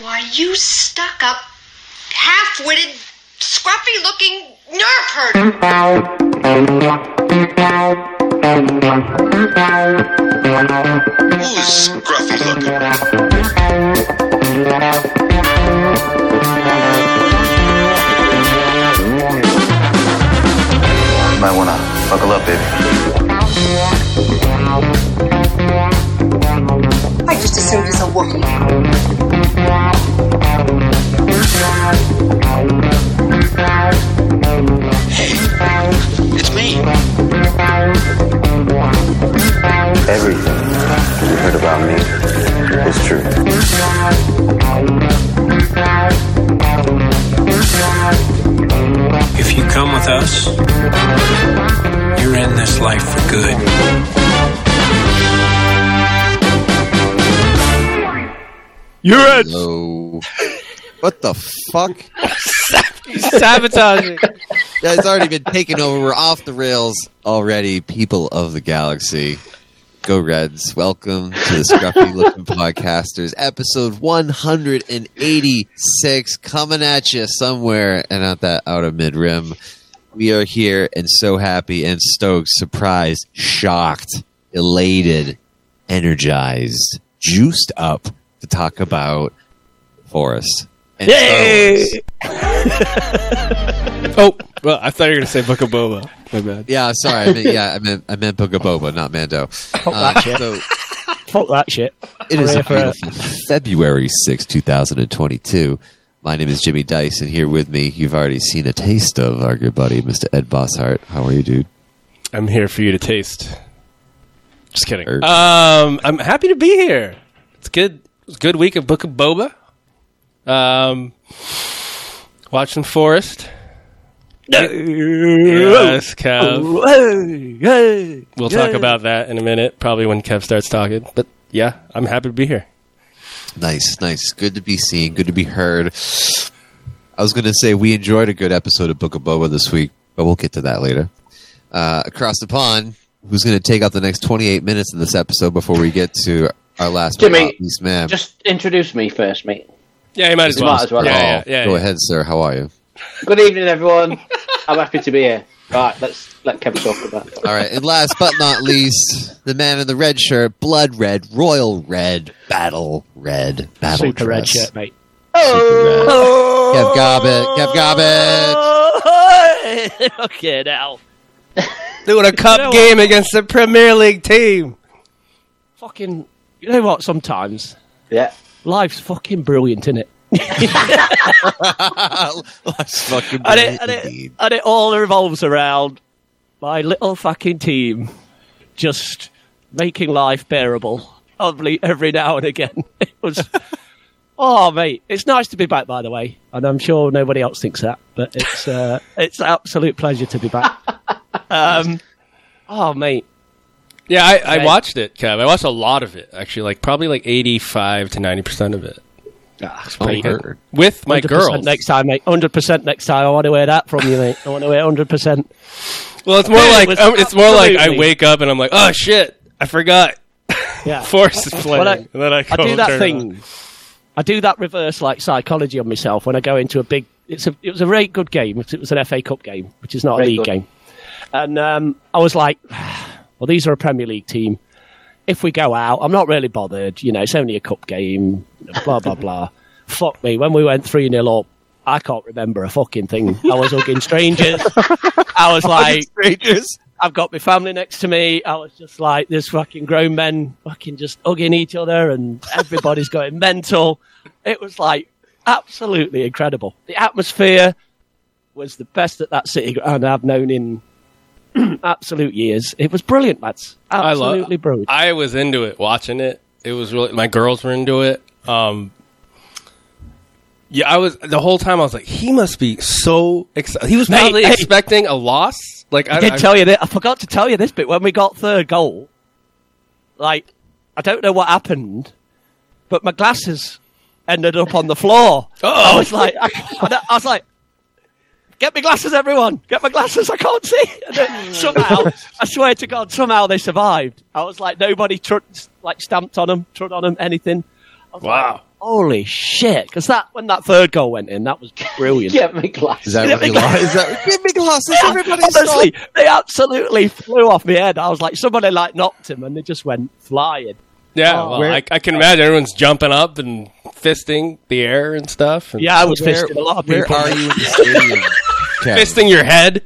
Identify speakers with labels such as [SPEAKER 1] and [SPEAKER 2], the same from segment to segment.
[SPEAKER 1] Why, you stuck up, half witted, scruffy looking nerve herder.
[SPEAKER 2] Who's scruffy looking?
[SPEAKER 3] You might wanna buckle up, baby.
[SPEAKER 4] I just assumed it's a Wookiee.
[SPEAKER 2] It's me.
[SPEAKER 3] Everything you heard about me is true.
[SPEAKER 5] If you come with us, you're in this life for good.
[SPEAKER 6] You're it.
[SPEAKER 7] So, what the fuck?
[SPEAKER 8] Sabotaging.
[SPEAKER 7] Yeah, it's already been taken over. We're off the rails already. People of the galaxy, go Reds! Welcome to the Scruffy Looking Podcasters, episode 186, coming at you somewhere and at that outer mid rim. We are here and so happy and stoked, surprised, shocked, elated, energized, juiced up to talk about Forest. And Stones.
[SPEAKER 8] Yay! oh, well, I thought you were going to say Book of Boba. My bad.
[SPEAKER 7] Yeah, sorry. I meant, yeah, I meant I meant Boga Boba, not Mando. Uh, so
[SPEAKER 6] Fuck that shit.
[SPEAKER 7] it is a
[SPEAKER 6] Oh, Hooray for it.
[SPEAKER 7] beautiful February sixth, two 2022. My name is Jimmy Dice, and here with me, you've already seen a taste of our good buddy, Mr. Ed Bosshart. How are you, dude?
[SPEAKER 8] I'm here for you to taste. Just kidding.
[SPEAKER 7] Er.
[SPEAKER 8] Um, I'm happy to be here. It's good. It's a good week of Book of Boba. Um, watching Forest. Yes, Kev. We'll talk about that in a minute, probably when Kev starts talking. But yeah, I'm happy to be here.
[SPEAKER 7] Nice, nice. Good to be seen. Good to be heard. I was going to say we enjoyed a good episode of Book of Boba this week, but we'll get to that later. Uh, across the pond, who's going to take out the next 28 minutes in this episode before we get to our last but
[SPEAKER 9] Jimmy,
[SPEAKER 7] not least man?
[SPEAKER 9] Just introduce me first, mate.
[SPEAKER 8] Yeah, you might as well.
[SPEAKER 9] might as well.
[SPEAKER 8] Yeah,
[SPEAKER 7] Paul,
[SPEAKER 8] yeah, yeah,
[SPEAKER 7] go
[SPEAKER 8] yeah.
[SPEAKER 7] ahead, sir. How are you?
[SPEAKER 9] Good evening, everyone. I'm happy to be here. All right, let's let Kev talk about it.
[SPEAKER 7] All right, and last but not least, the man in the red shirt, blood red, royal red, battle red, battle
[SPEAKER 6] Super red
[SPEAKER 7] dress.
[SPEAKER 6] shirt, mate.
[SPEAKER 7] Super red. Kev Gobbett, Kev Gobbett.
[SPEAKER 6] okay, now.
[SPEAKER 8] doing a cup game against the Premier League team.
[SPEAKER 6] Fucking. You know what? Sometimes
[SPEAKER 9] Yeah.
[SPEAKER 6] life's fucking brilliant, innit?
[SPEAKER 7] That's fucking
[SPEAKER 6] And it,
[SPEAKER 7] brilliant
[SPEAKER 6] and, it,
[SPEAKER 7] indeed.
[SPEAKER 6] and it all revolves around my little fucking team just making life bearable every, every now and again. It was. Oh mate, it's nice to be back. By the way, and I'm sure nobody else thinks that, but it's uh, it's an absolute pleasure to be back. Um, oh mate,
[SPEAKER 8] Yeah, I, I
[SPEAKER 6] Right.
[SPEAKER 8] watched it, Kev. I watched a lot of it, actually, like probably like 85 to 90% of it
[SPEAKER 6] Ah, it's
[SPEAKER 7] Oh,
[SPEAKER 6] pretty good.
[SPEAKER 7] word.
[SPEAKER 8] with my
[SPEAKER 6] 100%
[SPEAKER 8] girls.
[SPEAKER 6] next time, mate. Hundred percent next time. I want to wear that from you, mate. I want to wear hundred percent.
[SPEAKER 8] Well, it's more
[SPEAKER 6] It
[SPEAKER 8] like
[SPEAKER 6] was
[SPEAKER 8] um, it's more like I
[SPEAKER 6] absolutely-
[SPEAKER 8] wake up and I'm like, oh shit, I forgot.
[SPEAKER 6] Yeah,
[SPEAKER 8] Force is playing.
[SPEAKER 6] Well, I-
[SPEAKER 8] and then I,
[SPEAKER 6] I
[SPEAKER 8] go
[SPEAKER 6] do that
[SPEAKER 8] turn it on.
[SPEAKER 6] thing. I do that reverse like psychology on myself when I go into a big. It's a it was a very good game. It was an FA Cup game, which is not
[SPEAKER 9] Very
[SPEAKER 6] a league
[SPEAKER 9] good.
[SPEAKER 6] game. And um, I was like, well, these are a Premier League team. If we go out, I'm not really bothered. You know, it's only a cup game. Blah blah blah. Fuck me. When we went three 0 up, I can't remember a fucking thing. I was hugging strangers. I was like,
[SPEAKER 7] Strangers.
[SPEAKER 6] I've got my family next to me. I was just like, there's fucking grown men fucking just hugging each other and everybody's going mental. It was like absolutely incredible. The atmosphere was the best that that city ground I've known in absolute years. It was brilliant, lads.
[SPEAKER 8] I love-
[SPEAKER 6] Absolutely brilliant.
[SPEAKER 8] I was into it, watching it. It was really my girls were into it. Um, yeah, I was the whole time. I was like, he must be so excited. He was
[SPEAKER 6] Mate,
[SPEAKER 8] probably
[SPEAKER 6] hey.
[SPEAKER 8] expecting a loss. Like
[SPEAKER 6] I did tell you that. I forgot to tell you this bit when we got third goal. Like, I don't know what happened, but my glasses ended up on the floor.
[SPEAKER 8] Oh.
[SPEAKER 6] I was like, I, I was like, get my glasses, everyone, get my glasses. I can't see. And then somehow, I swear to God, somehow they survived. I was like, nobody tr- like stamped on them, trod on them, anything.
[SPEAKER 8] Wow.
[SPEAKER 6] Holy shit! Because that when that third goal went in, that was brilliant.
[SPEAKER 9] Get me glass.
[SPEAKER 7] Is that
[SPEAKER 6] Yeah,
[SPEAKER 7] what you
[SPEAKER 6] they-
[SPEAKER 7] lost? Is that give me glasses? Everybody
[SPEAKER 6] Honestly, they absolutely flew off my head. I was like, somebody like knocked him, and they just went flying.
[SPEAKER 8] Yeah,
[SPEAKER 6] Oh.
[SPEAKER 8] well,
[SPEAKER 6] Where-
[SPEAKER 8] I, I can imagine everyone's jumping up and fisting the air and stuff. and
[SPEAKER 6] Yeah, I was
[SPEAKER 7] stop. Where,
[SPEAKER 6] fisting a lot of
[SPEAKER 7] where
[SPEAKER 6] people.
[SPEAKER 7] are you in the stadium? Kev?
[SPEAKER 8] fisting your head.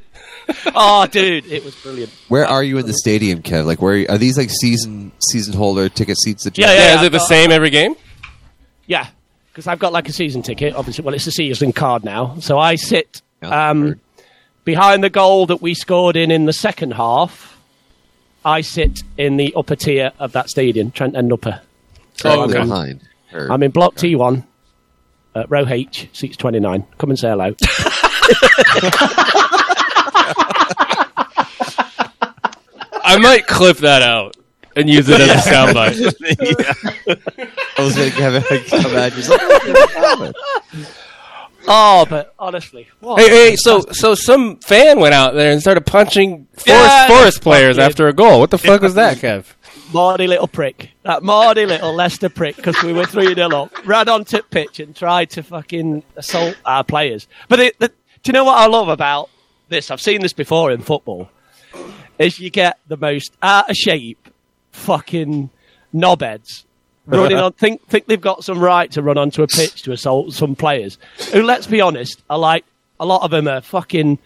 [SPEAKER 6] Oh, dude, it was brilliant.
[SPEAKER 7] Where are you in the stadium, Kev? Like, where are these like season season holder ticket seats? That you
[SPEAKER 6] Yeah,
[SPEAKER 8] Yeah, is
[SPEAKER 6] I've
[SPEAKER 8] it the
[SPEAKER 6] got-
[SPEAKER 8] same every game?
[SPEAKER 6] Yeah, because I've got like a season ticket. Obviously, well, it's a season card now, so I sit
[SPEAKER 7] Yeah,
[SPEAKER 6] um,
[SPEAKER 7] heard.
[SPEAKER 6] behind the goal that we scored in in the second half. I sit in the upper tier of that stadium, Trent End Upper.
[SPEAKER 8] Oh, okay.
[SPEAKER 7] behind. Heard.
[SPEAKER 6] I'm in block T1, uh, row H, seats 29. Come and say hello.
[SPEAKER 8] I might clip that out and use it as a soundbite.
[SPEAKER 7] I was like, Kev, come at you. He's like, "Oh,
[SPEAKER 6] oh, but honestly, what?
[SPEAKER 8] hey, hey, so so some fan went out there and started punching Forest,
[SPEAKER 6] Yeah,
[SPEAKER 8] forest players
[SPEAKER 6] fucking-
[SPEAKER 8] after a goal. What the fuck was that, Kev?
[SPEAKER 6] Mardy little prick. That Mardy little Leicester prick, because we were 3 0 up, ran on tip pitch and tried to fucking assault our players. But it, the, do you know what I love about this? I've seen this before in football, is you get the most out of shape fucking knobheads running on, think, think they've got some right to run onto a pitch to assault some players, who, let's be honest, are like, a lot of them are fucking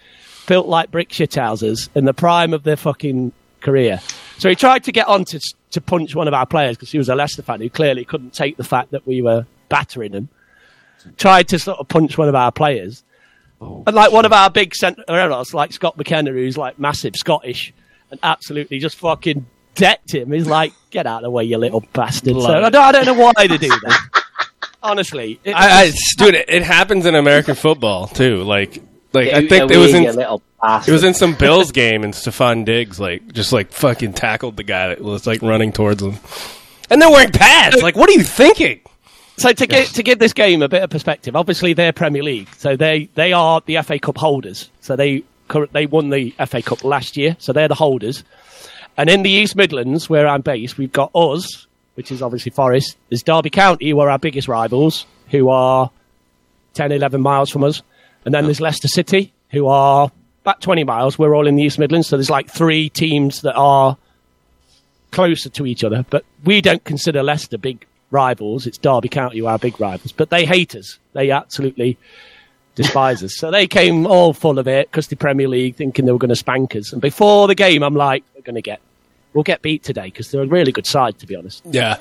[SPEAKER 6] built like brick shithousers in the prime of their fucking career. So he tried to get on to, to punch one of our players because he was a Leicester fan who clearly couldn't take the fact that we were battering him. Tried to sort of punch one of our players.
[SPEAKER 8] Oh,
[SPEAKER 6] and like one of our big centre errors, like Scott McKenna, who's like massive Scottish and absolutely just fucking decked him. He's like, get out of the way, you little bastard. So
[SPEAKER 8] Love it.
[SPEAKER 6] I don't, I don't know why they do that. Honestly. It,
[SPEAKER 8] I, I dude, it, it happens in American football too. Like, like I think it was in it was in some Bills game, and Stephon Diggs like just like fucking tackled the guy that was like running towards him, and they're wearing pads. Like, what are you thinking?
[SPEAKER 6] so to give to give this game a bit of perspective, obviously they're Premier League, so they they are the FA Cup holders. So they cur- they won the FA Cup last year, so they're the holders. And in the East Midlands, where I'm based, we've got us, which is obviously Forest. There's Derby County, who are our biggest rivals, who are 10, 11 miles from us. And then there's Leicester City, who are about 20 miles. We're all in the East Midlands, so there's like three teams that are closer to each other. But we don't consider Leicester big rivals. It's Derby County who are our big rivals. But they hate us. They absolutely despise us. So they came all full of it because the Premier League thinking they were going to spank us. And before the game, I'm like, we're going to get, we'll get beat today because they're a really good side, to be honest.
[SPEAKER 8] Yeah.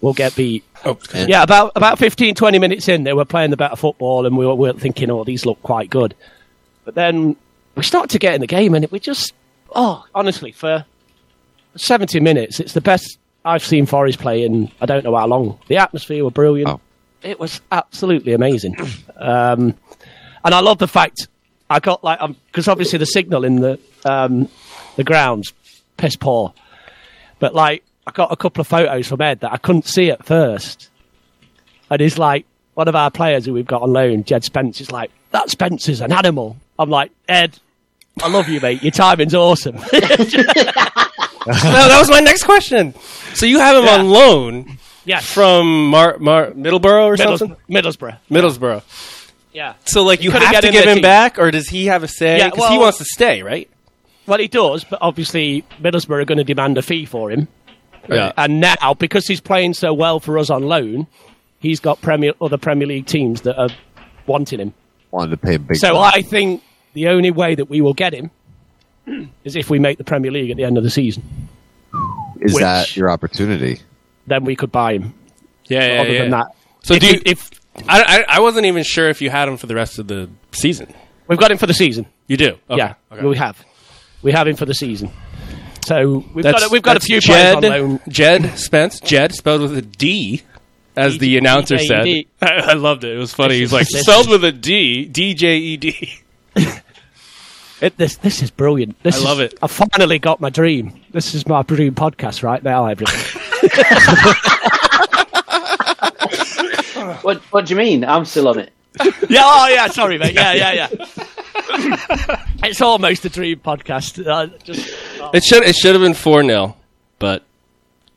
[SPEAKER 6] We'll get beat.
[SPEAKER 8] Oh,
[SPEAKER 6] Yeah, about about 15, 20 minutes in, they were playing the better football, and we were, we were thinking, oh, these look quite good. But then we start to get in the game, and it, we just, oh, honestly, for 70 minutes, it's the best I've seen Forest play in I don't know how long. The atmosphere were brilliant.
[SPEAKER 7] Oh.
[SPEAKER 6] It was absolutely amazing. Um, and I love the fact I got like, because obviously the signal in the, um, the ground's piss poor. But like, I got a couple of photos from Ed that I couldn't see at first. And he's like, one of our players who we've got on loan, Jed Spence, is like, that Spence is an animal. I'm like, Ed, I love you, mate. Your timing's awesome.
[SPEAKER 8] no, that was my next question. So you have him
[SPEAKER 6] Yeah.
[SPEAKER 8] on loan
[SPEAKER 6] yeah,
[SPEAKER 8] from Mar- Mar- Middleborough or something?
[SPEAKER 6] Middles- Middlesbrough.
[SPEAKER 8] Middlesbrough.
[SPEAKER 6] Yeah.
[SPEAKER 8] So like you
[SPEAKER 6] couldn't
[SPEAKER 8] have
[SPEAKER 6] get
[SPEAKER 8] to
[SPEAKER 6] in the
[SPEAKER 8] give him
[SPEAKER 6] team.
[SPEAKER 8] back, or does he have a say?
[SPEAKER 6] Yeah,
[SPEAKER 8] Because he
[SPEAKER 6] well-
[SPEAKER 8] wants to stay, right?
[SPEAKER 6] Well, he does, but obviously Middlesbrough are going to demand a fee for him.
[SPEAKER 8] Yeah.
[SPEAKER 6] And now, because he's playing so well for us on loan, he's got Premier other Premier League teams that are wanting him.
[SPEAKER 7] wanted to pay a big.
[SPEAKER 6] So
[SPEAKER 7] bucks.
[SPEAKER 6] I think the only way that we will get him is if we make the Premier League at the end of the season.
[SPEAKER 7] is
[SPEAKER 6] which-
[SPEAKER 7] that your opportunity?
[SPEAKER 6] Then we could buy him.
[SPEAKER 8] yeah, yeah,
[SPEAKER 6] Other
[SPEAKER 8] yeah.
[SPEAKER 6] than that,
[SPEAKER 8] So
[SPEAKER 6] if,
[SPEAKER 8] do you,
[SPEAKER 6] we- if
[SPEAKER 8] I, I, I wasn't even sure if you had him for the rest of the season.
[SPEAKER 6] we've got him for the season,
[SPEAKER 8] You do? Okay.
[SPEAKER 6] yeah,
[SPEAKER 8] Okay.
[SPEAKER 6] we have, we have him for the season. So we've
[SPEAKER 8] That's-
[SPEAKER 6] got a, we've got a
[SPEAKER 8] that's
[SPEAKER 6] few
[SPEAKER 8] Jed,
[SPEAKER 6] players on loan.
[SPEAKER 8] Jed Spence. Jed spelled with a D, as the announcer said. I,
[SPEAKER 6] D-J-E-D.
[SPEAKER 8] I loved it. It was funny. He's like
[SPEAKER 6] This is-
[SPEAKER 8] spelled with a D. D J E D.
[SPEAKER 6] It, this this is brilliant. This
[SPEAKER 8] I
[SPEAKER 6] is-
[SPEAKER 8] love it.
[SPEAKER 6] I finally got my dream. This is my dream podcast right now, everyone.
[SPEAKER 9] What, what do you mean? I'm still on it.
[SPEAKER 6] yeah, oh yeah, sorry, mate. Yeah, yeah, yeah. it's almost a dream podcast. Uh, just,
[SPEAKER 8] It should it should have been four 0 but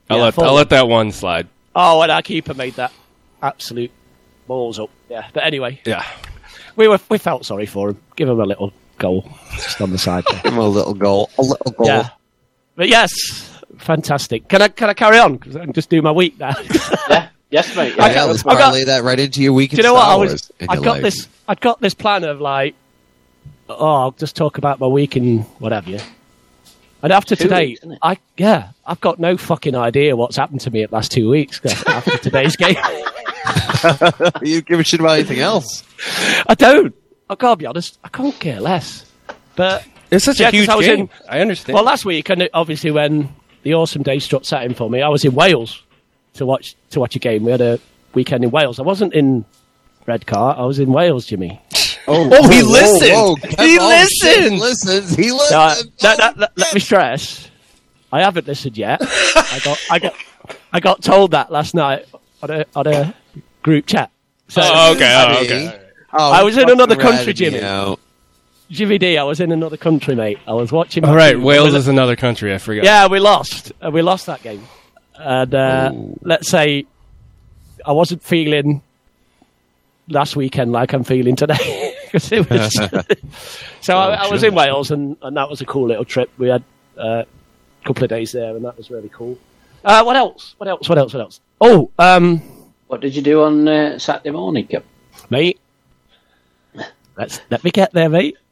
[SPEAKER 8] I'll
[SPEAKER 6] Yeah,
[SPEAKER 8] let
[SPEAKER 6] four
[SPEAKER 8] I'll
[SPEAKER 6] nil.
[SPEAKER 8] let that one slide.
[SPEAKER 6] oh, and our keeper made that. absolute balls up.
[SPEAKER 9] Yeah.
[SPEAKER 6] But anyway,
[SPEAKER 8] Yeah.
[SPEAKER 6] we were we felt sorry for him. Give him a little goal just on the side. there.
[SPEAKER 7] Give him a little goal. A little goal.
[SPEAKER 6] yeah. But yes, fantastic. Can I can I carry on? Because I can just do my week now.
[SPEAKER 9] Yeah. Yes, mate. Yeah,
[SPEAKER 7] Yeah,
[SPEAKER 9] that
[SPEAKER 7] let's
[SPEAKER 9] was-
[SPEAKER 6] I got-
[SPEAKER 7] parlay that right into your week. in
[SPEAKER 6] Do you know what?
[SPEAKER 7] Star
[SPEAKER 6] I was.
[SPEAKER 7] Wars and
[SPEAKER 6] I
[SPEAKER 7] your
[SPEAKER 6] got
[SPEAKER 7] life.
[SPEAKER 6] this. I got this plan of like, oh, I'll just talk about my week and whatever. Yeah. And after today,
[SPEAKER 9] weeks, isn't it?
[SPEAKER 6] I yeah, I've got no fucking idea what's happened to me at last two weeks after today's game.
[SPEAKER 7] You don't give a shit about anything else?
[SPEAKER 6] I don't. I gotta be honest. I can't care less. But
[SPEAKER 8] It's such
[SPEAKER 6] Yeah,
[SPEAKER 8] a
[SPEAKER 6] 'cause
[SPEAKER 8] huge
[SPEAKER 6] I was
[SPEAKER 8] game.
[SPEAKER 6] in-
[SPEAKER 8] I understand.
[SPEAKER 6] well, last week, and obviously when the awesome day struck set in for me, I was in Wales to watch to watch a game. We had a weekend in Wales. I wasn't in Redcar. I was in Wales, Jimmy.
[SPEAKER 8] oh, he
[SPEAKER 7] Whoa,
[SPEAKER 8] listened.
[SPEAKER 7] whoa, Kev,
[SPEAKER 8] he
[SPEAKER 7] oh, shit,
[SPEAKER 8] listened.
[SPEAKER 7] listens. He listens.
[SPEAKER 8] Uh,
[SPEAKER 6] No, I- no, no, no, Uh, let me stress, I haven't listened yet. I got, I got, I got told that last night on a on a group chat. So
[SPEAKER 8] Oh, okay. Oh, okay.
[SPEAKER 7] Oh,
[SPEAKER 6] I was in another
[SPEAKER 7] fucking
[SPEAKER 6] country,
[SPEAKER 7] ratted
[SPEAKER 6] Jimmy.
[SPEAKER 7] me out.
[SPEAKER 6] Jimmy D, I was in another country, mate. I was watching.
[SPEAKER 8] All right.
[SPEAKER 6] We-
[SPEAKER 8] Wales is another country. I forgot.
[SPEAKER 6] Yeah, we lost. Uh, we lost that game, and uh, let's say I wasn't feeling last weekend like I'm feeling today. 'Cause it was- so I, I was in Wales, and, and that was a cool little trip. We had uh, a couple of days there, and that was really cool. Uh, what else? What else? What else? What else? Oh, um,
[SPEAKER 9] What did you do on uh, Saturday morning, Kev?
[SPEAKER 6] mate, let's let me get there, mate.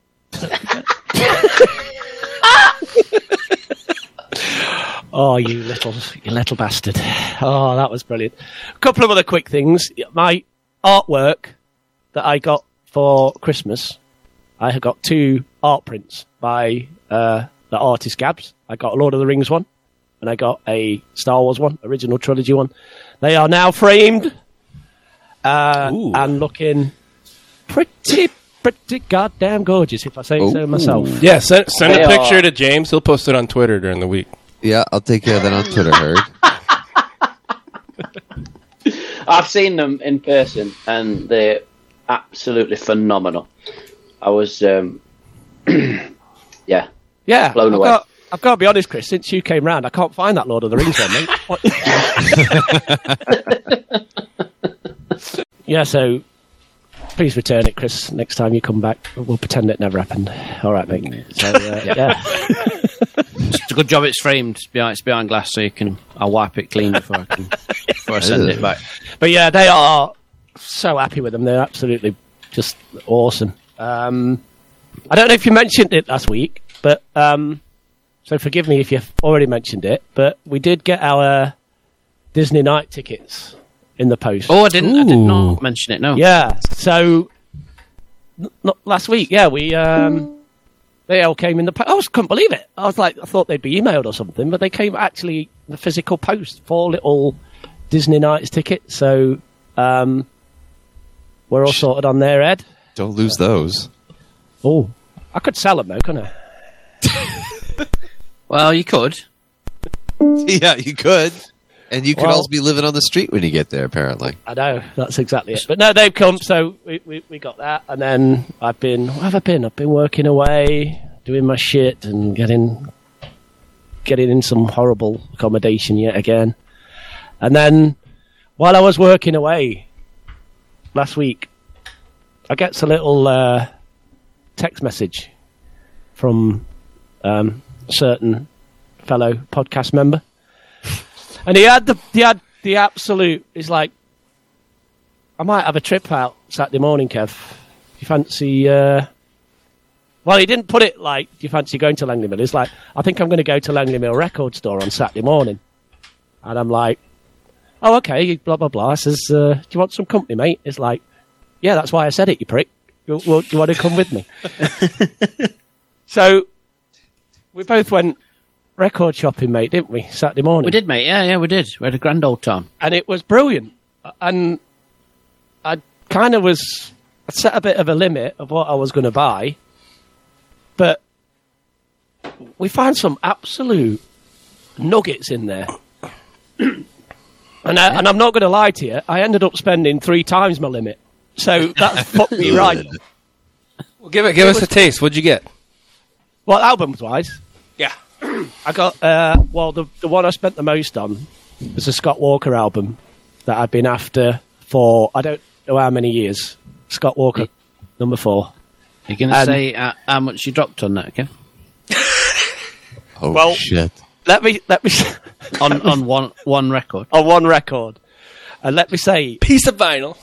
[SPEAKER 6] Oh, you little, you little bastard! Oh, that was brilliant. A couple of other quick things. My artwork that I got for Christmas, I had got two art prints by uh, the artist Gabs. I got a Lord of the Rings one, and I got a Star Wars one, original trilogy one. They are now framed uh,
[SPEAKER 8] Ooh.
[SPEAKER 6] and looking pretty, pretty goddamn gorgeous. If I say so myself.
[SPEAKER 8] Yeah. Send, send
[SPEAKER 9] They
[SPEAKER 8] a
[SPEAKER 9] are-
[SPEAKER 8] picture to James. He'll post it on Twitter during the week.
[SPEAKER 7] Yeah, I'll take care of that on Twitter, Herd.
[SPEAKER 9] I've seen them in person, and they're absolutely phenomenal. I was, um, yeah,
[SPEAKER 6] Yeah,
[SPEAKER 9] Blown
[SPEAKER 6] I've
[SPEAKER 9] away.
[SPEAKER 6] Got, I've got to be honest, Chris. Since you came round, I can't find that Lord of the Rings one, mate. What- yeah, so please return it, Chris. Next time you come back, we'll pretend it never happened. All right, mate. So, uh, yeah.
[SPEAKER 10] It's a good job it's framed. It's behind, it's behind glass, so you can. I'll wipe it clean before I can. Before I send it back.
[SPEAKER 6] But yeah, they are so happy with them. They're absolutely just awesome. Um, I don't know if you mentioned it last week, but um, so forgive me if you've already mentioned it. But we did get our Disney night tickets in the post.
[SPEAKER 10] Oh, I didn't. I did
[SPEAKER 8] Ooh.
[SPEAKER 10] not mention it. No.
[SPEAKER 6] Yeah. So n- not last week. Yeah, we um, they all came in the. Po- oh, I was couldn't believe it. I was like, I thought they'd be emailed or something, but they came actually in the physical post. Four little Disney nights tickets. So um, we're all sorted on their Ed.
[SPEAKER 7] Don't lose those.
[SPEAKER 6] Oh, I could sell them though, couldn't I?
[SPEAKER 10] Well, you could.
[SPEAKER 7] Yeah, you could. And you could
[SPEAKER 6] Well-
[SPEAKER 7] also be living on the street when you get there, apparently.
[SPEAKER 6] I know that's exactly it. But no, they've come, so we, we, we got that. And then I've been, where have I been? I've been working away, doing my shit, and getting getting in some horrible accommodation yet again. And then while I was working away last week, I gets a little uh, text message from um, a certain fellow podcast member, and he had the he had the absolute. He's like. I might have a trip out Saturday morning, Kev. Do you fancy? Uh... Well, he didn't put it like, "Do you fancy going to Langley Mill?" It's like, "I think I'm going to go to Langley Mill Record Store on Saturday morning," and I'm like, "Oh, okay." Blah blah blah. I says, uh, "Do you want some company, mate?" It's like, "Yeah, that's why I said it, you prick. You, well, you want to come with me?" so we both went record shopping, mate, didn't we? Saturday morning
[SPEAKER 10] We did, mate. Yeah, yeah, we did. We had a grand old time.
[SPEAKER 6] and it was brilliant. And I kind of was I set a bit of a limit of what I was going to buy, but we found some absolute nuggets in there. and I, and I'm not going to lie to you, I ended up spending three times my limit. So that's fucked me right.
[SPEAKER 8] Well, give it. Give us a taste. What'd you get?
[SPEAKER 6] Well, albums wise,
[SPEAKER 8] Yeah.
[SPEAKER 6] I got uh, well the the one I spent the most on was a Scott Walker album that I've been after for I don't know how many years. Scott Walker, number four.
[SPEAKER 10] You're going to
[SPEAKER 6] And-
[SPEAKER 10] say uh, how much you dropped on that, okay?
[SPEAKER 7] Oh
[SPEAKER 6] Well-
[SPEAKER 7] shit!
[SPEAKER 6] Let me let me s-
[SPEAKER 10] On on one one record.
[SPEAKER 6] on one record, and let me say
[SPEAKER 8] Piece of vinyl.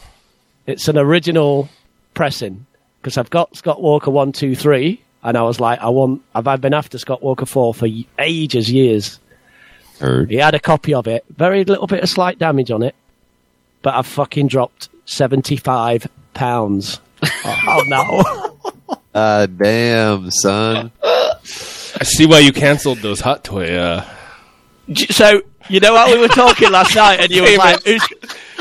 [SPEAKER 6] it's an original pressing because I've got Scott Walker one, two, three, and I was like, I want. I've I've been after Scott Walker four for y- ages, years.
[SPEAKER 7] Heard.
[SPEAKER 6] He had a copy of it, very little bit of slight damage on it, but I've fucking dropped seventy five pounds on that one.
[SPEAKER 7] Ah, damn, son.
[SPEAKER 8] I see why you canceled those hot toy. Uh,
[SPEAKER 6] J- So you know how we were talking last night, and you were like, "Who's?"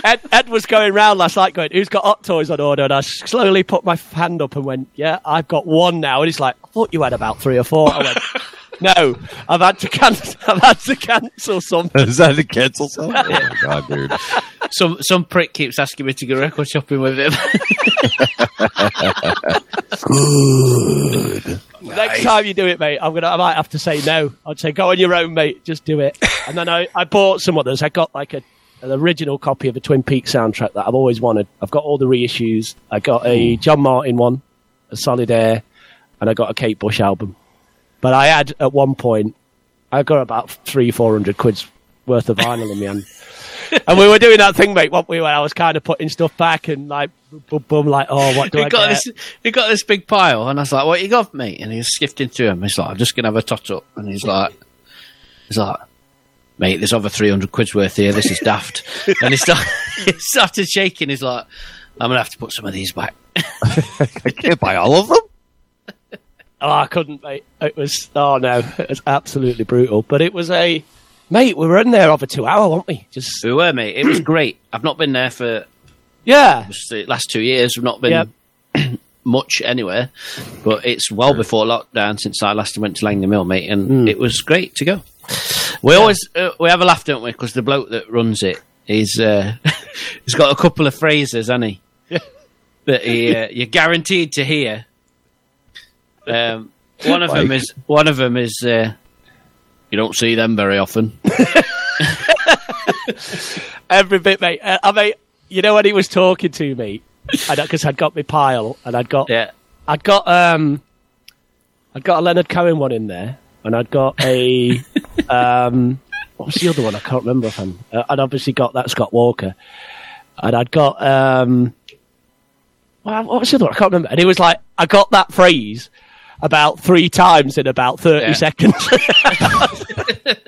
[SPEAKER 6] Ed, Ed was going round last night, going, "Who's got hot toys on order?" And I slowly put my hand up and went, "Yeah, I've got one now." And he's like, "I thought you had about three or four. I went, "No, I've had to cancel. I've had to cancel some."
[SPEAKER 7] Is that a cancel song? Oh my god, dude!
[SPEAKER 10] Some some prick keeps asking me to go record shopping with him.
[SPEAKER 6] Next time you do it, mate, I'm gonna. I might have to say no. I'd say go on your own, mate. Just do it. And then I, I bought some others. I got like a an original copy of a Twin Peaks soundtrack that I've always wanted. I've got all the reissues. I got a John Martin one, a Solid Air, and I got a Kate Bush album. But I had at one point, I got about three, four hundred quid's worth of vinyl in my hand. And we were doing that thing, mate, weren't we? Where I was kind of putting stuff back and like, boom, boom, like, oh, what do
[SPEAKER 10] we
[SPEAKER 6] I
[SPEAKER 10] got
[SPEAKER 6] get?
[SPEAKER 10] this we got this big pile and I was like, What you got, mate? And he was skifting to him. He's like, I'm just gonna have a tot up and he's like he's like Mate, there's over three hundred quid's worth here, this is daft. and he started he started shaking, he's like, I'm gonna have to put some of these back.
[SPEAKER 7] I can't buy all of them.
[SPEAKER 6] Oh, I couldn't, mate. It was oh no, it was absolutely brutal. But it was a mate. We were in there over two hour, weren't we? Just
[SPEAKER 10] We were, mate. It was great. I've not been there for
[SPEAKER 6] yeah,
[SPEAKER 10] the last two years. I've not been
[SPEAKER 6] Yep.
[SPEAKER 10] much anywhere, but it's well before lockdown since I last went to Langley Mill, mate, and it was great to go. We always uh, we have a laugh, don't we? Because the bloke that runs it is uh, he's got a couple of phrases, hasn't he? that he, uh, you're guaranteed to hear. Um, one of them
[SPEAKER 7] Like-
[SPEAKER 10] is one of them is uh, you don't see them very often.
[SPEAKER 6] every bit, mate. Uh, I mean, you know when he was talking to me, because I'd got my pile and I'd got
[SPEAKER 10] Yeah.
[SPEAKER 6] I'd got um, I'd got a Leonard Cohen one in there, and I'd got a um, what was the other one? I can't remember. If I'm, uh, I'd obviously got that Scott Walker, and I'd got um, well, what was the other one? I can't remember. And it was like I got that phrase about three times in about thirty
[SPEAKER 10] Yeah.
[SPEAKER 6] seconds, and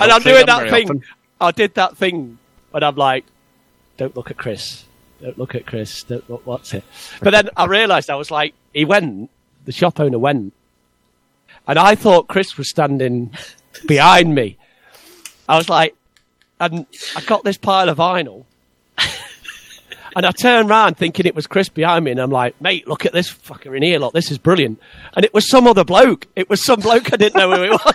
[SPEAKER 6] I'm
[SPEAKER 10] see them
[SPEAKER 6] doing
[SPEAKER 10] very
[SPEAKER 6] that thing.
[SPEAKER 10] often.
[SPEAKER 6] I did that thing, and I'm like, don't look at Chris. Don't look at Chris. Don't look, what's it? But then I realised I was like, he went. The shop owner went, and I thought Chris was standing behind me. I was like, and I got this pile of vinyl, and I turned round thinking it was Chris behind me, and I'm like, mate, look at this fucker in here. Look, this is brilliant. And it was some other bloke. It was some bloke I didn't know who it was.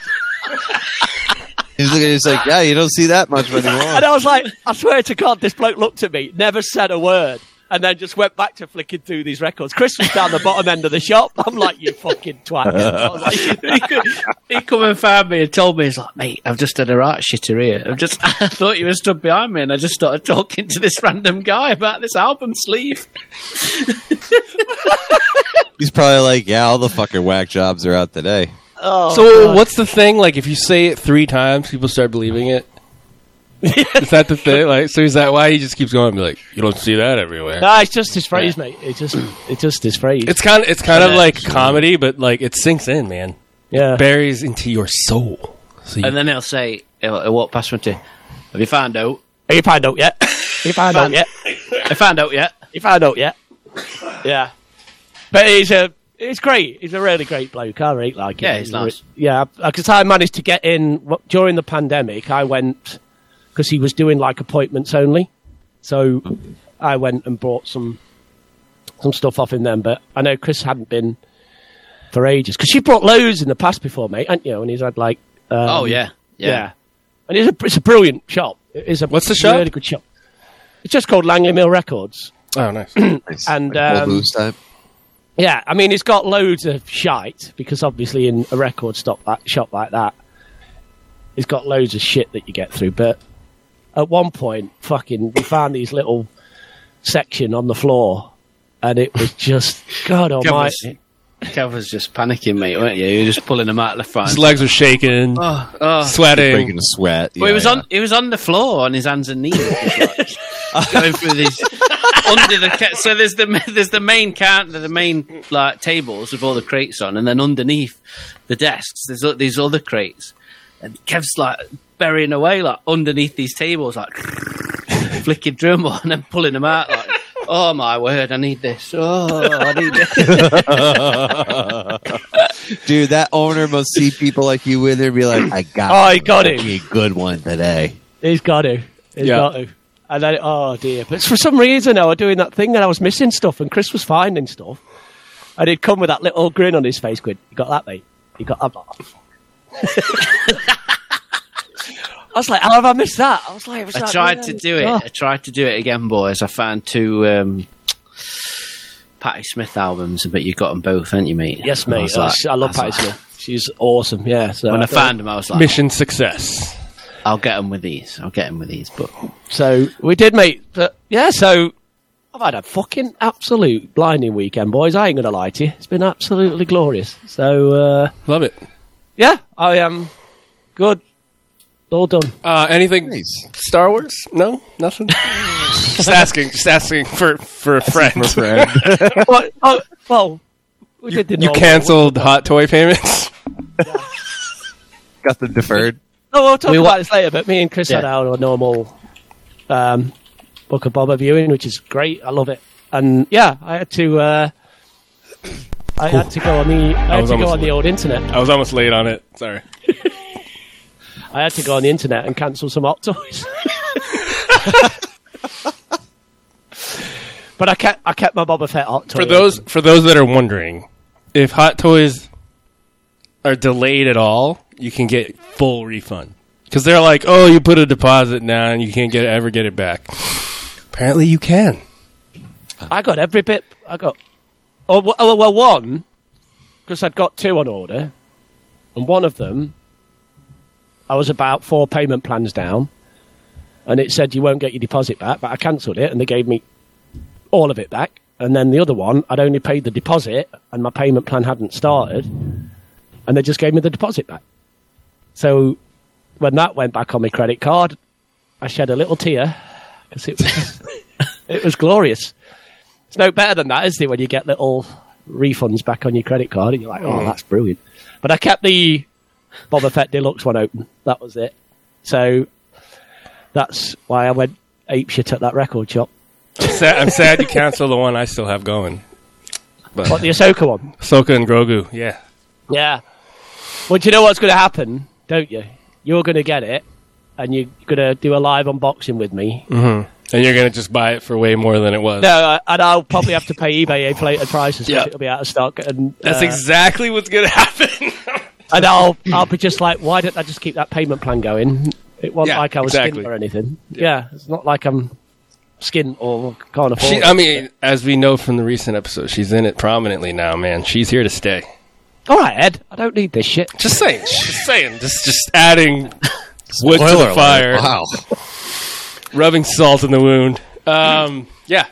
[SPEAKER 7] He's looking. He's like, yeah, you don't see that much
[SPEAKER 6] And
[SPEAKER 7] anymore.
[SPEAKER 6] I was like, I swear to God, this bloke looked at me, never said a word, and then just went back to flicking through these records. Chris was down the bottom end of the shop. I'm like, you fucking twat. I was like,
[SPEAKER 10] he, co- he come and found me and told me, he's like, mate, I've just had a right shitter here. I've just, I thought you were stood behind me and I just started talking to this random guy about this album sleeve.
[SPEAKER 7] He's probably like, yeah, all the fucking whack jobs are out today.
[SPEAKER 6] oh,
[SPEAKER 8] so
[SPEAKER 6] God.
[SPEAKER 8] what's the thing? Like if you say it three times, people start believing it. is that the thing? Like so is that why he just keeps going? Be like you don't see that everywhere.
[SPEAKER 6] No, it's just his phrase, mate. It's just, it's just his phrase.
[SPEAKER 8] It's kind of it's kind of
[SPEAKER 10] Yeah,
[SPEAKER 8] like
[SPEAKER 10] sure.
[SPEAKER 8] comedy, but like it sinks in, man.
[SPEAKER 6] yeah.
[SPEAKER 8] Buries into your soul. So you,
[SPEAKER 10] And then he'll say, he'll, he'll walk past me and say, have you found out?
[SPEAKER 6] Have you found out yet? Have you found out yet?
[SPEAKER 10] I found out yet.
[SPEAKER 6] You found out yet? Yeah. But he's a, he's great. He's a really great bloke. I really like him.
[SPEAKER 10] Yeah, he's
[SPEAKER 6] a re-
[SPEAKER 10] nice.
[SPEAKER 6] yeah, because I managed to get in wh- during the pandemic. I went because he was doing like appointments only, so I went and bought some some stuff off him then. But I know Chris hadn't been for ages because you brought loads in the past before, mate, hadn't you? And he's had like um,
[SPEAKER 10] oh, yeah. Yeah.
[SPEAKER 6] and it's a it's a brilliant shop. It is a
[SPEAKER 8] What's the shop?
[SPEAKER 6] Really good shop. It's just called Langley Mill Records.
[SPEAKER 8] oh, nice.
[SPEAKER 7] Nice.
[SPEAKER 6] And,
[SPEAKER 7] Like Paul
[SPEAKER 6] um,
[SPEAKER 7] Booth's type.
[SPEAKER 6] Yeah, I mean, it's got loads of shite because obviously in a record stop like, shop like that, it's got loads of shit that you get through. But at one point, fucking, we found these little section on the floor, and it was just God
[SPEAKER 10] Kevin's,
[SPEAKER 6] Almighty.
[SPEAKER 10] Kevin's just panicking, mate, weren't you? You're just pulling him out the front.
[SPEAKER 8] His legs are shaking,
[SPEAKER 10] oh, oh.
[SPEAKER 8] sweating.
[SPEAKER 7] Breaking a sweat.
[SPEAKER 10] Well,
[SPEAKER 7] Yeah,
[SPEAKER 10] he was
[SPEAKER 7] yeah.
[SPEAKER 10] on. He was on the floor on his hands and knees, He's like, going through these under the. Ca- so there's the there's the main count, the main like tables with all the crates on, and then underneath the desks there's o- these other crates, and Kev's like burying away like underneath these tables, like flicking drum on and pulling them out. Like, oh my word, I need this. Oh, I need this.
[SPEAKER 7] Dude, that owner must see people like you in there and be like, I got
[SPEAKER 6] Oh, he got
[SPEAKER 7] a good one today.
[SPEAKER 6] He's got to. He's
[SPEAKER 8] Yeah.
[SPEAKER 6] got to. And then, oh dear. But for some reason, I was doing that thing and I was missing stuff, and Chris was finding stuff. And he'd come with that little grin on his face, going, You got that, mate? You got that? mate?" I was like, How have I missed that? I was like, was
[SPEAKER 10] I
[SPEAKER 6] that-
[SPEAKER 10] tried to do it.
[SPEAKER 6] Oh.
[SPEAKER 10] I tried to do it again, boys. I found two um, Patti Smith albums, but you got them both, haven't you, mate?
[SPEAKER 6] Yes,
[SPEAKER 10] And I
[SPEAKER 6] mate.
[SPEAKER 10] was
[SPEAKER 6] I,
[SPEAKER 10] like-
[SPEAKER 6] I love
[SPEAKER 10] was
[SPEAKER 6] Patty
[SPEAKER 10] like-
[SPEAKER 6] Smith. She's awesome. Yeah. So
[SPEAKER 10] When I
[SPEAKER 6] thought-
[SPEAKER 10] found them, I was like,
[SPEAKER 8] Mission success.
[SPEAKER 10] "I'll get them with these. I'll get them with these." But
[SPEAKER 6] So we did, mate. But yeah, so I've had a fucking absolute blinding weekend, boys. I ain't gonna lie to you. It's been absolutely glorious. So uh,
[SPEAKER 8] Love it.
[SPEAKER 6] yeah, I am good. All done.
[SPEAKER 8] Uh, anything?
[SPEAKER 7] Nice.
[SPEAKER 8] Star Wars? No, nothing. just asking. Just asking for for a friend.
[SPEAKER 6] well, oh, well, we did the
[SPEAKER 8] You
[SPEAKER 6] normal.
[SPEAKER 8] canceled hot toy payments.
[SPEAKER 7] Got them deferred.
[SPEAKER 6] No, we'll talk
[SPEAKER 10] We
[SPEAKER 6] about
[SPEAKER 10] wa-
[SPEAKER 6] this later. But me and Chris
[SPEAKER 10] Yeah.
[SPEAKER 6] had our normal um, book of Boba viewing, which is great. I love it. And yeah, I had to. Uh, I had to go on the. I had
[SPEAKER 8] was
[SPEAKER 6] to go
[SPEAKER 8] almost
[SPEAKER 6] on the
[SPEAKER 8] late.
[SPEAKER 6] old internet.
[SPEAKER 8] I was almost late on it. Sorry.
[SPEAKER 6] I had to go on the internet and cancel some hot toys. but I kept I kept my Boba Fett hot toy.
[SPEAKER 8] For those for those that are wondering, if hot toys are delayed at all, you can get full refund because they're like, oh, you put a deposit down, and you can't get ever get it back. Apparently, you can.
[SPEAKER 6] I got every bit. I got oh well, oh, well one because I'd got two on order, and one of them I was about four payment plans down, and it said you won't get your deposit back, but I cancelled it and they gave me all of it back. And then the other one, I'd only paid the deposit, and my payment plan hadn't started, and they just gave me the deposit back. So when that went back on my credit card, I shed a little tear because it was it was glorious. It's no better than that, is it? When you get little refunds back on your credit card, and you're like, "Oh, that's brilliant." But I kept the Boba Fett Deluxe one open. That was it. So that's why I went ape shit at that record shop.
[SPEAKER 8] I'm sad, I'm sad you canceled the one I still have going. But
[SPEAKER 6] What the Ahsoka one?
[SPEAKER 8] Ahsoka and Grogu, yeah.
[SPEAKER 6] Yeah. Well, do you know what's going to happen? Don't you? You're going to get it, and you're going to do a live unboxing with me.
[SPEAKER 8] And you're gonna just buy it for way more than it was.
[SPEAKER 6] No, uh, and I'll probably have to pay eBay inflated prices because
[SPEAKER 8] Yeah.
[SPEAKER 6] it'll be out of stock. And
[SPEAKER 8] That's
[SPEAKER 6] uh,
[SPEAKER 8] exactly what's gonna happen.
[SPEAKER 6] and I'll I'll be just like, why don't I just keep that payment plan going? It wasn't
[SPEAKER 8] Yeah,
[SPEAKER 6] like I was
[SPEAKER 8] exactly.
[SPEAKER 6] skinned or anything. Yeah. it's not like I'm skinned or can't afford.
[SPEAKER 8] she, um,
[SPEAKER 6] it.
[SPEAKER 8] I mean, as we know from the recent episode, she's in it prominently now, man. She's here to stay.
[SPEAKER 6] all right, Ed, I don't need this shit.
[SPEAKER 8] Just saying. Just saying. Just just adding wood to the fire,
[SPEAKER 7] Wow.
[SPEAKER 8] rubbing salt in the wound. Um, yeah.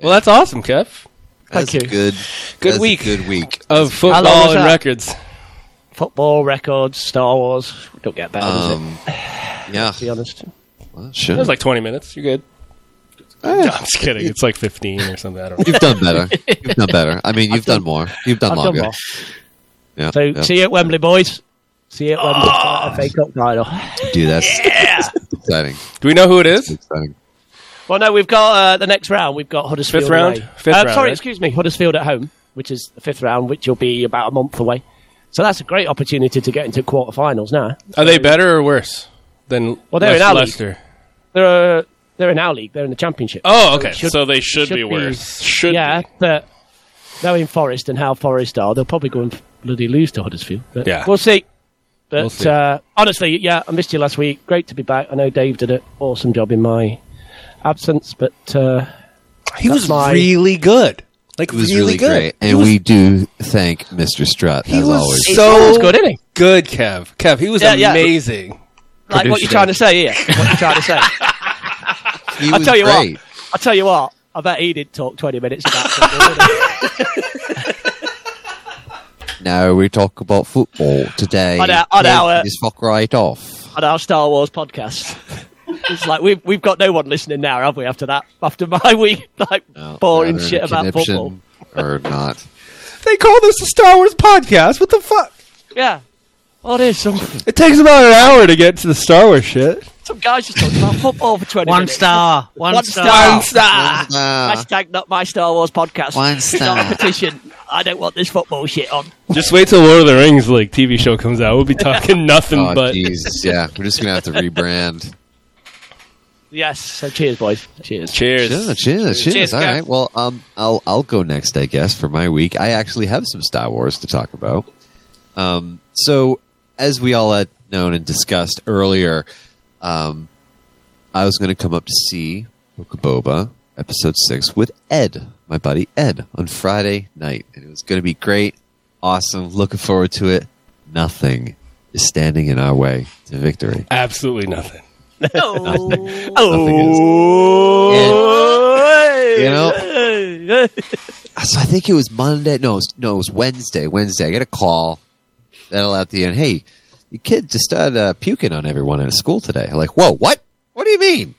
[SPEAKER 8] Well, that's awesome, Kev.
[SPEAKER 6] Thank
[SPEAKER 7] That's
[SPEAKER 6] you.
[SPEAKER 7] a good.
[SPEAKER 8] Good
[SPEAKER 7] that's a
[SPEAKER 8] week.
[SPEAKER 7] good week.
[SPEAKER 8] Of
[SPEAKER 6] How long
[SPEAKER 8] football
[SPEAKER 6] was
[SPEAKER 8] and
[SPEAKER 6] that?
[SPEAKER 8] records.
[SPEAKER 6] Football records, Star Wars. Don't get better. does it,
[SPEAKER 7] Um, yeah.
[SPEAKER 6] to be honest.
[SPEAKER 7] Well,
[SPEAKER 8] It
[SPEAKER 7] sure.
[SPEAKER 8] was like 20 minutes. You're good. No, I'm just kidding. It's like 15 or something. I don't know.
[SPEAKER 7] You've done better. You've done better. I mean, you've done more. You've done
[SPEAKER 6] I've done
[SPEAKER 7] longer.
[SPEAKER 6] more.
[SPEAKER 7] Yeah.
[SPEAKER 6] So
[SPEAKER 7] yeah.
[SPEAKER 6] see you at Wembley, boys. See you at Wembley.
[SPEAKER 8] Ah.
[SPEAKER 6] for FA Cup final.
[SPEAKER 7] Dude, that's exciting.
[SPEAKER 8] Do we know who it is?
[SPEAKER 7] exciting.
[SPEAKER 6] Well, no, we've got uh, the next round. We've got Huddersfield.
[SPEAKER 8] Fifth round?
[SPEAKER 6] away.
[SPEAKER 8] Fifth
[SPEAKER 6] uh,
[SPEAKER 8] round, eh?
[SPEAKER 6] sorry,
[SPEAKER 8] right?
[SPEAKER 6] excuse me. Huddersfield at home, which is the fifth round, which will be about a month away. So that's a great opportunity to get into quarterfinals now.
[SPEAKER 8] Are they better or worse than
[SPEAKER 6] Well, they're in our league.
[SPEAKER 8] Leicester?
[SPEAKER 6] They're uh, they're in our league. They're in the championship.
[SPEAKER 8] Oh, okay.
[SPEAKER 6] it should-
[SPEAKER 8] so they should,
[SPEAKER 6] should
[SPEAKER 8] be
[SPEAKER 6] be-
[SPEAKER 8] worse. Should
[SPEAKER 6] yeah,
[SPEAKER 8] be.
[SPEAKER 6] but knowing Forest and how Forest are, they'll probably go and bloody lose to Huddersfield. But
[SPEAKER 8] Yeah.
[SPEAKER 6] we'll see. But
[SPEAKER 8] We'll see.
[SPEAKER 6] Uh, honestly, yeah, I missed you last week. Great to be back. I know Dave did an awesome job in my absence, but uh,
[SPEAKER 8] He
[SPEAKER 6] was my-
[SPEAKER 8] really good. Like
[SPEAKER 7] It was really, great, and we do thank Mr. Strut as always.
[SPEAKER 8] so
[SPEAKER 6] it's good, isn't it?
[SPEAKER 8] good, Kev. Kev, he was
[SPEAKER 6] Yeah, yeah.
[SPEAKER 8] amazing.
[SPEAKER 6] Like what
[SPEAKER 8] Produced
[SPEAKER 6] you're
[SPEAKER 8] it.
[SPEAKER 6] trying to say here? What you're trying to say?
[SPEAKER 7] He
[SPEAKER 6] I'll
[SPEAKER 7] was
[SPEAKER 6] tell you
[SPEAKER 7] great.
[SPEAKER 6] what. I'll tell you what. I bet he did talk 20 minutes about football.
[SPEAKER 7] Now we talk about football today.
[SPEAKER 6] On our- on
[SPEAKER 7] Take
[SPEAKER 6] our-
[SPEAKER 7] this fuck right off.
[SPEAKER 6] on our Star Wars podcast. It's like we've we've got no one listening now, have we? After that, after my week, like
[SPEAKER 7] No,
[SPEAKER 6] boring
[SPEAKER 7] rather
[SPEAKER 6] shit
[SPEAKER 7] than
[SPEAKER 6] about
[SPEAKER 7] conniption
[SPEAKER 6] football.
[SPEAKER 7] or not.
[SPEAKER 8] They call this a Star Wars podcast. What the fuck?
[SPEAKER 6] Yeah. Oh, there's some some
[SPEAKER 8] It takes about an hour to get to the Star Wars shit.
[SPEAKER 6] guys just talking about football for twenty
[SPEAKER 10] One
[SPEAKER 6] minutes.
[SPEAKER 10] star. One,
[SPEAKER 6] One
[SPEAKER 10] star.
[SPEAKER 6] star.
[SPEAKER 7] Ah,
[SPEAKER 6] Hashtag not my Star Wars podcast.
[SPEAKER 7] One star.
[SPEAKER 6] Not a petition. I don't want this football shit on.
[SPEAKER 8] Just wait till Lord of the Rings like TV show comes out. We'll be talking nothing
[SPEAKER 7] oh,
[SPEAKER 8] but
[SPEAKER 7] Jesus. Yeah, we're just going to have to rebrand.
[SPEAKER 6] Yes. So cheers, boys. Cheers.
[SPEAKER 8] cheers.
[SPEAKER 7] Cheers, cheers, cheers.
[SPEAKER 10] Cheers,
[SPEAKER 7] All
[SPEAKER 10] guys.
[SPEAKER 7] right. Well, um, I'll I'll go next, I guess, for my week. I actually have some Star Wars to talk about. Um, so, as we all had known and discussed earlier, um, I was going to come up to see Book of Boba episode six with Ed, my buddy Ed, on Friday night, and it was going to be great, awesome. Looking forward to it. Nothing is standing in our way to victory.
[SPEAKER 8] Absolutely nothing.
[SPEAKER 6] Oh.
[SPEAKER 7] Nothing is.
[SPEAKER 6] oh.
[SPEAKER 7] You know, so I think it was Monday. No, it was, no, it was Wednesday. Wednesday, I get a call that'll at the end. Hey, your kid just started uh, puking on everyone at school today. I'm like, whoa, what? What do you mean?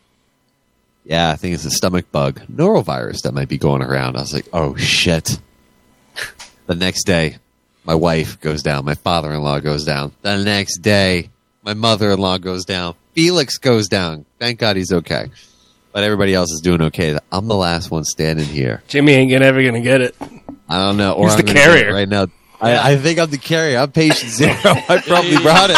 [SPEAKER 7] Yeah, I think it's a stomach bug, norovirus that might be going around. I was like, oh shit. The next day, my wife goes down. My father-in-law goes down. The next day, my mother-in-law goes down. Felix goes down. Thank God he's okay. But everybody else is doing okay. I'm the last one standing here.
[SPEAKER 8] Jimmy ain't gonna, ever gonna get it.
[SPEAKER 7] I don't know. Or
[SPEAKER 8] He's
[SPEAKER 7] I'm
[SPEAKER 8] the
[SPEAKER 7] gonna get it
[SPEAKER 8] carrier.
[SPEAKER 7] right now. I, I think I'm the carrier. I'm patient zero. I probably brought it.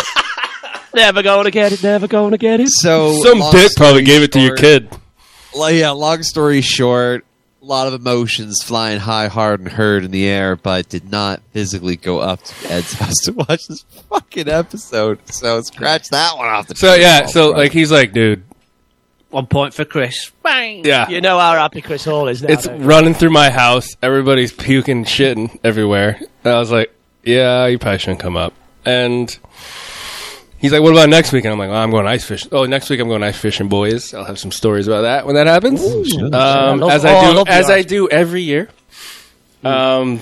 [SPEAKER 6] Never gonna get it. Never gonna get it.
[SPEAKER 7] So
[SPEAKER 8] Some
[SPEAKER 7] long
[SPEAKER 8] dick probably gave it to your
[SPEAKER 7] short-
[SPEAKER 8] kid.
[SPEAKER 7] Well, yeah. Long story short, a lot of emotions flying high, hard, and hurt in the air, but did not physically go up to Ed's house to watch this fucking episode. So scratch that one off the.
[SPEAKER 8] So yeah,
[SPEAKER 7] table,
[SPEAKER 8] so
[SPEAKER 7] bro.
[SPEAKER 8] like he's like, dude,
[SPEAKER 10] One point for Chris. Bang.
[SPEAKER 8] yeah,
[SPEAKER 6] You know how happy Chris Hall is now.
[SPEAKER 8] it's
[SPEAKER 6] don't you?
[SPEAKER 8] running through my house. Everybody's puking, shitting everywhere. And I was like, yeah, you probably shouldn't come up. And he's like, what about next week? And I'm like, oh, I'm going ice fishing. Oh, next week I'm going ice fishing, boys. I'll have some stories about that when that happens. um,
[SPEAKER 6] love-
[SPEAKER 8] as
[SPEAKER 6] oh, I
[SPEAKER 8] I do,
[SPEAKER 6] love the
[SPEAKER 8] as
[SPEAKER 6] ice
[SPEAKER 8] I do every year. Um,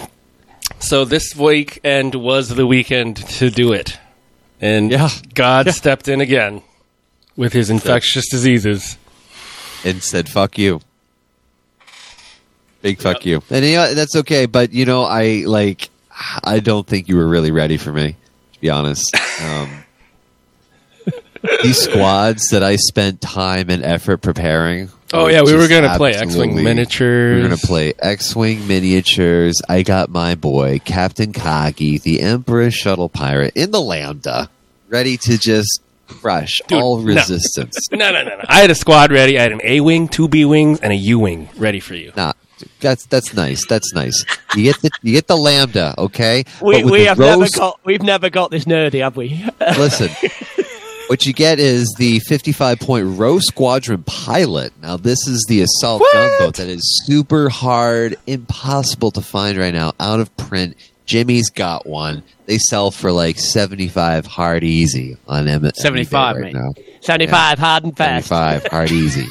[SPEAKER 8] so this weekend was the weekend to do it, and
[SPEAKER 7] Yeah.
[SPEAKER 8] God stepped in again with his infectious diseases.
[SPEAKER 7] and said "fuck you." Big fuck you, and you know, that's okay. But you know, I like. I don't think you were really ready for me, to be honest. Um, these squads that I spent time and effort preparing.
[SPEAKER 8] Oh yeah, we were
[SPEAKER 7] just
[SPEAKER 8] gonna play X
[SPEAKER 7] absolutely-
[SPEAKER 8] Wing miniatures.
[SPEAKER 7] We were gonna play X-wing miniatures. I got my boy Captain Kagi, the Emperor Shuttle Pirate, in the Lambda, ready to just crush
[SPEAKER 8] Dude,
[SPEAKER 7] all
[SPEAKER 8] no.
[SPEAKER 7] resistance.
[SPEAKER 8] No, no, no, no. I had a squad ready. I had an A wing, two B wings, and a U wing ready for you.
[SPEAKER 7] Nah, that's that's nice. That's nice. You get the you get the lambda, okay?
[SPEAKER 6] We,
[SPEAKER 7] But with
[SPEAKER 6] we
[SPEAKER 7] the
[SPEAKER 6] have never
[SPEAKER 7] roast-
[SPEAKER 6] got we've never got this nerdy, have we?
[SPEAKER 7] Listen, what you get is the fifty-five point row squadron pilot. Now this is the assault gunboat that is super hard, impossible to find right now, out of print. Jimmy's got one. They sell for like seventy-five hard easy on M-
[SPEAKER 10] 75,
[SPEAKER 7] eBay
[SPEAKER 10] mate.
[SPEAKER 7] right now.
[SPEAKER 6] 75 hard and fast.
[SPEAKER 7] 75 hard easy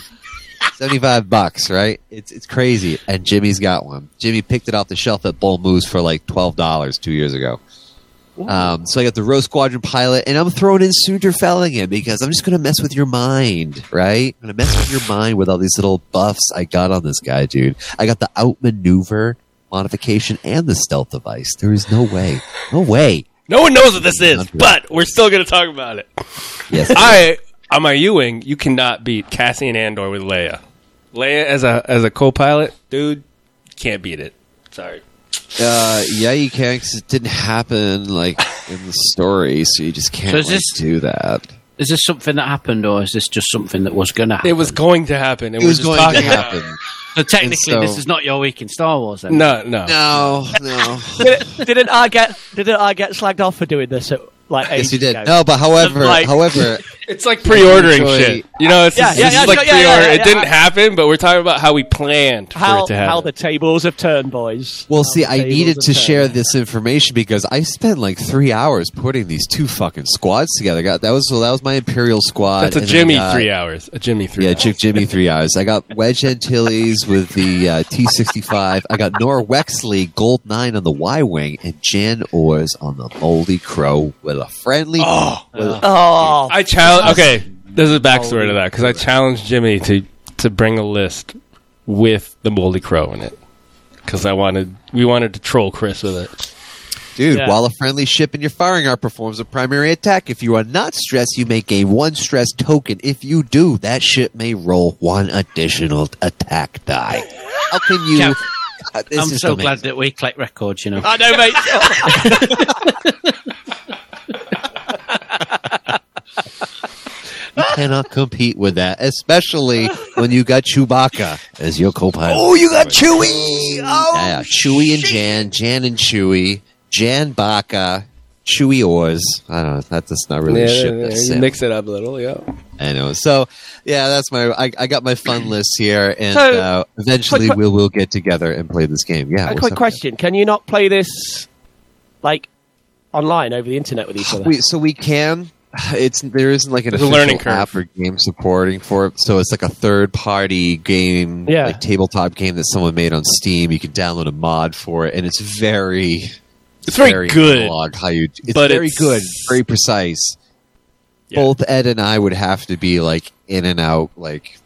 [SPEAKER 7] 75 bucks right it's it's crazy and jimmy's got one jimmy picked it off the shelf at bull moose for like $12 two years ago um, so i got the row squadron pilot and i'm throwing in Sunder Fellingham because i'm just going to mess with your mind right i'm going to mess with your mind with all these little buffs i got on this guy dude i got the outmaneuver modification and the stealth device there is no way no way
[SPEAKER 8] No one knows what this is, but we're still going to talk about it.
[SPEAKER 7] yes
[SPEAKER 8] I on my U wing, you cannot beat Cassian Andor with Leia. Leia as a as a co-pilot, dude, can't beat it. Sorry.
[SPEAKER 7] Uh, yeah, you can because it didn't happen like in the story, so you just can't
[SPEAKER 10] So is
[SPEAKER 7] like,
[SPEAKER 10] this-
[SPEAKER 7] do that.
[SPEAKER 10] Is this something that happened, or is this just something that was going to happen?
[SPEAKER 8] It was going to happen. and
[SPEAKER 7] It
[SPEAKER 8] we're
[SPEAKER 7] was
[SPEAKER 8] just
[SPEAKER 7] going
[SPEAKER 8] talking
[SPEAKER 7] to
[SPEAKER 8] about
[SPEAKER 7] happen.
[SPEAKER 10] so technically,
[SPEAKER 7] and so-
[SPEAKER 10] this is not your week in Star Wars. Then.
[SPEAKER 8] No, no.
[SPEAKER 7] No, no.
[SPEAKER 6] Didn't- didn't I get didn't I get slagged off for doing this at like
[SPEAKER 7] yes,
[SPEAKER 6] ages
[SPEAKER 7] you did.
[SPEAKER 6] ago?
[SPEAKER 7] No, but however,
[SPEAKER 6] Like-
[SPEAKER 7] however,
[SPEAKER 8] It's like pre-ordering
[SPEAKER 7] Enjoy-
[SPEAKER 8] shit. You know, it's
[SPEAKER 6] Yeah,
[SPEAKER 8] just,
[SPEAKER 6] yeah,
[SPEAKER 8] this
[SPEAKER 6] yeah,
[SPEAKER 8] is like
[SPEAKER 6] sure, yeah,
[SPEAKER 8] pre-order.
[SPEAKER 6] yeah, yeah,
[SPEAKER 8] it didn't
[SPEAKER 6] I-
[SPEAKER 8] happen, but we're talking about how we planned for
[SPEAKER 6] How,
[SPEAKER 8] it to happen.
[SPEAKER 6] how the tables have turned, boys.
[SPEAKER 7] Well,
[SPEAKER 6] How
[SPEAKER 7] see,
[SPEAKER 6] the
[SPEAKER 7] I
[SPEAKER 6] tables
[SPEAKER 7] needed
[SPEAKER 6] have
[SPEAKER 7] to
[SPEAKER 6] turned.
[SPEAKER 7] share this information because I spent like three hours putting these two fucking squads together. Got that was so that was my Imperial squad.
[SPEAKER 8] That's a
[SPEAKER 7] and uh, I
[SPEAKER 8] Jimmy
[SPEAKER 7] got-
[SPEAKER 8] three hours. A Jimmy three.
[SPEAKER 7] Yeah,
[SPEAKER 8] hours.
[SPEAKER 7] Chick Jimmy three hours. I got Wedge Antilles with the uh, T sixty five. I got Nora Wexley Gold nine on the Y wing and Jan Ors on the Moldy Crow with a friendly.
[SPEAKER 8] Oh,
[SPEAKER 6] Oh,
[SPEAKER 8] I challenge. Okay, there's a backstory to that because I challenged Jimmy to to bring a list with the Moldy Crow in it because I wanted we wanted to troll Chris with it.
[SPEAKER 7] Dude,
[SPEAKER 6] Yeah.
[SPEAKER 7] while a friendly ship in your firing arc performs a primary attack, if you are not stressed, you may gain one stress token. If you do, that ship may roll one additional attack die. How can you?
[SPEAKER 10] Jeff,
[SPEAKER 7] God, this
[SPEAKER 10] I'm
[SPEAKER 7] is
[SPEAKER 10] so
[SPEAKER 7] amazing.
[SPEAKER 10] glad that we collect records, you know.
[SPEAKER 6] I know, mate.
[SPEAKER 7] You cannot compete with that, especially when you got Chewbacca as your co-pilot. Oh,
[SPEAKER 6] you got Chewy. Oh,
[SPEAKER 7] yeah, Chewie and Jan, Jan and Chewie, Jan Baca, Chewie Oars. I don't know. That's just not really a ship. That's it.
[SPEAKER 8] mix it up a little. Yeah,
[SPEAKER 7] I know. So, yeah, that's my. I, I got my fun list here, and
[SPEAKER 6] So-
[SPEAKER 7] uh, eventually
[SPEAKER 6] Quick que-
[SPEAKER 7] we'll we'll get together and play this game. Yeah.
[SPEAKER 6] A
[SPEAKER 7] what's
[SPEAKER 6] quick
[SPEAKER 7] up?
[SPEAKER 6] question: Can you not play this like online over the internet with each other?
[SPEAKER 7] We, so we can. It's there isn't like an
[SPEAKER 8] There's a
[SPEAKER 7] official
[SPEAKER 8] learning curve.
[SPEAKER 7] app or game supporting for it, so it's like a third party game,
[SPEAKER 6] Yeah.
[SPEAKER 7] like tabletop game that someone made on Steam. You can download a mod for it, and it's very,
[SPEAKER 8] it's very, good.
[SPEAKER 7] analog how you, it's
[SPEAKER 8] but
[SPEAKER 7] very
[SPEAKER 8] it's-
[SPEAKER 7] good, very precise.
[SPEAKER 8] Yeah.
[SPEAKER 7] Both Ed and I would have to be like in and out, like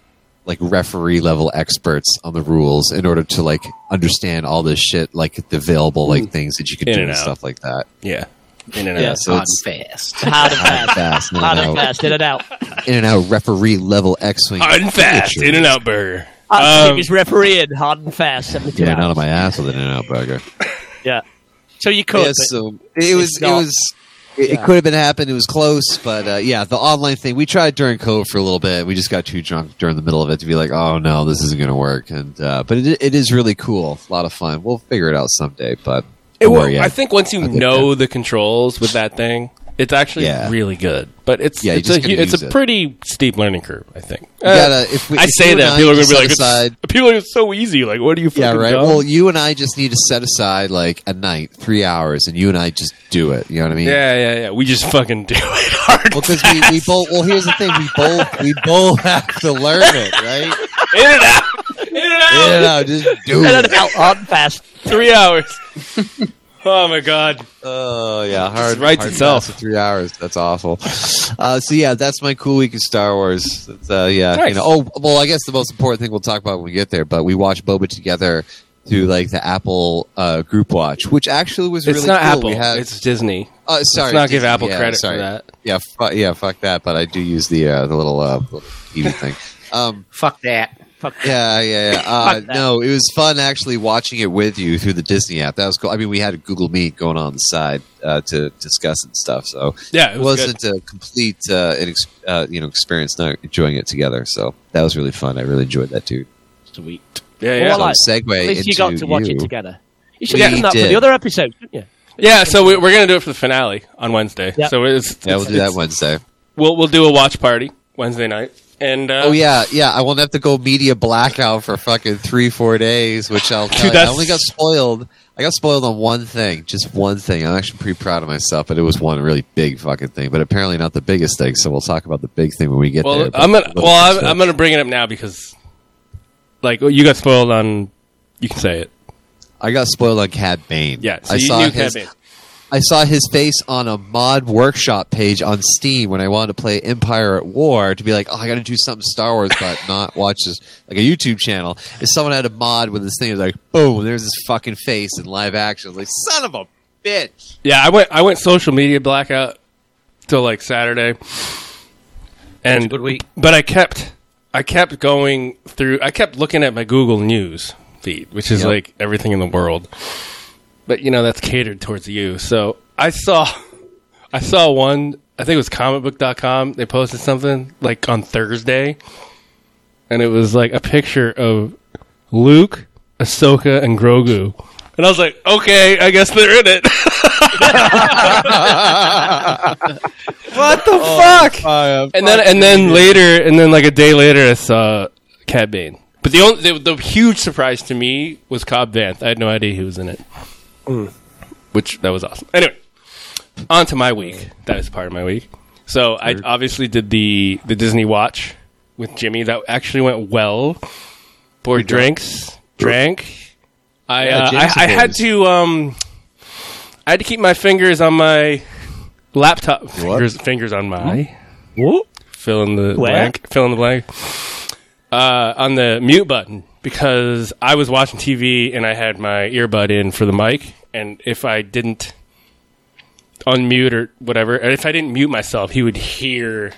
[SPEAKER 7] like referee level experts on the rules in order to like understand all this shit, like the available like things that you can
[SPEAKER 8] Hmm. In
[SPEAKER 7] do
[SPEAKER 8] and
[SPEAKER 7] and
[SPEAKER 8] out.
[SPEAKER 7] stuff like that.
[SPEAKER 8] Yeah, in and
[SPEAKER 7] Yeah,
[SPEAKER 8] out.
[SPEAKER 7] so it's
[SPEAKER 10] fast.
[SPEAKER 6] Hard and
[SPEAKER 7] hard and
[SPEAKER 6] fast.
[SPEAKER 7] fast, in
[SPEAKER 6] Hard and
[SPEAKER 7] and out,
[SPEAKER 6] fast. In and out.
[SPEAKER 7] in and out referee level X wing.
[SPEAKER 8] Unfast in and out burger.
[SPEAKER 7] Uh,
[SPEAKER 6] Um,
[SPEAKER 8] Um,
[SPEAKER 6] was refereeing hard and fast. 72
[SPEAKER 7] Yeah, out
[SPEAKER 6] hours.
[SPEAKER 7] of my ass with an in and out burger.
[SPEAKER 6] Yeah. So you could.
[SPEAKER 7] Yeah,
[SPEAKER 6] but-
[SPEAKER 7] so it was
[SPEAKER 6] it's
[SPEAKER 7] it
[SPEAKER 6] not-
[SPEAKER 7] was it, it
[SPEAKER 6] Yeah.
[SPEAKER 7] could have been happened. It was close, but uh, yeah, the online thing we tried during COVID for a little bit. We just got too drunk during the middle of it to be like, oh no, this isn't going to work. And uh, but it, it is really cool, a lot of fun. We'll figure it out someday. But
[SPEAKER 8] It
[SPEAKER 7] don't
[SPEAKER 8] will.
[SPEAKER 7] worry,
[SPEAKER 8] I think once you
[SPEAKER 7] think
[SPEAKER 8] know the controls with that thing, it's actually
[SPEAKER 7] Yeah.
[SPEAKER 8] really good. But it's
[SPEAKER 7] Yeah, you
[SPEAKER 8] it's
[SPEAKER 7] just
[SPEAKER 8] a hu-
[SPEAKER 7] gotta
[SPEAKER 8] it's
[SPEAKER 7] use
[SPEAKER 8] a
[SPEAKER 7] it.
[SPEAKER 8] pretty steep learning curve. I think.
[SPEAKER 7] You gotta- if we-
[SPEAKER 8] uh, I
[SPEAKER 7] if you
[SPEAKER 8] say
[SPEAKER 7] and
[SPEAKER 8] that
[SPEAKER 7] I
[SPEAKER 8] people are gonna
[SPEAKER 7] just
[SPEAKER 8] be
[SPEAKER 7] set
[SPEAKER 8] like,
[SPEAKER 7] aside-
[SPEAKER 8] it's, people are it's so easy. Like, what do you?
[SPEAKER 7] Yeah,
[SPEAKER 8] fucking
[SPEAKER 7] right.
[SPEAKER 8] dumb?
[SPEAKER 7] Well, you and I just need to set aside like a night, three hours, and you and I just do it. You know what I mean?
[SPEAKER 8] yeah, yeah, yeah. We just fucking do it hard.
[SPEAKER 7] Well, because we, we both. Well, here's the thing: we both we both have to learn it, right?
[SPEAKER 8] in and out, in and out.
[SPEAKER 7] In and out, just do
[SPEAKER 6] In and
[SPEAKER 7] it.
[SPEAKER 6] out. Hard and fast.
[SPEAKER 8] Three hours. oh my god.
[SPEAKER 7] Oh yeah, hard
[SPEAKER 8] writes
[SPEAKER 7] hard
[SPEAKER 8] itself.
[SPEAKER 7] pass for three hours. That's awful. Uh, so yeah, that's my cool week in Star Wars. That's, uh, yeah,
[SPEAKER 8] Nice.
[SPEAKER 7] you know. Oh well, I guess the most important thing we'll talk about when we get there. But we watched Boba together through like the Apple uh, Group Watch, which actually was
[SPEAKER 8] It's
[SPEAKER 7] really
[SPEAKER 8] not
[SPEAKER 7] cool.
[SPEAKER 8] Apple.
[SPEAKER 7] We had-
[SPEAKER 8] It's Disney.
[SPEAKER 7] uh, sorry,
[SPEAKER 8] Let's not give
[SPEAKER 7] Disney,
[SPEAKER 8] Apple
[SPEAKER 7] yeah,
[SPEAKER 8] credit
[SPEAKER 7] sorry.
[SPEAKER 8] for that.
[SPEAKER 7] Yeah, fu- yeah, fuck that. But I do use the uh, the little uh, little TV thing. Um,
[SPEAKER 10] Fuck that.
[SPEAKER 7] yeah, yeah, yeah. Uh,
[SPEAKER 6] Fuck that.
[SPEAKER 7] no, it was fun actually watching it with you through the Disney app. That was cool. I mean, we had a Google Meet going on the side uh, to discuss and stuff. So
[SPEAKER 8] Yeah, it was
[SPEAKER 7] not a complete uh, an ex- uh, you know experience. Not enjoying it together. So that was really fun. I really enjoyed that too.
[SPEAKER 6] Sweet.
[SPEAKER 8] Yeah,
[SPEAKER 6] Well,
[SPEAKER 8] yeah.
[SPEAKER 6] I like-
[SPEAKER 7] So segue
[SPEAKER 6] At least
[SPEAKER 7] into
[SPEAKER 6] you got to watch it
[SPEAKER 7] you.
[SPEAKER 6] together. You should
[SPEAKER 7] We
[SPEAKER 6] have done that for
[SPEAKER 7] did.
[SPEAKER 6] the other episode, couldn't you?
[SPEAKER 8] yeah, so we, we're gonna do it for the finale on Wednesday.
[SPEAKER 6] Yeah.
[SPEAKER 8] So it's,
[SPEAKER 7] Yeah, we'll
[SPEAKER 8] it's-
[SPEAKER 7] do that
[SPEAKER 8] it's-
[SPEAKER 7] Wednesday.
[SPEAKER 8] We'll we'll do a watch party Wednesday night. And uh,
[SPEAKER 7] Oh yeah, yeah. I won't have to go media blackout for fucking three, four days, which I'll tell
[SPEAKER 8] Dude,
[SPEAKER 7] you. I
[SPEAKER 8] that's-
[SPEAKER 7] only got spoiled. I got spoiled on one thing, just one thing. I'm actually pretty proud of myself, but it was one really big fucking thing. But apparently not the biggest thing. So we'll talk about the big thing when we get
[SPEAKER 8] Well,
[SPEAKER 7] there. but
[SPEAKER 8] I'm gonna
[SPEAKER 7] we'll-
[SPEAKER 8] well I'm, I'm gonna bring it up now because like you got spoiled on. You can say it.
[SPEAKER 7] I got spoiled on Cad Bane.
[SPEAKER 8] Yeah, so
[SPEAKER 7] I
[SPEAKER 8] you
[SPEAKER 7] saw
[SPEAKER 8] knew
[SPEAKER 7] his,
[SPEAKER 8] Cad Bane.
[SPEAKER 7] I saw his face on a mod workshop page on Steam when I wanted to play Empire at War to be like, oh, I got to do something Star Wars, but not watch this like a YouTube channel. And someone had a mod with this thing, it was like, boom, there's this fucking face in live action. I was like, son of a bitch.
[SPEAKER 8] Yeah, I went I went social media blackout till like Saturday. And
[SPEAKER 10] good week.
[SPEAKER 8] But I kept I kept going through I kept looking at my Google News feed, which is
[SPEAKER 7] Yep.
[SPEAKER 8] like everything in the world. But you know, that's catered towards you. So I saw I saw one I think it was comicbook.com. They posted something like on Thursday and it was like a picture of Luke, Ahsoka, and Grogu And I was like, okay, I guess they're in it.
[SPEAKER 7] What the fuck?
[SPEAKER 8] and then and then later and then like a day later I saw Cad Bane. But the only the, the huge surprise to me was Cobb Vanth. I had no idea he was in it. Which that was awesome. Anyway, on to my week. That was part of my week. So I obviously did the the Disney Watch with Jimmy. That actually went well. Poured drinks, drank. I
[SPEAKER 7] Yeah,
[SPEAKER 8] uh,
[SPEAKER 7] James
[SPEAKER 8] I, I had
[SPEAKER 7] supporters.
[SPEAKER 8] to um I had to keep my fingers on my laptop. Fingers, fingers on my
[SPEAKER 6] What?
[SPEAKER 8] fill in the
[SPEAKER 6] Where?
[SPEAKER 8] blank, fill in the blank, uh, on the mute button because I was watching TV and I had my earbud in for the mic, and if I didn't unmute or whatever, and if I didn't mute myself, he would hear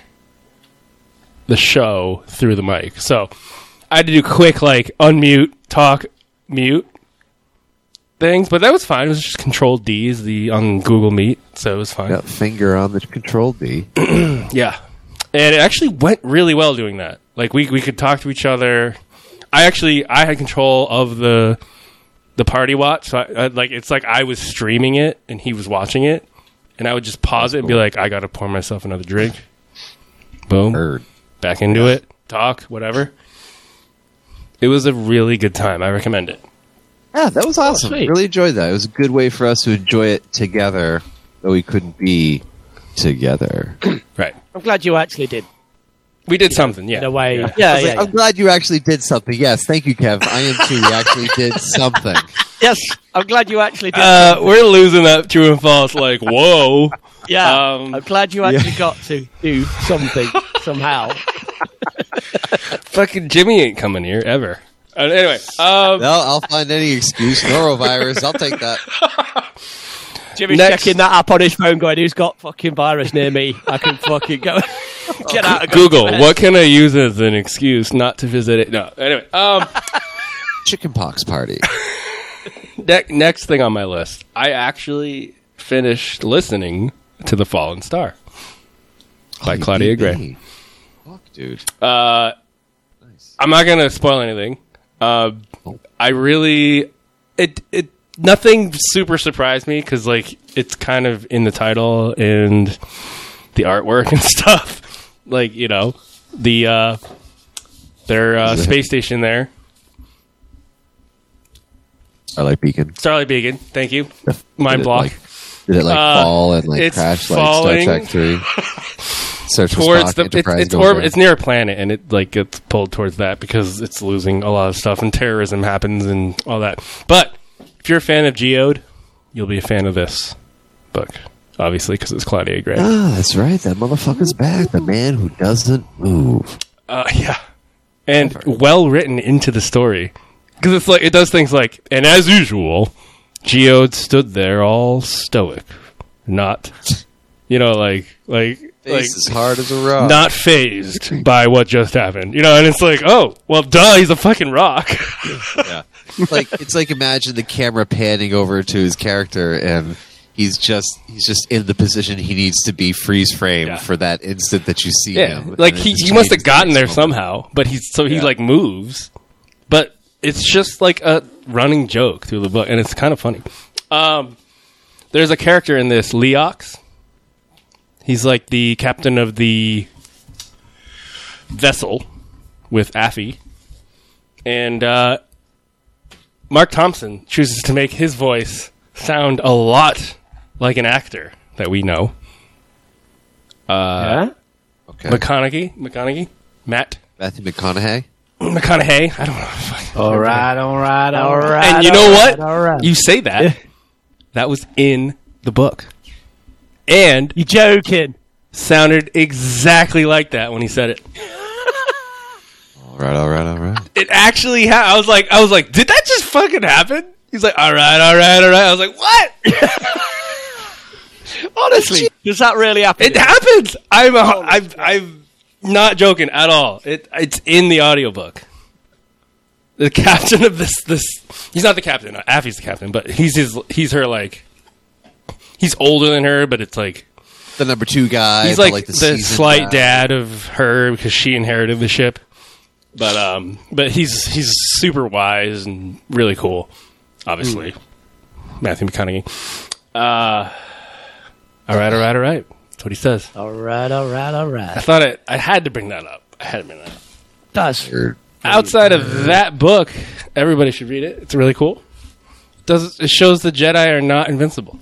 [SPEAKER 8] the show through the mic. So I had to do quick like unmute, talk, mute. Things, but that was fine. It was just Control D's the on Google Meet, so it was fine.
[SPEAKER 7] Got finger on the control D.
[SPEAKER 8] Yeah. And it actually went really well doing that. Like we we could talk to each other. I actually I had control of the the party watch. So I, I, like it's like I was streaming it and he was watching it, and I would just pause it and be like, I gotta pour myself another drink. Boom
[SPEAKER 7] Bird.
[SPEAKER 8] back into it, talk, whatever. It was a really good time. I recommend it.
[SPEAKER 7] Yeah, that was awesome.
[SPEAKER 10] sweet.
[SPEAKER 7] really enjoyed that. It was a good way for us to enjoy it together, though we couldn't be together.
[SPEAKER 8] Right.
[SPEAKER 6] I'm glad you actually did.
[SPEAKER 8] We did something, yeah.
[SPEAKER 6] In a way. Yeah,
[SPEAKER 7] I
[SPEAKER 6] yeah.
[SPEAKER 7] was like,
[SPEAKER 6] yeah.
[SPEAKER 7] I'm glad you actually did something. Yes, thank you, Kev. I am too. You actually did something.
[SPEAKER 6] Yes, I'm glad you actually did.
[SPEAKER 8] Uh, we're losing that true and false. Like, whoa.
[SPEAKER 6] yeah.
[SPEAKER 8] um,
[SPEAKER 6] I'm glad you actually got to do something somehow.
[SPEAKER 8] Fucking Jimmy ain't coming here ever. Uh, anyway, um,
[SPEAKER 7] No, I'll find any excuse. Norovirus, I'll take that.
[SPEAKER 6] Jimmy's
[SPEAKER 8] Next.
[SPEAKER 6] checking that up on his phone, going, "Who's got fucking virus near me? I can fucking go get out of
[SPEAKER 8] Google, what can I use as an excuse not to visit it? No. Anyway, um,
[SPEAKER 7] Chickenpox party.
[SPEAKER 8] ne- next thing on my list, I actually finished listening to "The Fallen Star" by Claudia Gray.
[SPEAKER 7] Fuck, dude.
[SPEAKER 8] I'm not gonna spoil anything. Uh, I really, it it nothing super surprised me because like it's kind of in the title and the artwork and stuff. like you know the uh, their uh, space station there,
[SPEAKER 7] Starlight Beacon.
[SPEAKER 8] Starlight Beacon. Thank you. Mind
[SPEAKER 7] Did it,
[SPEAKER 8] block.
[SPEAKER 7] like- did it like
[SPEAKER 8] Uh,
[SPEAKER 7] fall and like
[SPEAKER 8] it's
[SPEAKER 7] crash
[SPEAKER 8] falling.
[SPEAKER 7] like Star Trek 3? Search for
[SPEAKER 8] towards
[SPEAKER 7] Spock,
[SPEAKER 8] the it's,
[SPEAKER 7] Enterprise
[SPEAKER 8] it's,
[SPEAKER 7] goes
[SPEAKER 8] orb,
[SPEAKER 7] down.
[SPEAKER 8] it's near a planet and it like gets pulled towards that because it's losing a lot of stuff and terrorism happens and all that but if you're a fan of geode you'll be a fan of this book obviously because it's claudia gray Uh,
[SPEAKER 7] Ah, that's right. That motherfucker's back. The man who doesn't move.
[SPEAKER 8] Uh, yeah, and well written into the story because it's like it does things like, and as usual, Geode stood there all stoic, not, you know, like like like
[SPEAKER 7] Face as hard as a rock.
[SPEAKER 8] not phased by what just happened, you know. And it's like, oh, well, duh, he's a fucking rock.
[SPEAKER 7] It's like it's like imagine the camera panning over to his character and he's just he's just in the position he needs to be freeze frame
[SPEAKER 8] Yeah.
[SPEAKER 7] for that instant that you see
[SPEAKER 8] yeah,
[SPEAKER 7] him. And
[SPEAKER 8] like
[SPEAKER 7] it
[SPEAKER 8] he
[SPEAKER 7] just
[SPEAKER 8] he must have
[SPEAKER 7] changes
[SPEAKER 8] gotten
[SPEAKER 7] the
[SPEAKER 8] there
[SPEAKER 7] next moment.
[SPEAKER 8] somehow, but he's so he like moves, but it's just like a running joke through the book, and it's kind of funny. Um, there's a character in this, Leox. He's like the captain of the vessel with Affy. And uh, Mark Thompson chooses to make his voice sound a lot like an actor that we know.
[SPEAKER 6] Yeah?
[SPEAKER 7] Okay.
[SPEAKER 8] McConaughey? McConaughey? Matt?
[SPEAKER 7] Matthew McConaughey.
[SPEAKER 8] McConaughey? I don't know.
[SPEAKER 10] Uh, All right, all right, all right.
[SPEAKER 8] and you know what?
[SPEAKER 6] all right.
[SPEAKER 8] You say that. that was in the book. And
[SPEAKER 6] You joking?
[SPEAKER 8] sounded exactly like that when he said it.
[SPEAKER 7] All right, all right, all right.
[SPEAKER 8] It actually ha- I was like I was like, did that just fucking happen? He's like, all right, all right, all right. I was like, what? Honestly,
[SPEAKER 6] Does that really happen?
[SPEAKER 8] it happens. I'm a, I'm I'm not joking at all. It it's in the audiobook. The captain of this this he's not the captain. uh, Affy's the captain, but he's his he's her like he's older than her, but it's like
[SPEAKER 7] The number two guy.
[SPEAKER 8] he's
[SPEAKER 7] the,
[SPEAKER 8] like,
[SPEAKER 7] the,
[SPEAKER 8] the,
[SPEAKER 7] seasoned
[SPEAKER 8] slight
[SPEAKER 7] guy.
[SPEAKER 8] dad of her because she inherited the ship. But um, but he's he's super wise and really cool. Obviously, Matthew McConaughey. Uh, all right, all right, all right. That's what he says.
[SPEAKER 10] All right, all right, all right.
[SPEAKER 8] I thought it, I had to bring that up. I had to bring that up.
[SPEAKER 6] Does
[SPEAKER 8] Outside of that book, everybody should read it. It's really cool. Does it shows the Jedi are not invincible?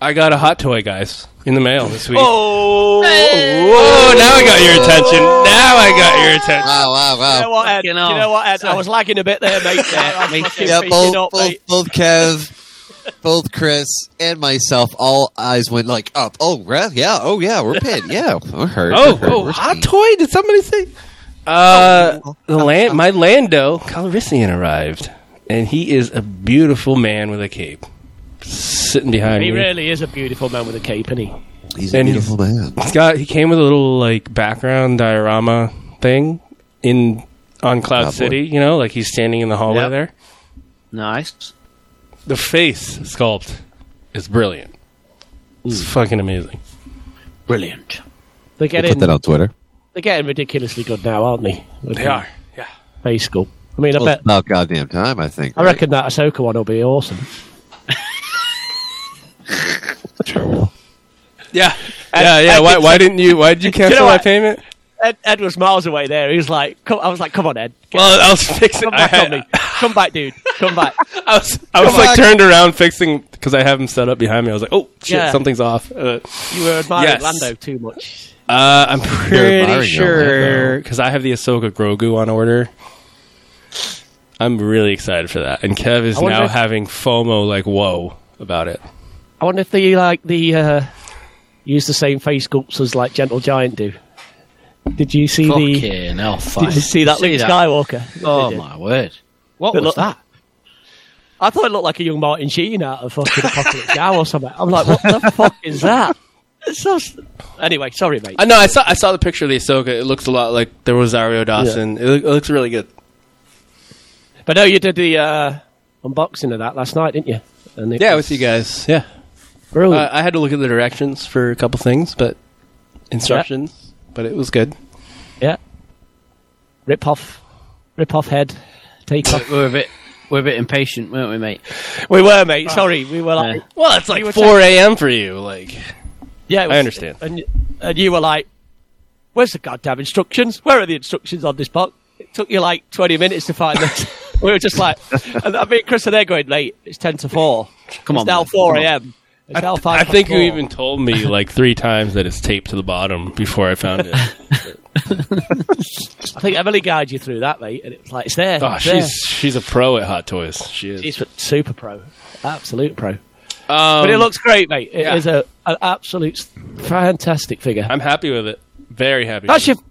[SPEAKER 8] I got a hot toy, guys, in the mail this week. Oh,
[SPEAKER 6] oh
[SPEAKER 8] now I got your attention. Now I got your attention.
[SPEAKER 7] Wow, wow, wow.
[SPEAKER 6] You know what, Ed?
[SPEAKER 10] Fucking
[SPEAKER 6] You
[SPEAKER 10] hell.
[SPEAKER 6] know what, Ed? I was lagging a bit there, mate. I'm
[SPEAKER 10] Me
[SPEAKER 6] fucking
[SPEAKER 7] yeah,
[SPEAKER 6] picking
[SPEAKER 7] both,
[SPEAKER 6] up,
[SPEAKER 7] both,
[SPEAKER 6] mate.
[SPEAKER 7] both Kev, both Chris, and myself, all eyes went like up. Oh, re- yeah, oh, yeah, we're pit. Yeah, we're hurt.
[SPEAKER 8] Oh,
[SPEAKER 7] we're hurt,
[SPEAKER 8] oh,
[SPEAKER 7] we're
[SPEAKER 8] hot
[SPEAKER 7] beat.
[SPEAKER 8] toy? Did somebody say? Uh, the land, my Lando Calrissian arrived, and he is a beautiful man with a cape, sitting behind
[SPEAKER 6] He
[SPEAKER 8] me.
[SPEAKER 6] really is a beautiful man with a cape, isn't he?
[SPEAKER 7] He's a
[SPEAKER 8] and he's-
[SPEAKER 7] beautiful man.
[SPEAKER 8] He's got he came with a little like background diorama thing in on Cloud
[SPEAKER 7] boy.
[SPEAKER 8] City, you know, like he's standing in the hallway
[SPEAKER 10] Yep.
[SPEAKER 8] there.
[SPEAKER 10] Nice.
[SPEAKER 8] The face sculpt is brilliant. It's fucking amazing.
[SPEAKER 10] Brilliant.
[SPEAKER 6] They're
[SPEAKER 7] We'll
[SPEAKER 6] getting
[SPEAKER 7] put that on Twitter.
[SPEAKER 6] they're getting ridiculously good now, aren't they? With
[SPEAKER 8] They
[SPEAKER 6] the
[SPEAKER 8] are. Yeah.
[SPEAKER 6] Face school. I mean, I
[SPEAKER 7] Well,
[SPEAKER 6] bet.
[SPEAKER 7] it's about goddamn time, I think.
[SPEAKER 6] I
[SPEAKER 7] right?
[SPEAKER 6] reckon that Ahsoka one will be awesome.
[SPEAKER 8] Yeah. Yeah, yeah. Why, why didn't you why did you cancel my
[SPEAKER 6] what?
[SPEAKER 8] payment?
[SPEAKER 6] Ed, Ed was miles away there. He was like, come, I was like, come on, Ed. Get-
[SPEAKER 8] Well, I was fixing
[SPEAKER 6] come
[SPEAKER 8] I,
[SPEAKER 6] back
[SPEAKER 8] had,
[SPEAKER 6] on me. Come back, dude. Come back.
[SPEAKER 8] I was I was
[SPEAKER 7] Come back.
[SPEAKER 8] like turned around fixing cuz I have him set up behind me. I was like, "Oh shit,
[SPEAKER 6] Yeah.
[SPEAKER 8] something's off." Uh,
[SPEAKER 6] You were admiring
[SPEAKER 8] Yes.
[SPEAKER 6] Lando too much.
[SPEAKER 8] Uh, I'm
[SPEAKER 7] admiring
[SPEAKER 8] pretty
[SPEAKER 7] you,
[SPEAKER 8] sure because I have the Ahsoka Grogu on order. I'm really excited for that, and Kev is
[SPEAKER 6] I wonder
[SPEAKER 8] now
[SPEAKER 6] if-
[SPEAKER 8] having FOMO like whoa about it.
[SPEAKER 6] I wonder if they like the uh, use the same face sculpts as like Gentle Giant do. Did you see the?
[SPEAKER 10] Fucking hell,
[SPEAKER 6] Did you see that Luke Skywalker?
[SPEAKER 10] Oh,
[SPEAKER 6] Did you?
[SPEAKER 10] my word. What
[SPEAKER 6] But
[SPEAKER 10] was
[SPEAKER 6] look-
[SPEAKER 10] that?
[SPEAKER 6] I thought it looked like a young Martin Sheen out of fucking Apocalypse Now or something. I'm like, what the fuck is that? It's so... s- Anyway, sorry, mate.
[SPEAKER 8] I know I saw I saw the picture of the Ahsoka. It looks a lot like the Rosario Dawson. It, loo- it looks really good.
[SPEAKER 6] But no, you did the uh, unboxing of that last night, didn't you? Uh, And it
[SPEAKER 8] Yeah,
[SPEAKER 6] was
[SPEAKER 8] with you guys. Yeah,
[SPEAKER 6] Brilliant.
[SPEAKER 8] Uh, I had to look at the directions for a couple things, but instructions. But it was good.
[SPEAKER 6] Yeah. Rip off, rip off head, take off.
[SPEAKER 10] We're a bit, we're a bit impatient, weren't we, mate?
[SPEAKER 6] we were, mate. Sorry, we were like,
[SPEAKER 10] Yeah.
[SPEAKER 8] Well, it's
[SPEAKER 6] were
[SPEAKER 8] like 4 a.m. for you. Like,
[SPEAKER 6] yeah, it was-
[SPEAKER 8] understand.
[SPEAKER 6] And, and you were like, where's the goddamn instructions? Where are the instructions on this box? It took you like 20 minutes to find this. we were just like, and I mean, Chris and they're going late. It's 10 to 4.
[SPEAKER 10] Come
[SPEAKER 6] it's
[SPEAKER 10] on,
[SPEAKER 6] now
[SPEAKER 10] mate.
[SPEAKER 6] 4
[SPEAKER 10] Come on.
[SPEAKER 6] a.m. It's now 5
[SPEAKER 8] I
[SPEAKER 6] past
[SPEAKER 8] think you
[SPEAKER 6] four.
[SPEAKER 8] even told me like three times that it's taped to the bottom before I found it.
[SPEAKER 6] I think Emily guided you through that, mate. And it was like, it's there.
[SPEAKER 8] Oh,
[SPEAKER 6] it's there.
[SPEAKER 8] she's she's a pro at hot toys. She is.
[SPEAKER 6] She's super pro. Absolute pro.
[SPEAKER 8] Um,
[SPEAKER 6] But it looks great, mate. It
[SPEAKER 8] yeah.
[SPEAKER 6] is a an absolute fantastic figure.
[SPEAKER 8] I'm happy with it. Very happy.
[SPEAKER 6] That's your.
[SPEAKER 8] with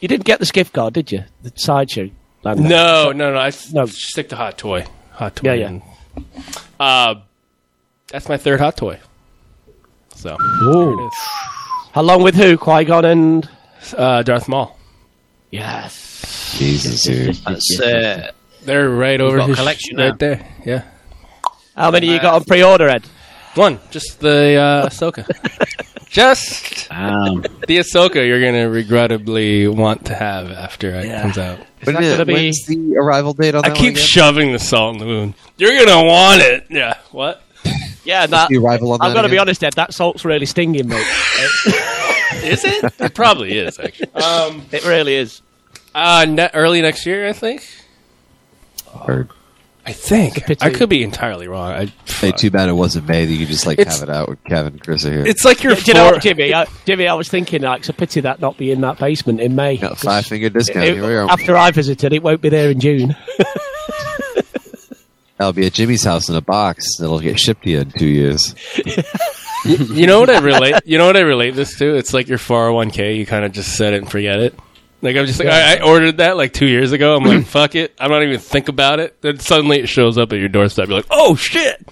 [SPEAKER 6] You didn't get the gift card, did you? The sideshow.
[SPEAKER 8] it. No, no, no. I s-
[SPEAKER 6] No.
[SPEAKER 8] stick to hot toy. Hot toy.
[SPEAKER 6] Yeah, yeah.
[SPEAKER 8] and- Uh, that's my third hot toy. So,
[SPEAKER 6] Ooh. Along with who? Qui Gon and.
[SPEAKER 8] uh, Darth Maul.
[SPEAKER 10] Yes.
[SPEAKER 7] Jesus, dude.
[SPEAKER 10] That's, uh,
[SPEAKER 8] They're right over
[SPEAKER 10] got a
[SPEAKER 8] his
[SPEAKER 10] collection
[SPEAKER 8] right
[SPEAKER 10] now.
[SPEAKER 8] there. Yeah,
[SPEAKER 6] How many you got on pre-order, Ed?
[SPEAKER 8] one. Just the uh, Ahsoka. Just
[SPEAKER 10] um,
[SPEAKER 8] the Ahsoka you're gonna regrettably want to have after it comes out.
[SPEAKER 7] When
[SPEAKER 6] that
[SPEAKER 7] is-
[SPEAKER 6] gonna be-
[SPEAKER 7] When's the arrival date on
[SPEAKER 8] I
[SPEAKER 7] that
[SPEAKER 8] keep
[SPEAKER 7] one again?
[SPEAKER 8] shoving the salt in the wound. You're gonna want it. Yeah. What?
[SPEAKER 6] Yeah, that.
[SPEAKER 7] The arrival on
[SPEAKER 6] I've
[SPEAKER 7] that
[SPEAKER 6] got to be
[SPEAKER 7] again?
[SPEAKER 6] honest, Ed. That salt's really stinging, mate.
[SPEAKER 8] Is it? It probably is actually. Um,
[SPEAKER 6] it really is.
[SPEAKER 8] uh, ne- early next year, I think.
[SPEAKER 7] Or-
[SPEAKER 8] I think
[SPEAKER 6] pity.
[SPEAKER 8] I could be entirely wrong. I,
[SPEAKER 7] Hey, too bad it wasn't May that you just like
[SPEAKER 8] It's-
[SPEAKER 7] have it out with Kevin and Chris are here.
[SPEAKER 8] it's like you're
[SPEAKER 6] Do you know
[SPEAKER 8] four-
[SPEAKER 6] what, Jimmy? I, Jimmy, I was thinking, like, it's a pity that not be in that basement in May.
[SPEAKER 7] Got a five finger discount.
[SPEAKER 6] It-
[SPEAKER 7] Here we are.
[SPEAKER 6] after I visited, it won't be there in June.
[SPEAKER 7] I'll be at Jimmy's house in a box that'll get shipped to you in two years.
[SPEAKER 8] you know what I relate. You know what I relate this to? It's like your 401k. You kind of just set it and forget it. Like I'm just like I, I ordered that like two years ago. I'm like fuck it. I'm not even think about it. Then suddenly it shows up at your doorstep. You're like oh shit.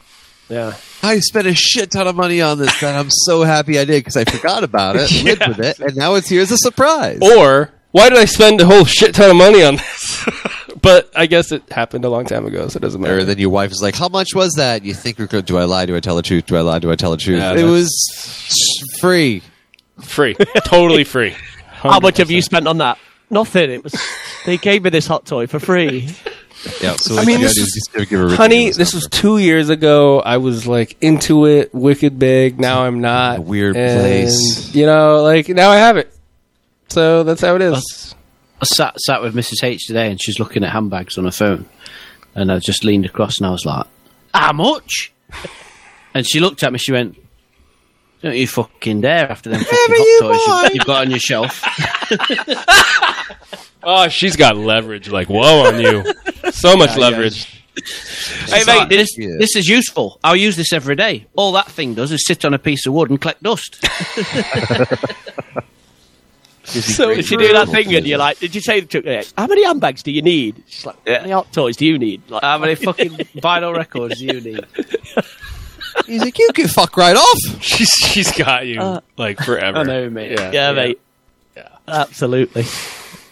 [SPEAKER 6] Yeah.
[SPEAKER 7] I spent a shit ton of money on this, and I'm so happy I did because I forgot about it, lived with it, and now it's here as a surprise.
[SPEAKER 8] Or why did I spend a whole shit ton of money on this? but I guess it happened a long time ago, so it doesn't
[SPEAKER 7] Or
[SPEAKER 8] matter.
[SPEAKER 7] then your wife is like, "How much was that?" You think you're good. Do I lie? Do I tell the truth? Do I lie? Do I tell the truth?
[SPEAKER 8] Yeah,
[SPEAKER 7] it
[SPEAKER 8] that's-
[SPEAKER 7] was free.
[SPEAKER 8] Free, totally free.
[SPEAKER 6] How much have you spent on that? Nothing. It was. They gave me this hot toy for free.
[SPEAKER 7] Yeah. So
[SPEAKER 8] I
[SPEAKER 7] what
[SPEAKER 8] mean,
[SPEAKER 7] you gotta
[SPEAKER 8] this
[SPEAKER 7] do
[SPEAKER 8] is-
[SPEAKER 7] is just gotta give a
[SPEAKER 8] Honey,
[SPEAKER 7] ridiculous
[SPEAKER 8] this
[SPEAKER 7] number.
[SPEAKER 8] was two years ago. I was like into it, wicked big. Now I'm not.
[SPEAKER 7] A weird
[SPEAKER 8] And,
[SPEAKER 7] place.
[SPEAKER 8] You know, like now I have it. So that's how it is.
[SPEAKER 10] I sat sat with Mrs H today, and she's looking at handbags on her phone, and I just leaned across and I was like, "How much?" and she looked at me. She went, "Don't you fucking dare!" After them fucking hot toys you- you've got on your shelf.
[SPEAKER 8] Oh, she's got leverage. Like, whoa on you. So much leverage.
[SPEAKER 10] Hey mate, this,
[SPEAKER 7] Yeah.
[SPEAKER 10] this is useful. I'll use this every day. All that thing does is sit on a piece of wood and collect dust.
[SPEAKER 6] So if you do that thing and you're like, did you say to her, how many handbags do you need? She's like, how many hot toys do you need? Like,
[SPEAKER 10] How many fucking vinyl records do you need?
[SPEAKER 7] He's like, you can fuck right off.
[SPEAKER 8] She's, she's got you like forever.
[SPEAKER 10] I know, mate. Yeah.
[SPEAKER 6] yeah, mate. Absolutely.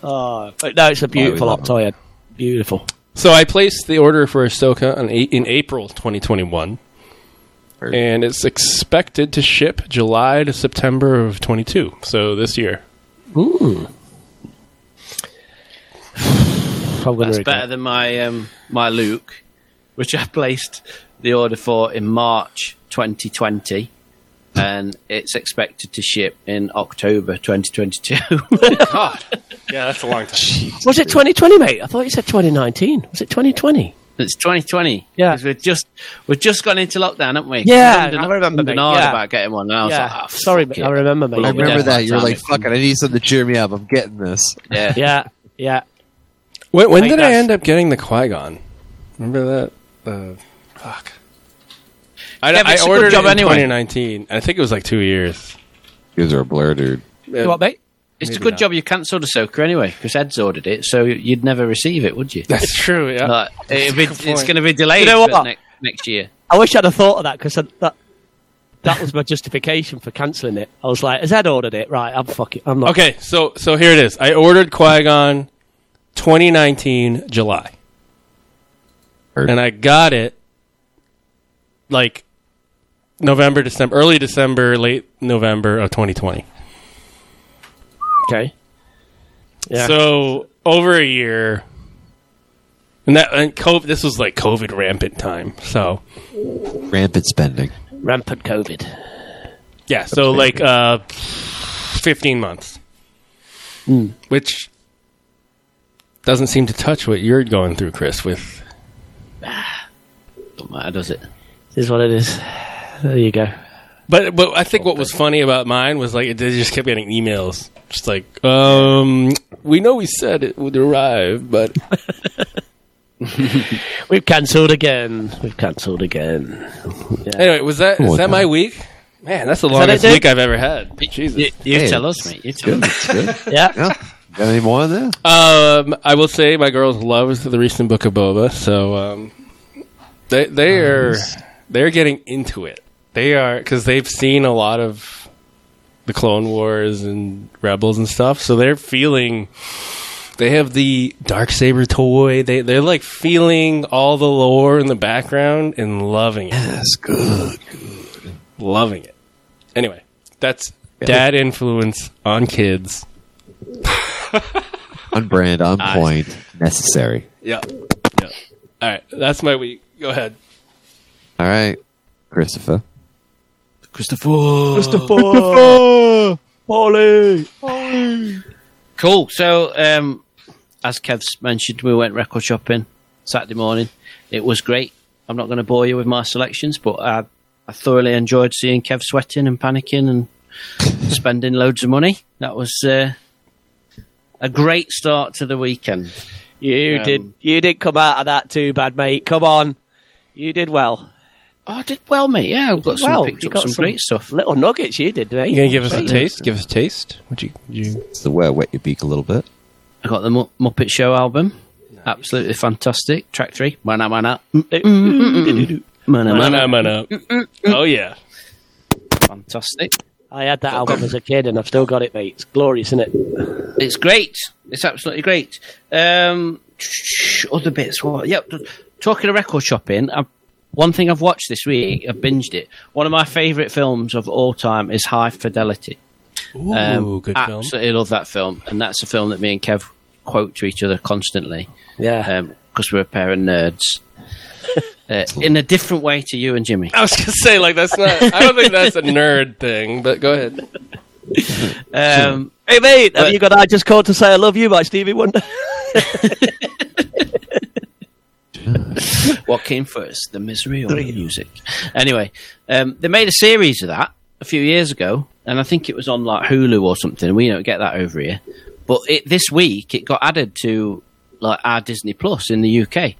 [SPEAKER 6] Oh, but no, it's a beautiful
[SPEAKER 7] love
[SPEAKER 6] hot toy. Beautiful.
[SPEAKER 8] So I placed the order for Ahsoka on eight, in April 2021,
[SPEAKER 7] Very-
[SPEAKER 8] and it's expected to ship July to September of 22. So this year,
[SPEAKER 6] Ooh.
[SPEAKER 10] That's better than my um, my Luke, which I placed the order for in March 2020, and it's expected to ship in October 2022.
[SPEAKER 8] yeah, that's a long time.
[SPEAKER 6] Was it 2020, mate? I thought you said 2019. Was it 2020?
[SPEAKER 10] it's 2020.
[SPEAKER 6] Yeah.
[SPEAKER 10] 'cause we've just we've just gone into lockdown, haven't we?
[SPEAKER 6] Yeah,
[SPEAKER 10] London-
[SPEAKER 6] I remember,
[SPEAKER 10] London
[SPEAKER 6] mate,
[SPEAKER 10] hard
[SPEAKER 6] yeah.
[SPEAKER 10] about getting one. And I was like,
[SPEAKER 6] Yeah.
[SPEAKER 10] "Ah,
[SPEAKER 6] Sorry,
[SPEAKER 10] fuck
[SPEAKER 6] mate,
[SPEAKER 10] it."
[SPEAKER 6] I remember, mate.
[SPEAKER 7] I remember
[SPEAKER 10] Yeah.
[SPEAKER 7] that. You're
[SPEAKER 10] Damn
[SPEAKER 7] like,
[SPEAKER 10] it.
[SPEAKER 7] fuck it. I need something to cheer me up. I'm getting this.
[SPEAKER 10] Yeah.
[SPEAKER 6] Yeah, yeah.
[SPEAKER 8] When, when
[SPEAKER 6] I think
[SPEAKER 8] did I
[SPEAKER 6] that's-
[SPEAKER 8] end up getting the Qui Gon? Remember that? Uh, fuck. I,
[SPEAKER 10] Yeah, but
[SPEAKER 8] I
[SPEAKER 10] it's a good
[SPEAKER 8] ordered
[SPEAKER 10] job
[SPEAKER 8] it in
[SPEAKER 10] anyway.
[SPEAKER 8] 2019. I think it was like two years.
[SPEAKER 7] These are a blur, dude.
[SPEAKER 8] Yeah.
[SPEAKER 6] What, mate?
[SPEAKER 10] It's a
[SPEAKER 8] Maybe
[SPEAKER 10] good
[SPEAKER 8] not.
[SPEAKER 10] job you cancelled Ahsoka anyway, because Ed's ordered it, so you'd never receive it, would you?
[SPEAKER 8] That's true. Yeah.
[SPEAKER 10] Like, it'd be,
[SPEAKER 8] good
[SPEAKER 10] it's
[SPEAKER 8] point.
[SPEAKER 10] going to be delayed
[SPEAKER 6] You know
[SPEAKER 10] for
[SPEAKER 6] what?
[SPEAKER 10] next, next year.
[SPEAKER 6] I wish I'd have thought of that because that that was my justification for cancelling it. I was like, has Ed ordered it? Right, I'm fucking. I'm not.
[SPEAKER 8] okay, so so here it is. I ordered Qui Gon 2019 July,
[SPEAKER 7] Heard.
[SPEAKER 8] and I got it like November, December, early December, late November of 2020.
[SPEAKER 6] Okay. Yeah.
[SPEAKER 8] So over a year, and that and COVID, this was like COVID rampant time. So
[SPEAKER 7] Rampant spending.
[SPEAKER 6] Rampant COVID.
[SPEAKER 8] yeah, so like uh, 15 months,
[SPEAKER 6] Hmm.
[SPEAKER 8] which doesn't seem to touch what you're going through, Chris, with
[SPEAKER 10] Don't matter, does it?
[SPEAKER 6] This is what it is. There you go.
[SPEAKER 8] But but I think what was funny about mine was like they just kept getting emails, just like um, we know we said it would arrive, but
[SPEAKER 6] We've cancelled again. We've cancelled again.
[SPEAKER 8] anyway, was that is that my week? Man, that's the longest
[SPEAKER 6] it, Dick?
[SPEAKER 8] week I've ever had. Jesus.
[SPEAKER 10] You, you
[SPEAKER 7] Hey,
[SPEAKER 10] tell us, mate. You tell us.
[SPEAKER 7] It's good.
[SPEAKER 6] Yeah.
[SPEAKER 7] Yeah. Got any more of that?
[SPEAKER 8] Um, I will say my girls loves the recent book of Boba, so um, they they are they're getting into it. They are because they've seen a lot of the Clone Wars and Rebels and stuff, so they're feeling. They have the dark saber toy. They they're like feeling all the lore in the background and loving it,
[SPEAKER 7] That's good.
[SPEAKER 8] loving it. Anyway, that's dad influence on kids.
[SPEAKER 7] On brand, on point, necessary.
[SPEAKER 8] Yeah, yeah. All right, that's my week. Go ahead.
[SPEAKER 7] All right, Christopher.
[SPEAKER 6] Polly.
[SPEAKER 10] Cool. So, um, as Kev's mentioned, we went record shopping Saturday morning. It was great. I'm not going to bore you with my selections, but I, I thoroughly enjoyed seeing Kev sweating and panicking and spending loads of money. That was uh, a great start to the weekend.
[SPEAKER 6] You
[SPEAKER 10] Um,
[SPEAKER 6] did. You did come out of that too bad, mate. Come on. You did well.
[SPEAKER 10] Oh, I did well, mate. Yeah, I've got some,
[SPEAKER 6] well,
[SPEAKER 10] picked
[SPEAKER 6] you
[SPEAKER 10] up some, great stuff.
[SPEAKER 6] Little nuggets you did, mate.
[SPEAKER 8] You gonna give us a
[SPEAKER 6] Great.
[SPEAKER 8] taste? Give us a taste. Would you?
[SPEAKER 7] It's the way I wet your beak a little bit.
[SPEAKER 10] I got the Mu- Muppet Show album. Absolutely fantastic. Track three. Mana mana. Mana mana.
[SPEAKER 8] Oh yeah.
[SPEAKER 10] Fantastic.
[SPEAKER 6] I had that album as a kid, and I've still got it, mate. It's glorious, isn't it?
[SPEAKER 10] It's great. It's absolutely great. Um, other bits. What? Yep. Talking of record shopping, i one thing I've watched this week, I've binged it. One of my favourite films of all time is High Fidelity.
[SPEAKER 8] Ooh,
[SPEAKER 10] Um,
[SPEAKER 8] good film.
[SPEAKER 10] absolutely love that film, and that's a film that me and Kev quote to each other constantly.
[SPEAKER 6] Yeah.
[SPEAKER 10] Um, because we're a pair of nerds. Uh, in a different way to you and Jimmy.
[SPEAKER 8] I was gonna say like that's not. I don't think that's a nerd thing. But go ahead.
[SPEAKER 10] Um,
[SPEAKER 6] Hey, mate, have
[SPEAKER 10] But-
[SPEAKER 6] you got I Just Called to Say I Love You by Stevie Wonder?
[SPEAKER 10] what came first, the misery or the music? Anyway, um, they made a series of that a few years ago, and I think it was on like Hulu or something. We don't get that over here, but it, this week it got added to like our Disney Plus in the UK,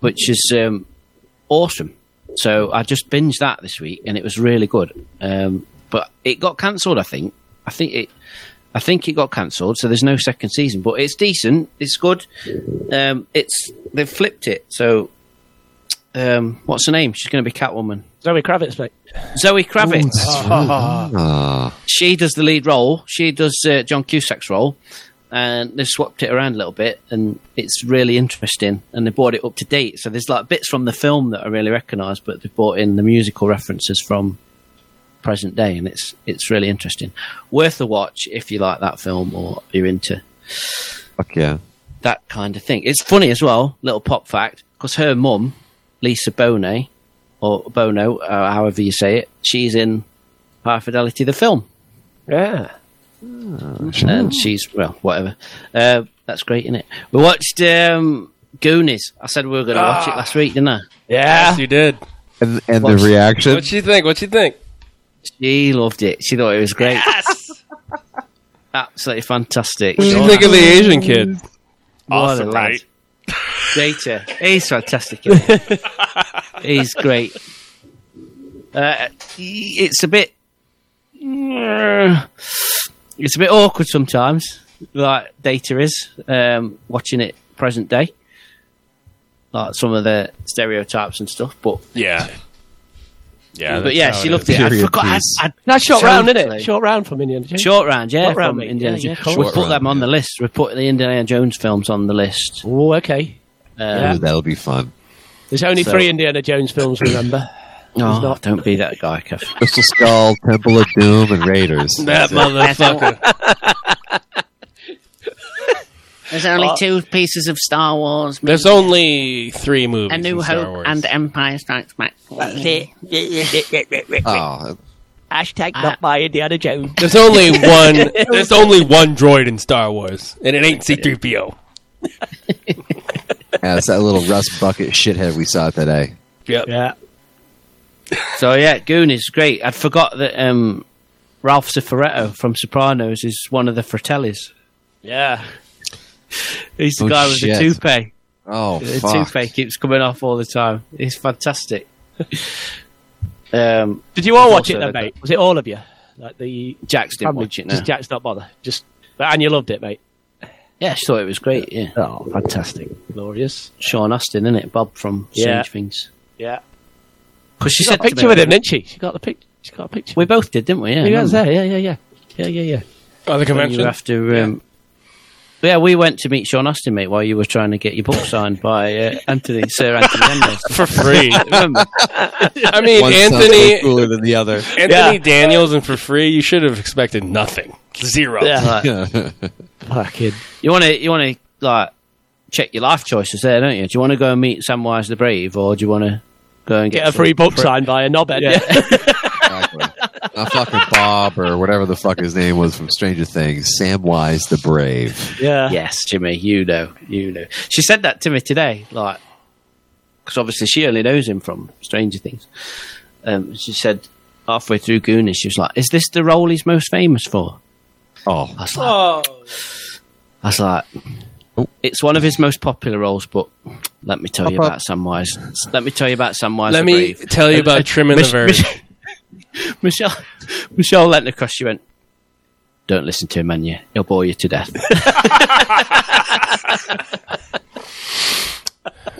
[SPEAKER 10] which is um, awesome. So I just binged that this week, and it was really good. Um, but it got cancelled. I think. I think it. I think it got cancelled, so there's no second season. But it's decent. It's good. Um, it's they've flipped it. So um, what's her name? She's going to be Catwoman.
[SPEAKER 6] Zoe Kravitz, mate.
[SPEAKER 10] Zoe Kravitz.
[SPEAKER 7] Ah,
[SPEAKER 10] She does the lead role. She does uh, John Cusack's role, and they've swapped it around a little bit, and it's really interesting. And they brought it up to date. So there's like bits from the film that I really recognise, but they've brought in the musical references from present day, and it's it's really interesting. Worth a watch if you like that film or you're into
[SPEAKER 7] fuck yeah.
[SPEAKER 10] that kind of thing. It's funny as well, little pop fact, because her mum, Lisa Bonet, or Bono, uh, however you say it, she's in High Fidelity, the film. Uh,
[SPEAKER 6] Yeah.
[SPEAKER 10] And she's, well, whatever. Uh, that's great, isn't it? We watched um, Goonies. I said we were going to watch it last week, didn't I?
[SPEAKER 8] Yes, you did.
[SPEAKER 7] And, and the
[SPEAKER 10] What's-
[SPEAKER 7] reaction?
[SPEAKER 8] What you think? What you think?
[SPEAKER 10] She loved it. She thought it was great. Absolutely fantastic.
[SPEAKER 8] What you think of the Asian kid?
[SPEAKER 10] Awesome, right? Data. He's fantastic. isn't he? He's great. Uh, it's a bit. It's a bit awkward sometimes, like Data is, um, watching it present day. Like some of the stereotypes and stuff, but
[SPEAKER 8] Yeah. Yeah.
[SPEAKER 10] but yeah, she loved it. I
[SPEAKER 7] Period
[SPEAKER 10] forgot. I,
[SPEAKER 7] piece.
[SPEAKER 10] I,
[SPEAKER 6] That's short
[SPEAKER 10] Sounds
[SPEAKER 6] round, isn't it?
[SPEAKER 10] like-
[SPEAKER 6] Short round from Indiana Jones.
[SPEAKER 10] short round, yeah,
[SPEAKER 6] Short round,
[SPEAKER 10] from
[SPEAKER 6] mate.
[SPEAKER 10] Indiana
[SPEAKER 6] Yeah, yeah,
[SPEAKER 10] Jones.
[SPEAKER 6] of course.
[SPEAKER 10] we
[SPEAKER 7] Short
[SPEAKER 10] put
[SPEAKER 7] round,
[SPEAKER 10] them on
[SPEAKER 7] yeah.
[SPEAKER 10] the list. We put the Indiana Jones films on the list.
[SPEAKER 6] Oh, okay.
[SPEAKER 7] Ooh, that'll be fun.
[SPEAKER 6] There's only
[SPEAKER 10] So-
[SPEAKER 6] three Indiana Jones films, remember?
[SPEAKER 10] Oh,
[SPEAKER 6] not-
[SPEAKER 10] don't be that guy, Kev.
[SPEAKER 7] Crystal Skull, Temple of Doom, and Raiders.
[SPEAKER 8] that motherfucker.
[SPEAKER 10] There's only
[SPEAKER 8] Uh,
[SPEAKER 10] two pieces of Star Wars.
[SPEAKER 8] There's only three movies.
[SPEAKER 10] A New
[SPEAKER 8] in Star
[SPEAKER 10] Hope
[SPEAKER 8] Wars.
[SPEAKER 10] and Empire Strikes Back.
[SPEAKER 7] Oh,
[SPEAKER 6] Hashtag not my Indiana Jones.
[SPEAKER 8] There's only one. There's only one droid in Star Wars, and it ain't C-3PO.
[SPEAKER 7] yeah, it's that little rust bucket shithead we saw today.
[SPEAKER 8] Yep.
[SPEAKER 6] Yeah.
[SPEAKER 10] So yeah, Goonies, great. I'd forgot that um, Ralph Cifaretto from Sopranos is one of the Fratellis.
[SPEAKER 6] Yeah.
[SPEAKER 10] He's the
[SPEAKER 7] Oh,
[SPEAKER 10] guy with
[SPEAKER 7] shit.
[SPEAKER 10] the toupee.
[SPEAKER 7] Oh,
[SPEAKER 10] The
[SPEAKER 7] fuck.
[SPEAKER 10] toupee keeps coming off all the time. It's fantastic. um,
[SPEAKER 6] Did you all
[SPEAKER 10] There's
[SPEAKER 6] watch it
[SPEAKER 10] also
[SPEAKER 6] then,
[SPEAKER 10] the-
[SPEAKER 6] mate? Was it all of you? Like the
[SPEAKER 10] Jack's didn't
[SPEAKER 6] family-
[SPEAKER 10] watch it now.
[SPEAKER 6] Just Jack's not bother. Just but- and you loved it, mate.
[SPEAKER 10] yeah, she thought it was great. Yeah,
[SPEAKER 6] Oh, fantastic. Glorious.
[SPEAKER 10] Sean Austin, isn't it? Bob from Strange
[SPEAKER 6] Yeah.
[SPEAKER 10] Things.
[SPEAKER 6] Yeah.
[SPEAKER 10] Because she
[SPEAKER 6] She got
[SPEAKER 10] said
[SPEAKER 6] a
[SPEAKER 10] to
[SPEAKER 6] picture
[SPEAKER 10] me-
[SPEAKER 6] with him, didn't she? She got the pic she got a picture.
[SPEAKER 10] We both did, didn't we? Yeah,
[SPEAKER 6] you guys
[SPEAKER 10] remember?
[SPEAKER 6] there, yeah, yeah, yeah. Yeah, yeah, yeah.
[SPEAKER 8] Oh, the
[SPEAKER 10] when you
[SPEAKER 8] convention.
[SPEAKER 10] have to. Um, yeah. we went to meet Sean Austin, mate, while you were trying to get your book signed by uh, Anthony, Sir Anthony Daniels.
[SPEAKER 8] for free.
[SPEAKER 10] Remember?
[SPEAKER 8] I mean,
[SPEAKER 7] One sounds way
[SPEAKER 8] Anthony
[SPEAKER 7] cooler than the other.
[SPEAKER 8] Anthony Daniels and for free. You should have expected nothing. Zero.
[SPEAKER 6] Yeah.
[SPEAKER 10] Like,
[SPEAKER 6] Fucking
[SPEAKER 10] you want to, you want to like check your life choices there, don't you? Do you want to go and meet Samwise the Brave, or do you want to go and get,
[SPEAKER 6] get a
[SPEAKER 10] some-
[SPEAKER 6] free book signed by a knobhead. Yeah.
[SPEAKER 7] Exactly. Not fucking Bob or whatever the fuck his name was from Stranger Things. Samwise the Brave.
[SPEAKER 6] Yeah.
[SPEAKER 10] Yes, Jimmy, you know, you know. She said that to me today, like, because obviously she only knows him from Stranger Things. Um, she said halfway through Goonies, she was like, "Is this the role he's most famous for?"
[SPEAKER 7] Oh,
[SPEAKER 10] I was like, I was like,
[SPEAKER 8] Oh.
[SPEAKER 10] it's one of his most popular roles, but let me tell you about Samwise. Let me tell you about Samwise.
[SPEAKER 8] Let
[SPEAKER 10] the
[SPEAKER 8] me
[SPEAKER 10] Brave.
[SPEAKER 8] tell you
[SPEAKER 10] And-
[SPEAKER 8] about
[SPEAKER 10] and
[SPEAKER 8] trimming the
[SPEAKER 10] Mich-
[SPEAKER 8] verge.
[SPEAKER 10] Mich- Michelle, Michelle leant across. She went, "Don't listen to him, man. You, he'll bore you to death."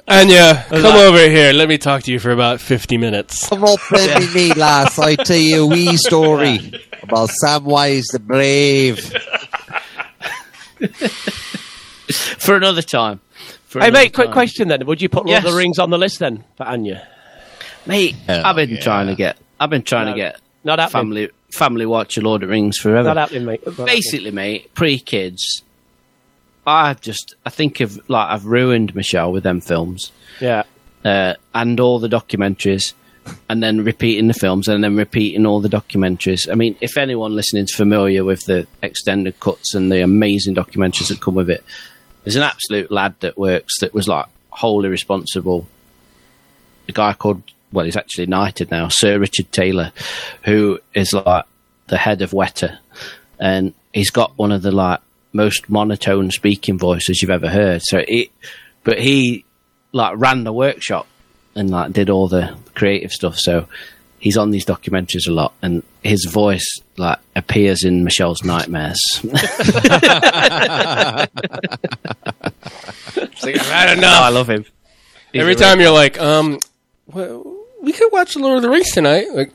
[SPEAKER 8] Anya, come over here. Let me talk to you for about 50 minutes.
[SPEAKER 7] Come up with me, lass. I tell you a wee story about Samwise the Brave.
[SPEAKER 10] For another time. For
[SPEAKER 6] Hey,
[SPEAKER 10] another
[SPEAKER 6] mate, quick
[SPEAKER 10] time.
[SPEAKER 6] question then. Would you put Lord of
[SPEAKER 10] Yes.
[SPEAKER 6] the Rings on the list then for Anya?
[SPEAKER 10] mate. I've been trying to get. I've been trying
[SPEAKER 6] No,
[SPEAKER 10] to get
[SPEAKER 6] Not happening.
[SPEAKER 10] family family watch of Lord of the Rings forever.
[SPEAKER 6] Not happening, mate. Not happening.
[SPEAKER 10] Basically, mate, pre kids, I've just I think of like I've ruined Michelle with them films
[SPEAKER 8] Yeah.
[SPEAKER 10] uh, and all the documentaries, and then repeating the films and then repeating all the documentaries. I mean, if anyone listening's familiar with the extended cuts and the amazing documentaries that come with it, there's an absolute lad that works that was like wholly responsible. A guy called well, he's actually knighted now, Sir Richard Taylor, who is like the head of Weta, and he's got one of the like most monotone speaking voices you've ever heard. So it, but he like ran the workshop and like did all the creative stuff. So he's on these documentaries a lot, and his voice like appears in Michelle's nightmares.
[SPEAKER 8] It's like, I've had
[SPEAKER 10] no, I love him. He's
[SPEAKER 8] Every
[SPEAKER 10] a
[SPEAKER 8] time you're like, um, well, we could watch Lord of the Rings tonight. Like,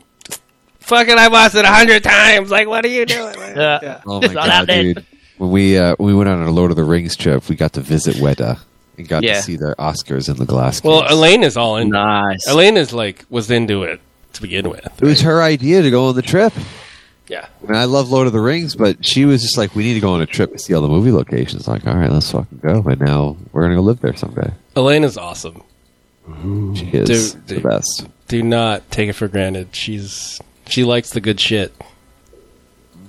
[SPEAKER 8] fucking, I watched it a hundred times. Like, what are you doing?
[SPEAKER 7] Oh my
[SPEAKER 6] not
[SPEAKER 7] god,
[SPEAKER 6] happening.
[SPEAKER 7] dude! When we uh, we went on our Lord of the Rings trip, we got to visit Weta and got
[SPEAKER 10] Yeah.
[SPEAKER 7] to see their Oscars in the glass.
[SPEAKER 8] well,
[SPEAKER 7] case.
[SPEAKER 8] Elaine is all in.
[SPEAKER 10] nice.
[SPEAKER 8] Elaine is like was into it to begin with.
[SPEAKER 7] it was her idea to go on the trip.
[SPEAKER 8] Yeah.
[SPEAKER 7] And I love Lord of the Rings, but she was just like, "We need to go on a trip and see all the movie locations." Like, all right, let's fucking go. But now we're gonna go live there someday.
[SPEAKER 8] Elaine is awesome.
[SPEAKER 7] She is
[SPEAKER 8] Dude,
[SPEAKER 7] the
[SPEAKER 8] dude.
[SPEAKER 7] best.
[SPEAKER 8] Do not take it for granted. She's she likes the good shit.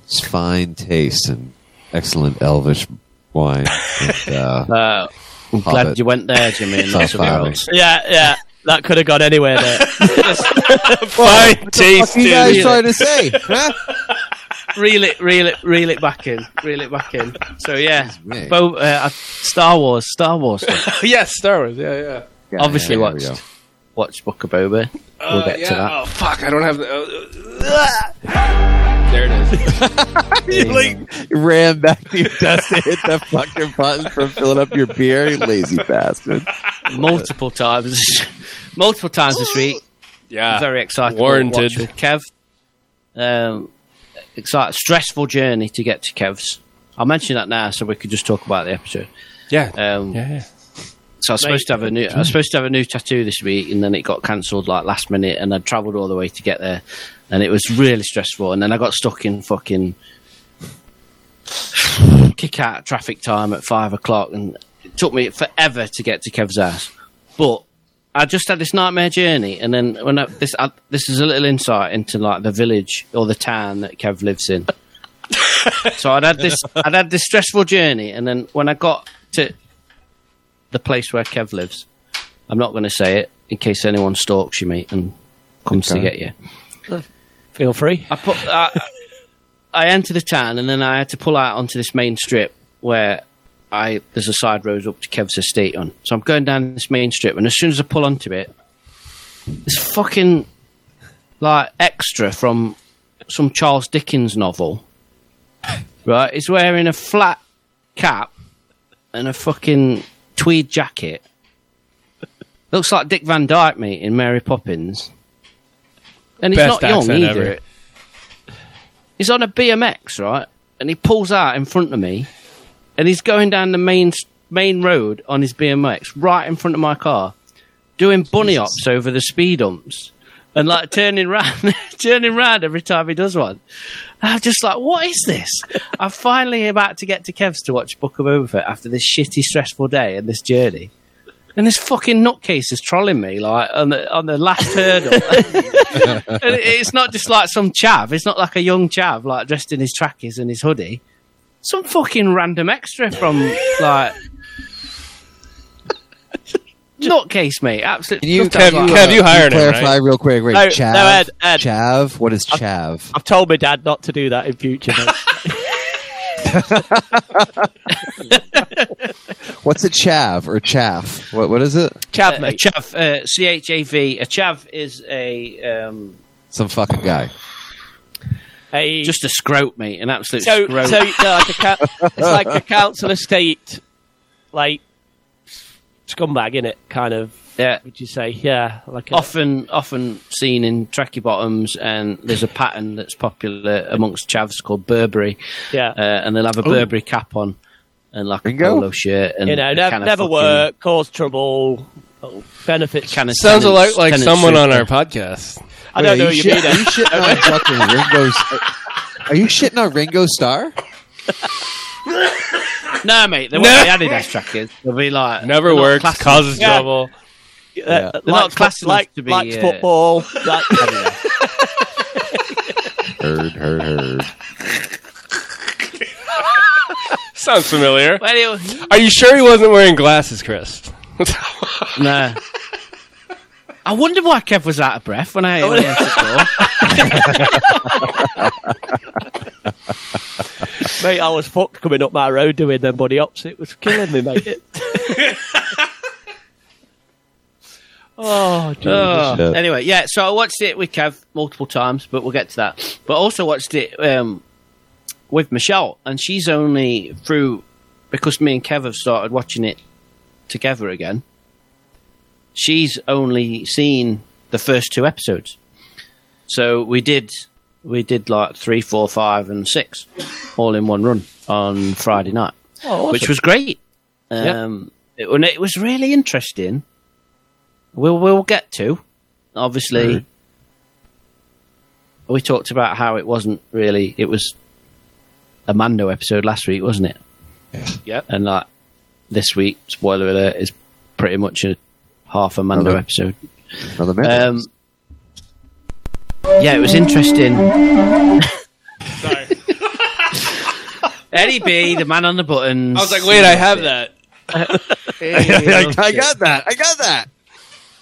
[SPEAKER 7] It's fine taste and excellent Elvish wine. And, uh,
[SPEAKER 10] Uh, I'm glad
[SPEAKER 7] Hobbit.
[SPEAKER 10] you went there, Jimmy. And
[SPEAKER 7] Top
[SPEAKER 10] not somewhere
[SPEAKER 7] five.
[SPEAKER 10] else.
[SPEAKER 6] Yeah, yeah. That could have gone anywhere there.
[SPEAKER 8] Fine
[SPEAKER 7] what
[SPEAKER 8] taste.
[SPEAKER 7] are you
[SPEAKER 8] dude.
[SPEAKER 7] guys trying to say? huh?
[SPEAKER 10] reel it, reel it, reel it back in, reel it back in. So yeah,
[SPEAKER 7] me.
[SPEAKER 10] Bo- uh, Star Wars, Star Wars. Stuff.
[SPEAKER 8] yes, Star Wars. Yeah, yeah.
[SPEAKER 7] Yeah,
[SPEAKER 10] Obviously,
[SPEAKER 7] yeah, there we
[SPEAKER 10] watched
[SPEAKER 7] go.
[SPEAKER 10] watch Book of Boba. We'll
[SPEAKER 8] Uh,
[SPEAKER 10] get
[SPEAKER 8] yeah.
[SPEAKER 10] to that.
[SPEAKER 8] Oh fuck! I don't have the. uh, uh, there it is.
[SPEAKER 7] You like ran back to your desk to hit the fucking button for filling up your beer, you lazy bastard.
[SPEAKER 10] Multiple times, multiple times this week.
[SPEAKER 8] Yeah.
[SPEAKER 10] very exciting.
[SPEAKER 8] Warranted.
[SPEAKER 10] watch with Kev. Um, exciting, stressful journey to get to Kev's. I'll mention that now, so we could just talk about the episode.
[SPEAKER 8] Yeah.
[SPEAKER 10] Um,
[SPEAKER 8] yeah. Yeah.
[SPEAKER 10] So I was supposed to have a new, I was supposed to have a new tattoo this week, and then it got cancelled like last minute, and I travelled all the way to get there, and it was really stressful. And then I got stuck in fucking kick out traffic time at five o'clock, and it took me forever to get to Kev's house. But I just had this nightmare journey, and then when I, this I, this is a little insight into like the village or the town that Kev lives in. so I'd had this I'd had this stressful journey, and then when I got to the place where Kev lives, I'm not going to say it in case anyone stalks you, mate, and comes to
[SPEAKER 7] Okay.
[SPEAKER 10] get you.
[SPEAKER 6] Feel free.
[SPEAKER 10] I put. I, I entered the town and then I had to pull out onto this main strip where I there's a side road up to Kev's estate on. So I'm going down this main strip and as soon as I pull onto it, this fucking like extra from some Charles Dickens novel. Right, he's wearing a flat cap and a fucking tweed jacket. Looks like Dick Van Dyke, mate, in Mary Poppins. And he's
[SPEAKER 8] Best
[SPEAKER 10] not young
[SPEAKER 8] accent
[SPEAKER 10] either.
[SPEAKER 8] ever.
[SPEAKER 10] He's on a BMX, right? And he pulls out in front of me, and he's going down the main main road on his BMX, right in front of my car, doing bunny hops over the speed humps, and like turning round, turning round every time he does one. And I'm just like, what is this? I'm finally about to get to Kev's to watch Book of Overfit after this shitty, stressful day and this journey. And this fucking nutcase is trolling me like on the on the last hurdle. and it- it's not just like some chav. It's not like a young chav like dressed in his trackies and his hoodie. Some fucking random extra from like nutcase, mate. Absolutely.
[SPEAKER 7] Can you,
[SPEAKER 8] Kev,
[SPEAKER 7] can you,
[SPEAKER 8] Kev,
[SPEAKER 7] uh,
[SPEAKER 8] you hired him,
[SPEAKER 7] clarify
[SPEAKER 8] right?
[SPEAKER 7] real quick? Wait,
[SPEAKER 6] No, no,
[SPEAKER 7] chav,
[SPEAKER 6] Ed, Ed.
[SPEAKER 7] chav. What is chav?
[SPEAKER 6] I've told my dad not to do that in future. mate.
[SPEAKER 7] What's a chav or chaff? What what is it?
[SPEAKER 6] Chav,
[SPEAKER 10] A
[SPEAKER 6] mate.
[SPEAKER 10] chav, uh, C H A V. A chav is a um,
[SPEAKER 7] Some fucking guy.
[SPEAKER 6] A-
[SPEAKER 10] just a scrote, mate. An absolute
[SPEAKER 6] so,
[SPEAKER 10] scrote.
[SPEAKER 6] so you know, like a ca- it's like a council estate, like scumbag in it, kind of.
[SPEAKER 10] yeah.
[SPEAKER 6] Would you say? Yeah, like a,
[SPEAKER 10] often often seen in tracky bottoms and there's a pattern that's popular amongst chavs called Burberry.
[SPEAKER 6] Yeah.
[SPEAKER 10] Uh, and they'll have a Burberry cap on and like a
[SPEAKER 7] Bingo.
[SPEAKER 10] polo shirt and
[SPEAKER 6] you know,
[SPEAKER 10] a
[SPEAKER 6] nev-
[SPEAKER 10] can of
[SPEAKER 6] never
[SPEAKER 10] fucking-
[SPEAKER 6] work, cause trouble, oh, benefits.
[SPEAKER 10] Can of
[SPEAKER 8] Sounds a
[SPEAKER 10] tenants-
[SPEAKER 8] lot like
[SPEAKER 10] tenants
[SPEAKER 8] someone on our
[SPEAKER 10] suit.
[SPEAKER 8] podcast.
[SPEAKER 6] I don't
[SPEAKER 7] Wait,
[SPEAKER 6] know
[SPEAKER 7] Are
[SPEAKER 6] what you
[SPEAKER 7] you,
[SPEAKER 6] mean.
[SPEAKER 7] shit- are you shitting on fucking Ringo's? Are you shitting on Ringo Starr?
[SPEAKER 10] No, mate, they won't
[SPEAKER 8] Never
[SPEAKER 10] be Adidas trackers. They'll be like
[SPEAKER 8] Never
[SPEAKER 10] they're not
[SPEAKER 8] works,
[SPEAKER 10] classed-
[SPEAKER 8] causes
[SPEAKER 6] Yeah.
[SPEAKER 8] trouble.
[SPEAKER 7] Yeah.
[SPEAKER 6] Uh,
[SPEAKER 10] They're not classed enough
[SPEAKER 6] like,
[SPEAKER 10] to be,
[SPEAKER 6] likes
[SPEAKER 10] uh,
[SPEAKER 6] football. like-
[SPEAKER 7] Heard, heard, heard.
[SPEAKER 8] Sounds familiar.
[SPEAKER 10] Well, anyway,
[SPEAKER 8] Are you sure he wasn't wearing glasses, Chris?
[SPEAKER 10] no. I wonder why Kev was out of breath when I. when I answered the door.
[SPEAKER 6] mate, I was fucked coming up my road doing them buddy ups. It was killing me, mate. It- oh, dear.
[SPEAKER 10] Oh,
[SPEAKER 7] Yeah.
[SPEAKER 10] anyway, yeah. So I watched it with Kev multiple times, but we'll get to that. But I also watched it um, with Michelle, and she's only through because me and Kev have started watching it together again. She's only seen the first two episodes, so we did we did like three, four, five, and six all in one run on Friday night,
[SPEAKER 6] Oh,
[SPEAKER 10] which
[SPEAKER 6] awesome.
[SPEAKER 10] was great. Um, it, and it was really interesting. We'll we'll get to obviously we talked about how it wasn't really it was a Mando episode last week, wasn't it?
[SPEAKER 8] Yep.
[SPEAKER 10] And like this week, spoiler alert, is pretty much a half a Mando
[SPEAKER 7] Another-
[SPEAKER 10] episode.
[SPEAKER 7] Another man.
[SPEAKER 10] Um, yeah, it was interesting. Sorry. Eddie B, the man on the buttons.
[SPEAKER 8] I was like, wait, I have that.
[SPEAKER 7] I, I got that. I got that.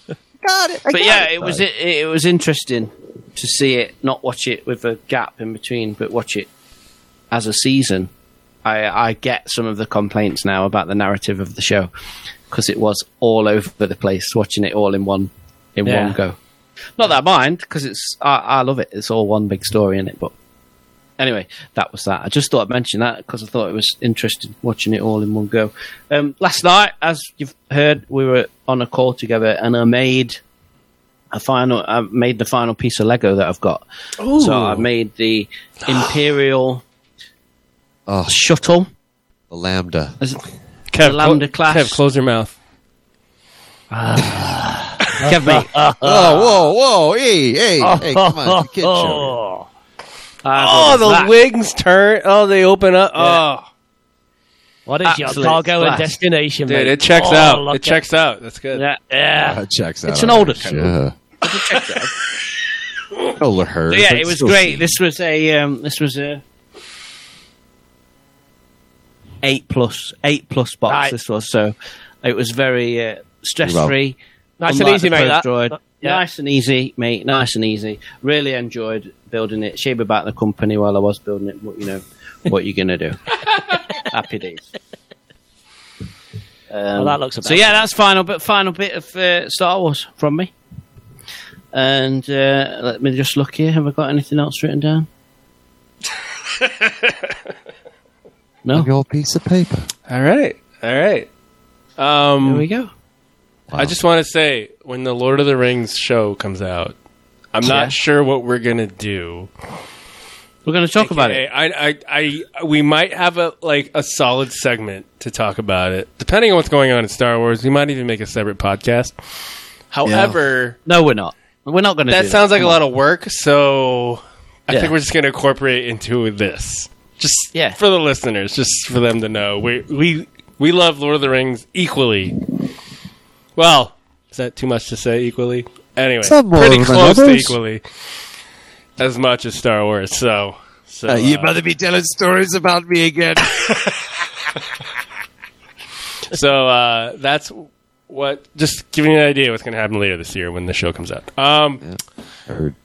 [SPEAKER 7] Got it. I
[SPEAKER 10] but
[SPEAKER 7] got
[SPEAKER 10] yeah,
[SPEAKER 7] it.
[SPEAKER 10] it was it, it was interesting to see it, not watch it with a gap in between, but watch it as a season. I I get some of the complaints now about the narrative of the show because it was all over the place. Watching it all in one in
[SPEAKER 8] Yeah.
[SPEAKER 10] one go, not that I mind because it's I, I love it. It's all one big story in it, but. Anyway, that was that. I just thought I'd mention that because I thought it was interesting watching it all in one go. Um, last night, as you've heard, we were on a call together and I made a final. I made the final piece of Lego that I've got. So I made the Imperial
[SPEAKER 7] Oh.
[SPEAKER 10] shuttle.
[SPEAKER 7] The lambda.
[SPEAKER 10] As-
[SPEAKER 8] Kev,
[SPEAKER 10] The Lambda class.
[SPEAKER 8] Kev, close your mouth.
[SPEAKER 10] Ah. Kev, mate,
[SPEAKER 7] Oh, whoa, whoa, hey, hey,
[SPEAKER 6] Oh.
[SPEAKER 7] hey, come on, you kid show.
[SPEAKER 10] I got that.
[SPEAKER 8] oh, wings turn. Oh, they open up. Oh,
[SPEAKER 6] What is your
[SPEAKER 10] Absolute
[SPEAKER 6] cargo
[SPEAKER 10] blast.
[SPEAKER 6] and destination,
[SPEAKER 8] dude,
[SPEAKER 6] mate?
[SPEAKER 8] it checks
[SPEAKER 6] Oh,
[SPEAKER 8] out.
[SPEAKER 6] look
[SPEAKER 8] It checks out. That's good.
[SPEAKER 10] Yeah.
[SPEAKER 6] Yeah.
[SPEAKER 7] That checks out.
[SPEAKER 10] It's an older
[SPEAKER 7] Yeah.
[SPEAKER 10] show.
[SPEAKER 7] Older her.
[SPEAKER 10] But yeah,
[SPEAKER 7] but
[SPEAKER 10] it was
[SPEAKER 7] still
[SPEAKER 10] great.
[SPEAKER 7] sweet.
[SPEAKER 10] This was a um, this was a eight plus eight plus box.
[SPEAKER 6] Right.
[SPEAKER 10] This was so it was very uh, stress free.
[SPEAKER 6] Nice and easy, mate. That.
[SPEAKER 10] Droid.
[SPEAKER 6] Yeah.
[SPEAKER 10] Nice and easy, mate. Nice and easy. Really enjoyed building it. Shame about the company while I was building it. What you know, what you gonna do? Happy days. Um,
[SPEAKER 6] Well, that looks about
[SPEAKER 10] so yeah, that's final bit. Final bit of uh, Star Wars from me. And uh, let me just look here. Have I got anything else written down? no.
[SPEAKER 7] Big old piece of paper.
[SPEAKER 8] All right. All right. Um,
[SPEAKER 10] There we go.
[SPEAKER 8] I just want to say when the Lord of the Rings show comes out, I'm not sure what we're gonna do.
[SPEAKER 10] We're going to talk about it.
[SPEAKER 8] I, I, I, I, we might have a like a solid segment to talk about it. Depending on what's going on in Star Wars, we might even make a separate podcast. However,
[SPEAKER 10] No, we're not. We're not going to.
[SPEAKER 8] that
[SPEAKER 10] do
[SPEAKER 8] sounds like
[SPEAKER 10] Come
[SPEAKER 8] a
[SPEAKER 10] on.
[SPEAKER 8] lot of work. So I
[SPEAKER 10] Yeah.
[SPEAKER 8] think we're just going to incorporate into this, just
[SPEAKER 10] Yeah.
[SPEAKER 8] for the listeners, just for them to know we we we love Lord of the Rings equally. Well, is that too much to say? Equally, anyway,
[SPEAKER 7] Some more
[SPEAKER 8] pretty
[SPEAKER 7] than
[SPEAKER 8] close to
[SPEAKER 7] others.
[SPEAKER 8] equally as much as Star Wars. So, so
[SPEAKER 7] Uh, you
[SPEAKER 8] uh,
[SPEAKER 7] better be telling stories about me again.
[SPEAKER 8] so uh, that's what. Just giving you an idea what's going to happen later this year when the show comes out. Um,
[SPEAKER 7] Heard.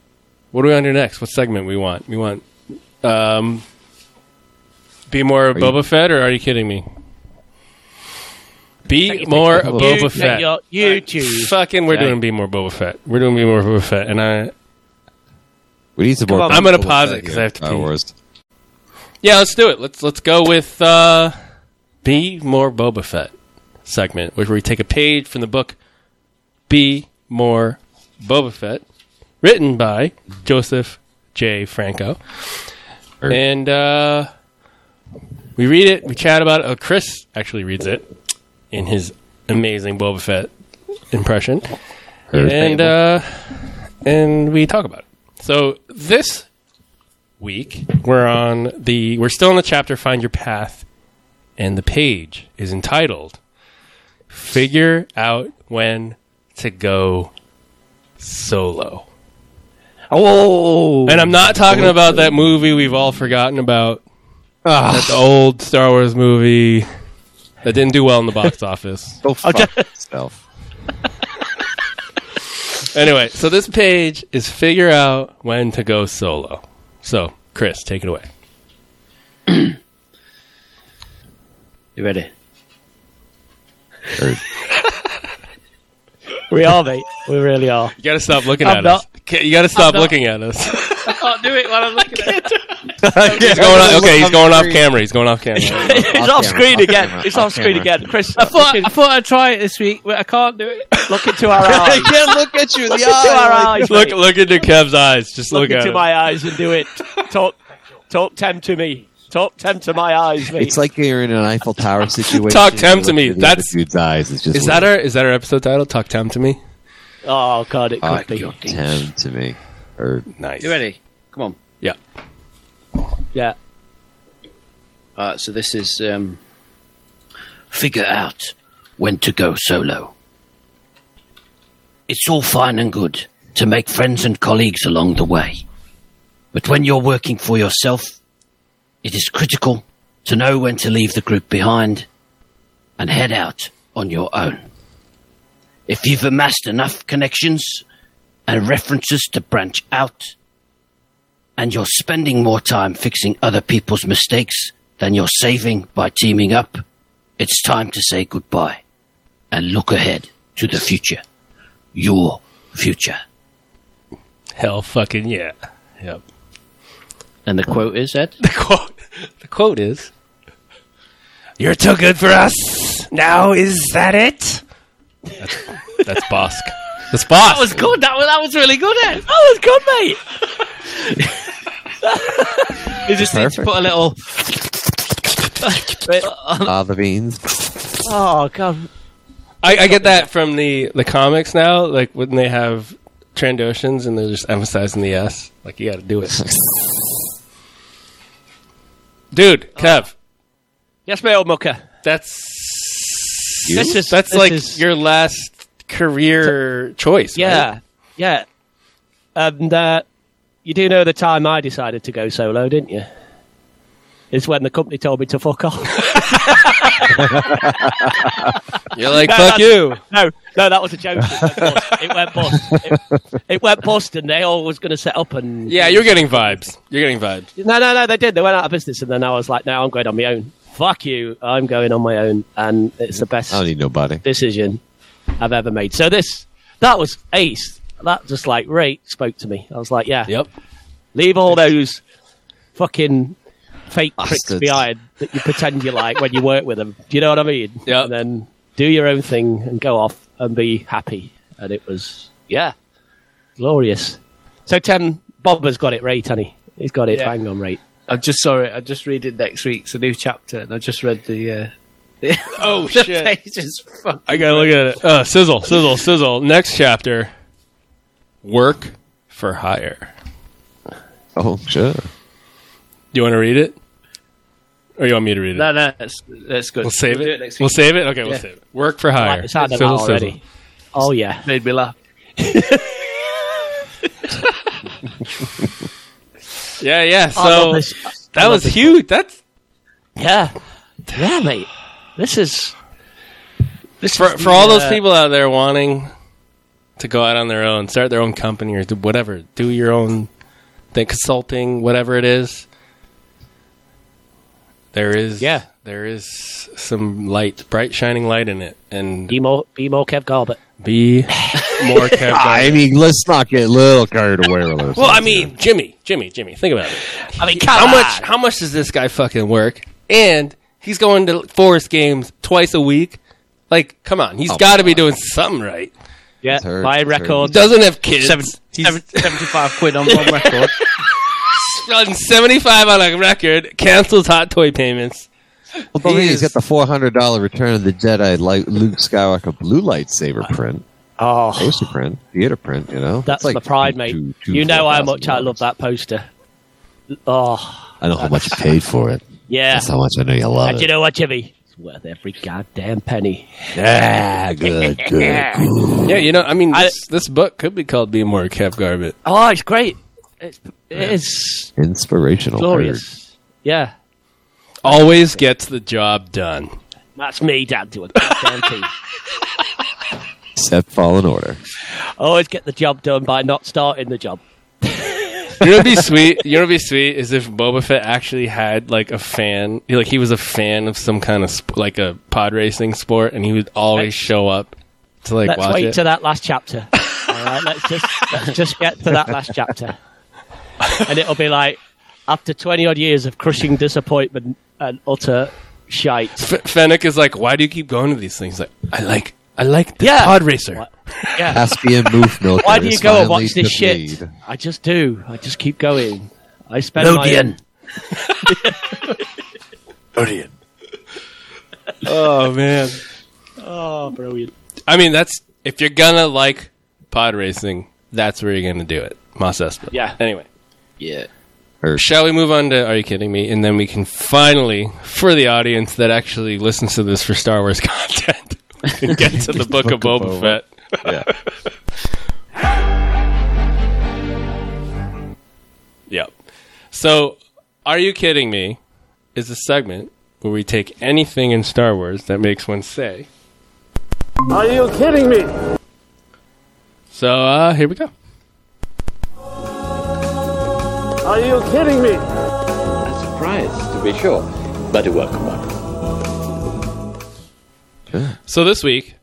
[SPEAKER 8] What do we want to do next? What segment we want? We want um, be more
[SPEAKER 7] you-
[SPEAKER 8] Boba Fett, or are you kidding me? Be more
[SPEAKER 7] take a
[SPEAKER 8] Boba
[SPEAKER 6] You-
[SPEAKER 8] Fett.
[SPEAKER 6] your- you choose.
[SPEAKER 8] Fucking, we're
[SPEAKER 10] Okay.
[SPEAKER 8] doing be more Boba Fett. We're doing be more Boba Fett, and I
[SPEAKER 7] We need some more.
[SPEAKER 6] on,
[SPEAKER 7] people
[SPEAKER 8] I'm gonna
[SPEAKER 7] with
[SPEAKER 8] pause
[SPEAKER 7] that
[SPEAKER 8] it 'cause
[SPEAKER 7] here.
[SPEAKER 8] I have to
[SPEAKER 7] Star
[SPEAKER 8] pee.
[SPEAKER 7] Wars.
[SPEAKER 8] yeah, let's do it. Let's let's go with uh, be more Boba Fett segment, where we take a page from the book Be More Boba Fett, written by Joseph J. Franco. And uh, we read it, we chat about it. Oh, Chris actually reads it in his amazing Boba Fett impression. And uh, and we talk about it. So this week we're on the we're still on the chapter Find Your Path and the page is entitled Figure Out When to Go Solo.
[SPEAKER 6] Oh,
[SPEAKER 8] And I'm not talking about that movie we've all forgotten about. That old Star Wars movie that didn't do well in the box office.
[SPEAKER 7] Go fuck yourself.
[SPEAKER 8] Anyway, so this page is figure out when to go solo. So, Chris, take it away.
[SPEAKER 10] You ready?
[SPEAKER 6] we are, mate. We really are.
[SPEAKER 8] You gotta stop looking
[SPEAKER 6] I'm
[SPEAKER 8] at
[SPEAKER 6] not-
[SPEAKER 8] us. Okay, You gotta stop
[SPEAKER 10] not-
[SPEAKER 8] looking at us.
[SPEAKER 10] I can't do it while I'm looking at it.
[SPEAKER 8] he's going off, okay, he's going off camera. He's going off camera.
[SPEAKER 6] It's off screen again. It's off screen
[SPEAKER 7] camera.
[SPEAKER 6] again. Chris,
[SPEAKER 10] I thought, I thought I'd try it this week, but I can't do it.
[SPEAKER 6] look into our
[SPEAKER 7] I
[SPEAKER 6] eyes.
[SPEAKER 7] can't look at you in the
[SPEAKER 6] Look into our
[SPEAKER 7] eye.
[SPEAKER 6] eyes.
[SPEAKER 8] look,
[SPEAKER 6] mate.
[SPEAKER 8] look into Kev's eyes. Just
[SPEAKER 6] Look
[SPEAKER 8] look, at
[SPEAKER 6] into
[SPEAKER 8] him.
[SPEAKER 6] my eyes and do it. Talk, talk Tem to me. Talk Tem to my eyes, mate.
[SPEAKER 7] It's like you're in an Eiffel Tower situation.
[SPEAKER 8] Talk to him
[SPEAKER 7] You
[SPEAKER 8] to
[SPEAKER 7] look
[SPEAKER 8] me.
[SPEAKER 7] through the
[SPEAKER 8] That's-
[SPEAKER 7] other dude's eyes. It's just
[SPEAKER 8] Is that our is that our episode title? Talk time to me.
[SPEAKER 6] oh god, it could
[SPEAKER 7] talk
[SPEAKER 6] be.
[SPEAKER 7] him to me? Or
[SPEAKER 8] Nice.
[SPEAKER 10] You ready? Come on.
[SPEAKER 8] Yeah.
[SPEAKER 6] Yeah.
[SPEAKER 10] Alright, Uh, so this is um, figure out when to go solo. It's all fine and good to make friends and colleagues along the way. But when you're working for yourself, it is critical to know when to leave the group behind and head out on your own. If you've amassed enough connections and references to branch out, and you're spending more time fixing other people's mistakes than you're saving by teaming up, it's time to say goodbye and look ahead to the future. Your future.
[SPEAKER 8] Hell fucking yeah. Yep.
[SPEAKER 10] And the quote is, Ed?
[SPEAKER 8] The quote the quote is You're too good for us. Now is that it? That's, that's Bosk. That's Bosk. That was
[SPEAKER 10] good. That was, that was really good, Ed.
[SPEAKER 6] That was good, mate.
[SPEAKER 10] You just need to
[SPEAKER 7] Perfect.
[SPEAKER 10] put a little.
[SPEAKER 7] lava beans.
[SPEAKER 6] Oh god.
[SPEAKER 8] I, I get that from the, the comics now, like when they have Trandoshans and they're just emphasizing the S. Like you gotta do it. Dude, Kev,
[SPEAKER 6] Yes, my old mucker.
[SPEAKER 8] that's
[SPEAKER 7] You? This
[SPEAKER 6] is-
[SPEAKER 8] that's
[SPEAKER 6] this
[SPEAKER 8] like
[SPEAKER 6] is-
[SPEAKER 8] your last career choice.
[SPEAKER 6] Yeah,
[SPEAKER 8] right?
[SPEAKER 6] yeah. And uh, you do know the time I decided to go solo, didn't you? It's when the company told me to fuck off.
[SPEAKER 8] You're like,
[SPEAKER 6] No,
[SPEAKER 8] fuck
[SPEAKER 6] that's-
[SPEAKER 8] you.
[SPEAKER 6] no, no, that was a joke. It went bust. It went bust. It, it went bust, and they all was going to set up and
[SPEAKER 8] Yeah, you're getting vibes. You're getting vibes.
[SPEAKER 6] No, no, no, they did. They went out of business, and then I was like, no, I'm going on my own. Fuck you, I'm going on my own, and it's the best
[SPEAKER 7] I
[SPEAKER 8] Oh,
[SPEAKER 7] don't need nobody.
[SPEAKER 6] decision I've ever made. So this, that was ace. That just like Ray spoke to me. I was like, yeah,
[SPEAKER 8] Yep.
[SPEAKER 6] Leave all those fucking fake
[SPEAKER 7] Bastards.
[SPEAKER 6] pricks behind that you pretend you like when you work with them. Do you know what I mean?
[SPEAKER 8] Yeah.
[SPEAKER 6] And then do your own thing and go off and be happy. And it was, yeah, glorious. So, Tim, Bob has got it right, honey. He's got it
[SPEAKER 11] Yeah.
[SPEAKER 6] bang on right.
[SPEAKER 11] I just saw it. I just read it next week. It's a new chapter, and I just read the. Uh,
[SPEAKER 8] Oh
[SPEAKER 11] the pages. Fuck.
[SPEAKER 8] I gotta look at it. Uh, sizzle, sizzle, sizzle. Next chapter. Work for hire.
[SPEAKER 7] Oh, sure.
[SPEAKER 8] Do you want to read it, or you want me to read it?
[SPEAKER 11] No, no, that's that's good.
[SPEAKER 8] We'll save
[SPEAKER 11] do
[SPEAKER 8] it.
[SPEAKER 11] it next
[SPEAKER 8] we'll
[SPEAKER 11] week.
[SPEAKER 8] save it. Okay, we'll
[SPEAKER 11] Yeah.
[SPEAKER 8] save it. Work for hire.
[SPEAKER 6] It's had them
[SPEAKER 8] Sizzle,
[SPEAKER 6] out already.
[SPEAKER 8] sizzle.
[SPEAKER 6] Oh, yeah.
[SPEAKER 11] Made me laugh.
[SPEAKER 8] Yeah, yeah.
[SPEAKER 6] I love
[SPEAKER 8] So
[SPEAKER 6] this. I
[SPEAKER 8] that
[SPEAKER 6] love
[SPEAKER 8] was
[SPEAKER 6] this.
[SPEAKER 8] huge. That's
[SPEAKER 6] Yeah. Yeah, mate. This is. This
[SPEAKER 8] for
[SPEAKER 6] is
[SPEAKER 8] for
[SPEAKER 6] the,
[SPEAKER 8] all
[SPEAKER 6] uh,
[SPEAKER 8] those people out there wanting to go out on their own, start their own company or do whatever, do your own thing, consulting, whatever it is. There is
[SPEAKER 6] Yeah.
[SPEAKER 8] there is some light, bright shining light in it, and
[SPEAKER 6] Be more, be more Kev Garbutt.
[SPEAKER 8] be more careful.
[SPEAKER 7] I mean, let's not get a little carried away with this.
[SPEAKER 8] well, I mean, Jimmy, Jimmy, Jimmy. Think about it.
[SPEAKER 6] I mean, come
[SPEAKER 8] how
[SPEAKER 6] on.
[SPEAKER 8] much how much does this guy fucking work? And he's going to Forest games twice a week. Like, come on, he's
[SPEAKER 7] Oh,
[SPEAKER 8] got to be doing something right.
[SPEAKER 6] Yeah,
[SPEAKER 7] heard,
[SPEAKER 6] my
[SPEAKER 7] it's heard.
[SPEAKER 8] He
[SPEAKER 6] record.
[SPEAKER 8] doesn't have kids.
[SPEAKER 11] Seven,
[SPEAKER 8] he's
[SPEAKER 11] seven, 75 quid on one record.
[SPEAKER 8] running seventy five on a record. Cancels hot toy payments.
[SPEAKER 7] Well,
[SPEAKER 8] he
[SPEAKER 7] he's
[SPEAKER 8] is-
[SPEAKER 7] got the four hundred dollar Return of the Jedi like Luke Skywalker blue lightsaber print,
[SPEAKER 6] Oh,
[SPEAKER 7] poster print, theater print. You know,
[SPEAKER 6] That's
[SPEAKER 7] It's like
[SPEAKER 6] my pride,
[SPEAKER 7] two-
[SPEAKER 6] mate.
[SPEAKER 7] two- two,
[SPEAKER 6] you know
[SPEAKER 7] four
[SPEAKER 6] how
[SPEAKER 7] thousand
[SPEAKER 6] much I love
[SPEAKER 7] dollars.
[SPEAKER 6] that poster. Oh,
[SPEAKER 7] I know how much you paid for it.
[SPEAKER 6] yeah.
[SPEAKER 7] That's how much I know you love
[SPEAKER 6] And you
[SPEAKER 7] it.
[SPEAKER 6] know what, Jimmy? It's worth every goddamn penny.
[SPEAKER 7] Ah,
[SPEAKER 8] Yeah, good, good, good. Yeah, you know, I mean, this, this book could be called "Be More Kev Garbett."
[SPEAKER 6] Oh, it's great. It's it's
[SPEAKER 7] Inspirational.
[SPEAKER 6] glorious. Yeah,
[SPEAKER 8] Always gets the job done.
[SPEAKER 6] that's me down to a goddamn T.
[SPEAKER 7] Bird. Set fall in order.
[SPEAKER 6] I always get the job done by not starting the job.
[SPEAKER 8] You know, what'd be sweet. You know, what'd be sweet is if Boba Fett actually had like a fan, like he was a fan of some kind of sp- like a pod racing sport, and he would always show up to like
[SPEAKER 6] let's
[SPEAKER 8] watch
[SPEAKER 6] wait
[SPEAKER 8] it.
[SPEAKER 6] to that last chapter. All right, let's just let's just get to that last chapter, and it'll be like after twenty odd years of crushing disappointment and utter shite.
[SPEAKER 8] F- Fennec is like, "Why do you keep going to these things?" Like, I like, I like the
[SPEAKER 6] Yeah.
[SPEAKER 8] pod racer.
[SPEAKER 6] Yeah,
[SPEAKER 7] Caspian Moof Milk.
[SPEAKER 6] why do you go and watch this shit? I just do. I just keep going. I spend my
[SPEAKER 10] Lodian.
[SPEAKER 8] Oh man,
[SPEAKER 6] oh brilliant.
[SPEAKER 8] I mean, that's if you're gonna like pod racing, that's where you're gonna do it. Mas Espa.
[SPEAKER 6] Yeah.
[SPEAKER 8] Anyway,
[SPEAKER 10] Yeah.
[SPEAKER 8] shall we move on to Are You Kidding Me? And then we can finally, for the audience that actually listens to this for Star Wars content, we can get to the Book, of Boba, Fett. Yep. So, Are You Kidding Me? is a segment where we take anything in Star Wars that makes one say,
[SPEAKER 5] Are you kidding me?
[SPEAKER 8] So, uh, here we go.
[SPEAKER 5] Are you kidding me?
[SPEAKER 9] A surprise, to be sure, but a welcome one.
[SPEAKER 8] So this week,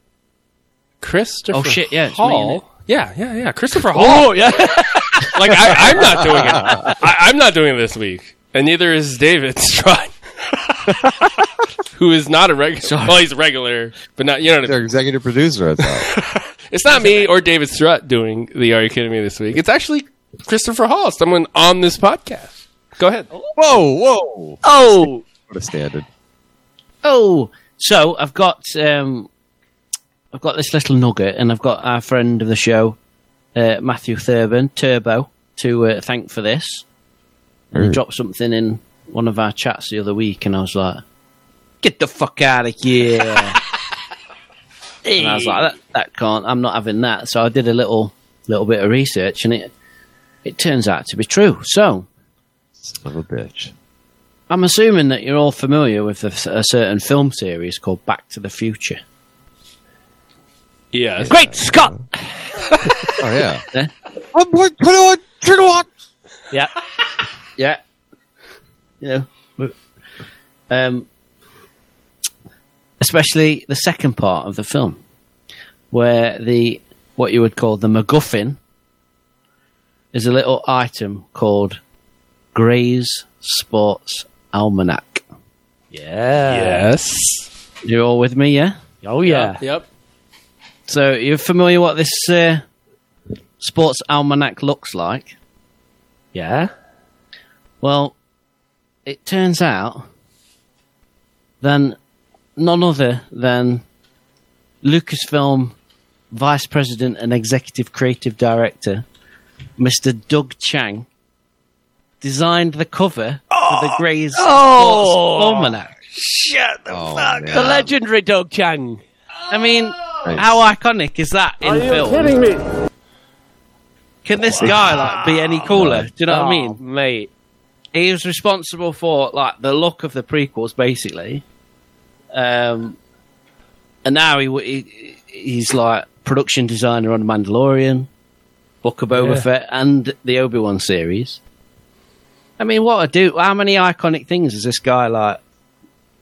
[SPEAKER 8] Christopher
[SPEAKER 10] Oh, shit, yeah, it's me,
[SPEAKER 8] Hall.
[SPEAKER 10] isn't
[SPEAKER 8] yeah, yeah, yeah. Christopher Hall. Oh, yeah. like, I, I'm not doing it. I, I'm not doing it this week. And neither is David Strahd, who is not a regular. Well, he's a regular, but not, you know what I mean.
[SPEAKER 7] Their executive producer, I thought.
[SPEAKER 8] It's not me or David Strut doing the Are You Kidding Me this week. It's actually Christopher Hall, someone on this podcast. Go ahead.
[SPEAKER 7] whoa, whoa.
[SPEAKER 10] Oh,
[SPEAKER 7] What a standard.
[SPEAKER 10] oh. So I've got um, I've got this little nugget, and I've got our friend of the show, uh, Matthew Thurban Turbo, to uh, thank for this. And he dropped something in one of our chats the other week, and I was like, "Get the fuck out of here!" and I was like, that, "That can't. I'm not having that." So I did a little little bit of research, and it it turns out to be true. So
[SPEAKER 7] Son of a bitch.
[SPEAKER 10] I'm assuming that you're all familiar with a, a certain film series called Back to the Future.
[SPEAKER 8] Yes.
[SPEAKER 6] Great Scott!
[SPEAKER 7] Oh, yeah.
[SPEAKER 10] Eh?
[SPEAKER 7] Oh, boy, put on, trigger on.
[SPEAKER 6] Yeah,
[SPEAKER 10] Yeah. You know. w- Um, especially the second part of the film, where the what you would call the MacGuffin is a little item called Gray's Sports Almanac.
[SPEAKER 6] yeah,
[SPEAKER 8] Yes.
[SPEAKER 10] You're all with me, yeah?
[SPEAKER 6] oh yeah.
[SPEAKER 8] Yep.
[SPEAKER 10] So you're familiar what this uh, sports almanac looks like?
[SPEAKER 6] Yeah.
[SPEAKER 10] Well, it turns out then none other than Lucasfilm Vice President and Executive Creative Director, Mr. Doug Chang, designed the cover for the Gray's Sports Almanac.
[SPEAKER 7] Oh,
[SPEAKER 6] The
[SPEAKER 7] man.
[SPEAKER 6] legendary Doug Chang.
[SPEAKER 10] I mean,
[SPEAKER 7] Nice.
[SPEAKER 10] how iconic is that in film?
[SPEAKER 5] Kidding me?
[SPEAKER 10] Can this guy like be any cooler? Do you know what I mean?
[SPEAKER 6] Oh, mate.
[SPEAKER 10] he was responsible for like the look of the prequels, basically. Um, and now he, w- he he's like production designer on Mandalorian, Book of Boba Fett, and the Obi Wan series. I mean, what a do? How many iconic things is this guy like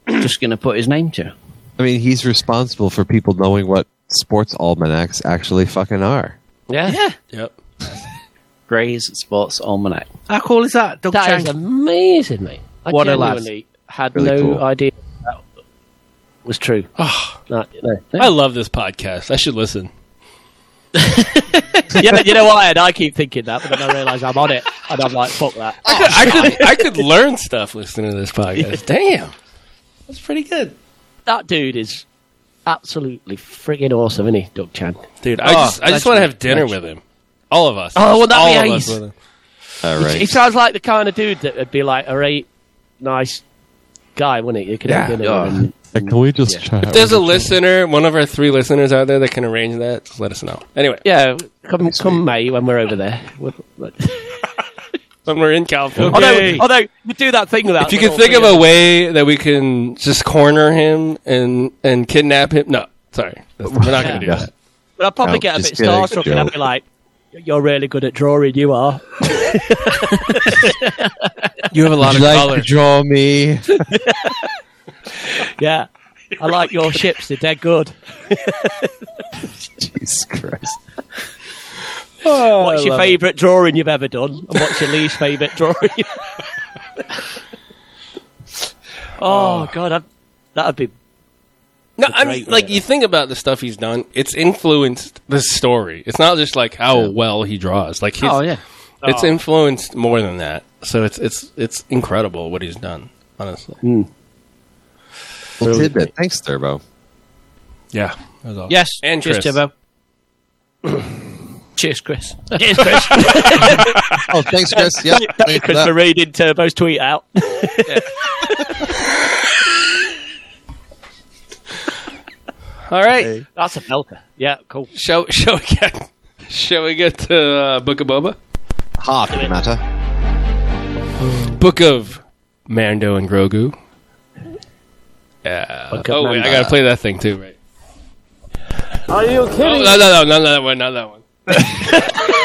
[SPEAKER 10] just going to put his name to?
[SPEAKER 7] I mean, he's responsible for people knowing what sports almanacs actually fucking are.
[SPEAKER 6] Yeah.
[SPEAKER 10] Yeah,
[SPEAKER 8] Yep.
[SPEAKER 10] Gray's Sports Almanac. How cool is that, Doug
[SPEAKER 6] That
[SPEAKER 10] Chang?
[SPEAKER 6] is amazing, mate. I
[SPEAKER 10] What a lad.
[SPEAKER 6] genuinely had
[SPEAKER 7] Really
[SPEAKER 6] no
[SPEAKER 7] cool.
[SPEAKER 6] idea that was true. No, no.
[SPEAKER 8] I love this podcast. I should listen.
[SPEAKER 6] yeah, but you know what? And I keep thinking that, but then I realise I'm on it, and I'm like, fuck that.
[SPEAKER 8] I could, I could, I could learn stuff listening to this podcast. Damn. That's pretty good.
[SPEAKER 6] That dude is absolutely friggin' awesome, isn't he, Doug Chan?
[SPEAKER 8] Dude, I
[SPEAKER 6] Oh,
[SPEAKER 8] just, I just want to have dinner with him. All of us.
[SPEAKER 6] Oh, well, that'd
[SPEAKER 8] All
[SPEAKER 6] be
[SPEAKER 8] of
[SPEAKER 6] ace.
[SPEAKER 8] us with him.
[SPEAKER 7] All right.
[SPEAKER 6] He sounds like
[SPEAKER 8] Oh.
[SPEAKER 6] the kind of dude that would be like, all right, nice guy, wouldn't he? You could have dinner with him.
[SPEAKER 12] Can we just chat?
[SPEAKER 8] If there's a listener, one of our three listeners out there that can arrange that, just let us know. Anyway,
[SPEAKER 11] yeah, come come May when we're over there. We'll- we'll-
[SPEAKER 8] when we're in California.
[SPEAKER 6] Although, although you do that thing without.
[SPEAKER 8] if you can think of a way that we can just corner him and and kidnap him, no, sorry, That's- we're not going to do that.
[SPEAKER 6] But I'll probably
[SPEAKER 8] No,
[SPEAKER 6] get a
[SPEAKER 8] just
[SPEAKER 6] bit
[SPEAKER 8] kidding,
[SPEAKER 6] starstruck and I'll
[SPEAKER 8] Joe.
[SPEAKER 6] be like, "You're really good at drawing. You are.
[SPEAKER 8] You have a lot
[SPEAKER 7] Would
[SPEAKER 8] of
[SPEAKER 7] you like
[SPEAKER 8] color.
[SPEAKER 7] to draw me.
[SPEAKER 6] yeah, I like your ships. They're dead good."
[SPEAKER 7] Jesus Christ.
[SPEAKER 8] Oh,
[SPEAKER 6] what's
[SPEAKER 8] I
[SPEAKER 6] your
[SPEAKER 8] love it.
[SPEAKER 6] favourite drawing you've ever done, and what's your least favourite drawing? oh, God, I'd, that'd be
[SPEAKER 8] No, I mean, like you think about the stuff he's done, it's influenced the story. It's not just like how well he draws. Like his,
[SPEAKER 10] Oh, yeah.
[SPEAKER 8] it's
[SPEAKER 10] Oh.
[SPEAKER 8] influenced more than that. So it's it's it's incredible what he's done. Honestly,
[SPEAKER 7] Well, tidbit. Thanks, Turbo.
[SPEAKER 8] yeah. that was awesome.
[SPEAKER 10] Yes.
[SPEAKER 8] and
[SPEAKER 10] cheers,
[SPEAKER 8] Chris.
[SPEAKER 10] Tibbo. cheers, Chris.
[SPEAKER 6] Cheers, Chris.
[SPEAKER 7] oh, thanks, Chris. Yep.
[SPEAKER 6] Thank, thank you, Chris, for reading Turbo's tweet out.
[SPEAKER 8] All right,
[SPEAKER 6] That's a belter. Yeah, cool.
[SPEAKER 8] shall shall we get shall we get to uh, Book of Boba?
[SPEAKER 7] Half matter.
[SPEAKER 8] Book of Mando and Grogu. Yeah.
[SPEAKER 10] Book of
[SPEAKER 8] oh wait, I
[SPEAKER 10] Mando.
[SPEAKER 8] gotta play that thing too, right?
[SPEAKER 11] Are you
[SPEAKER 8] Oh, no, no, no, not that one, not that one.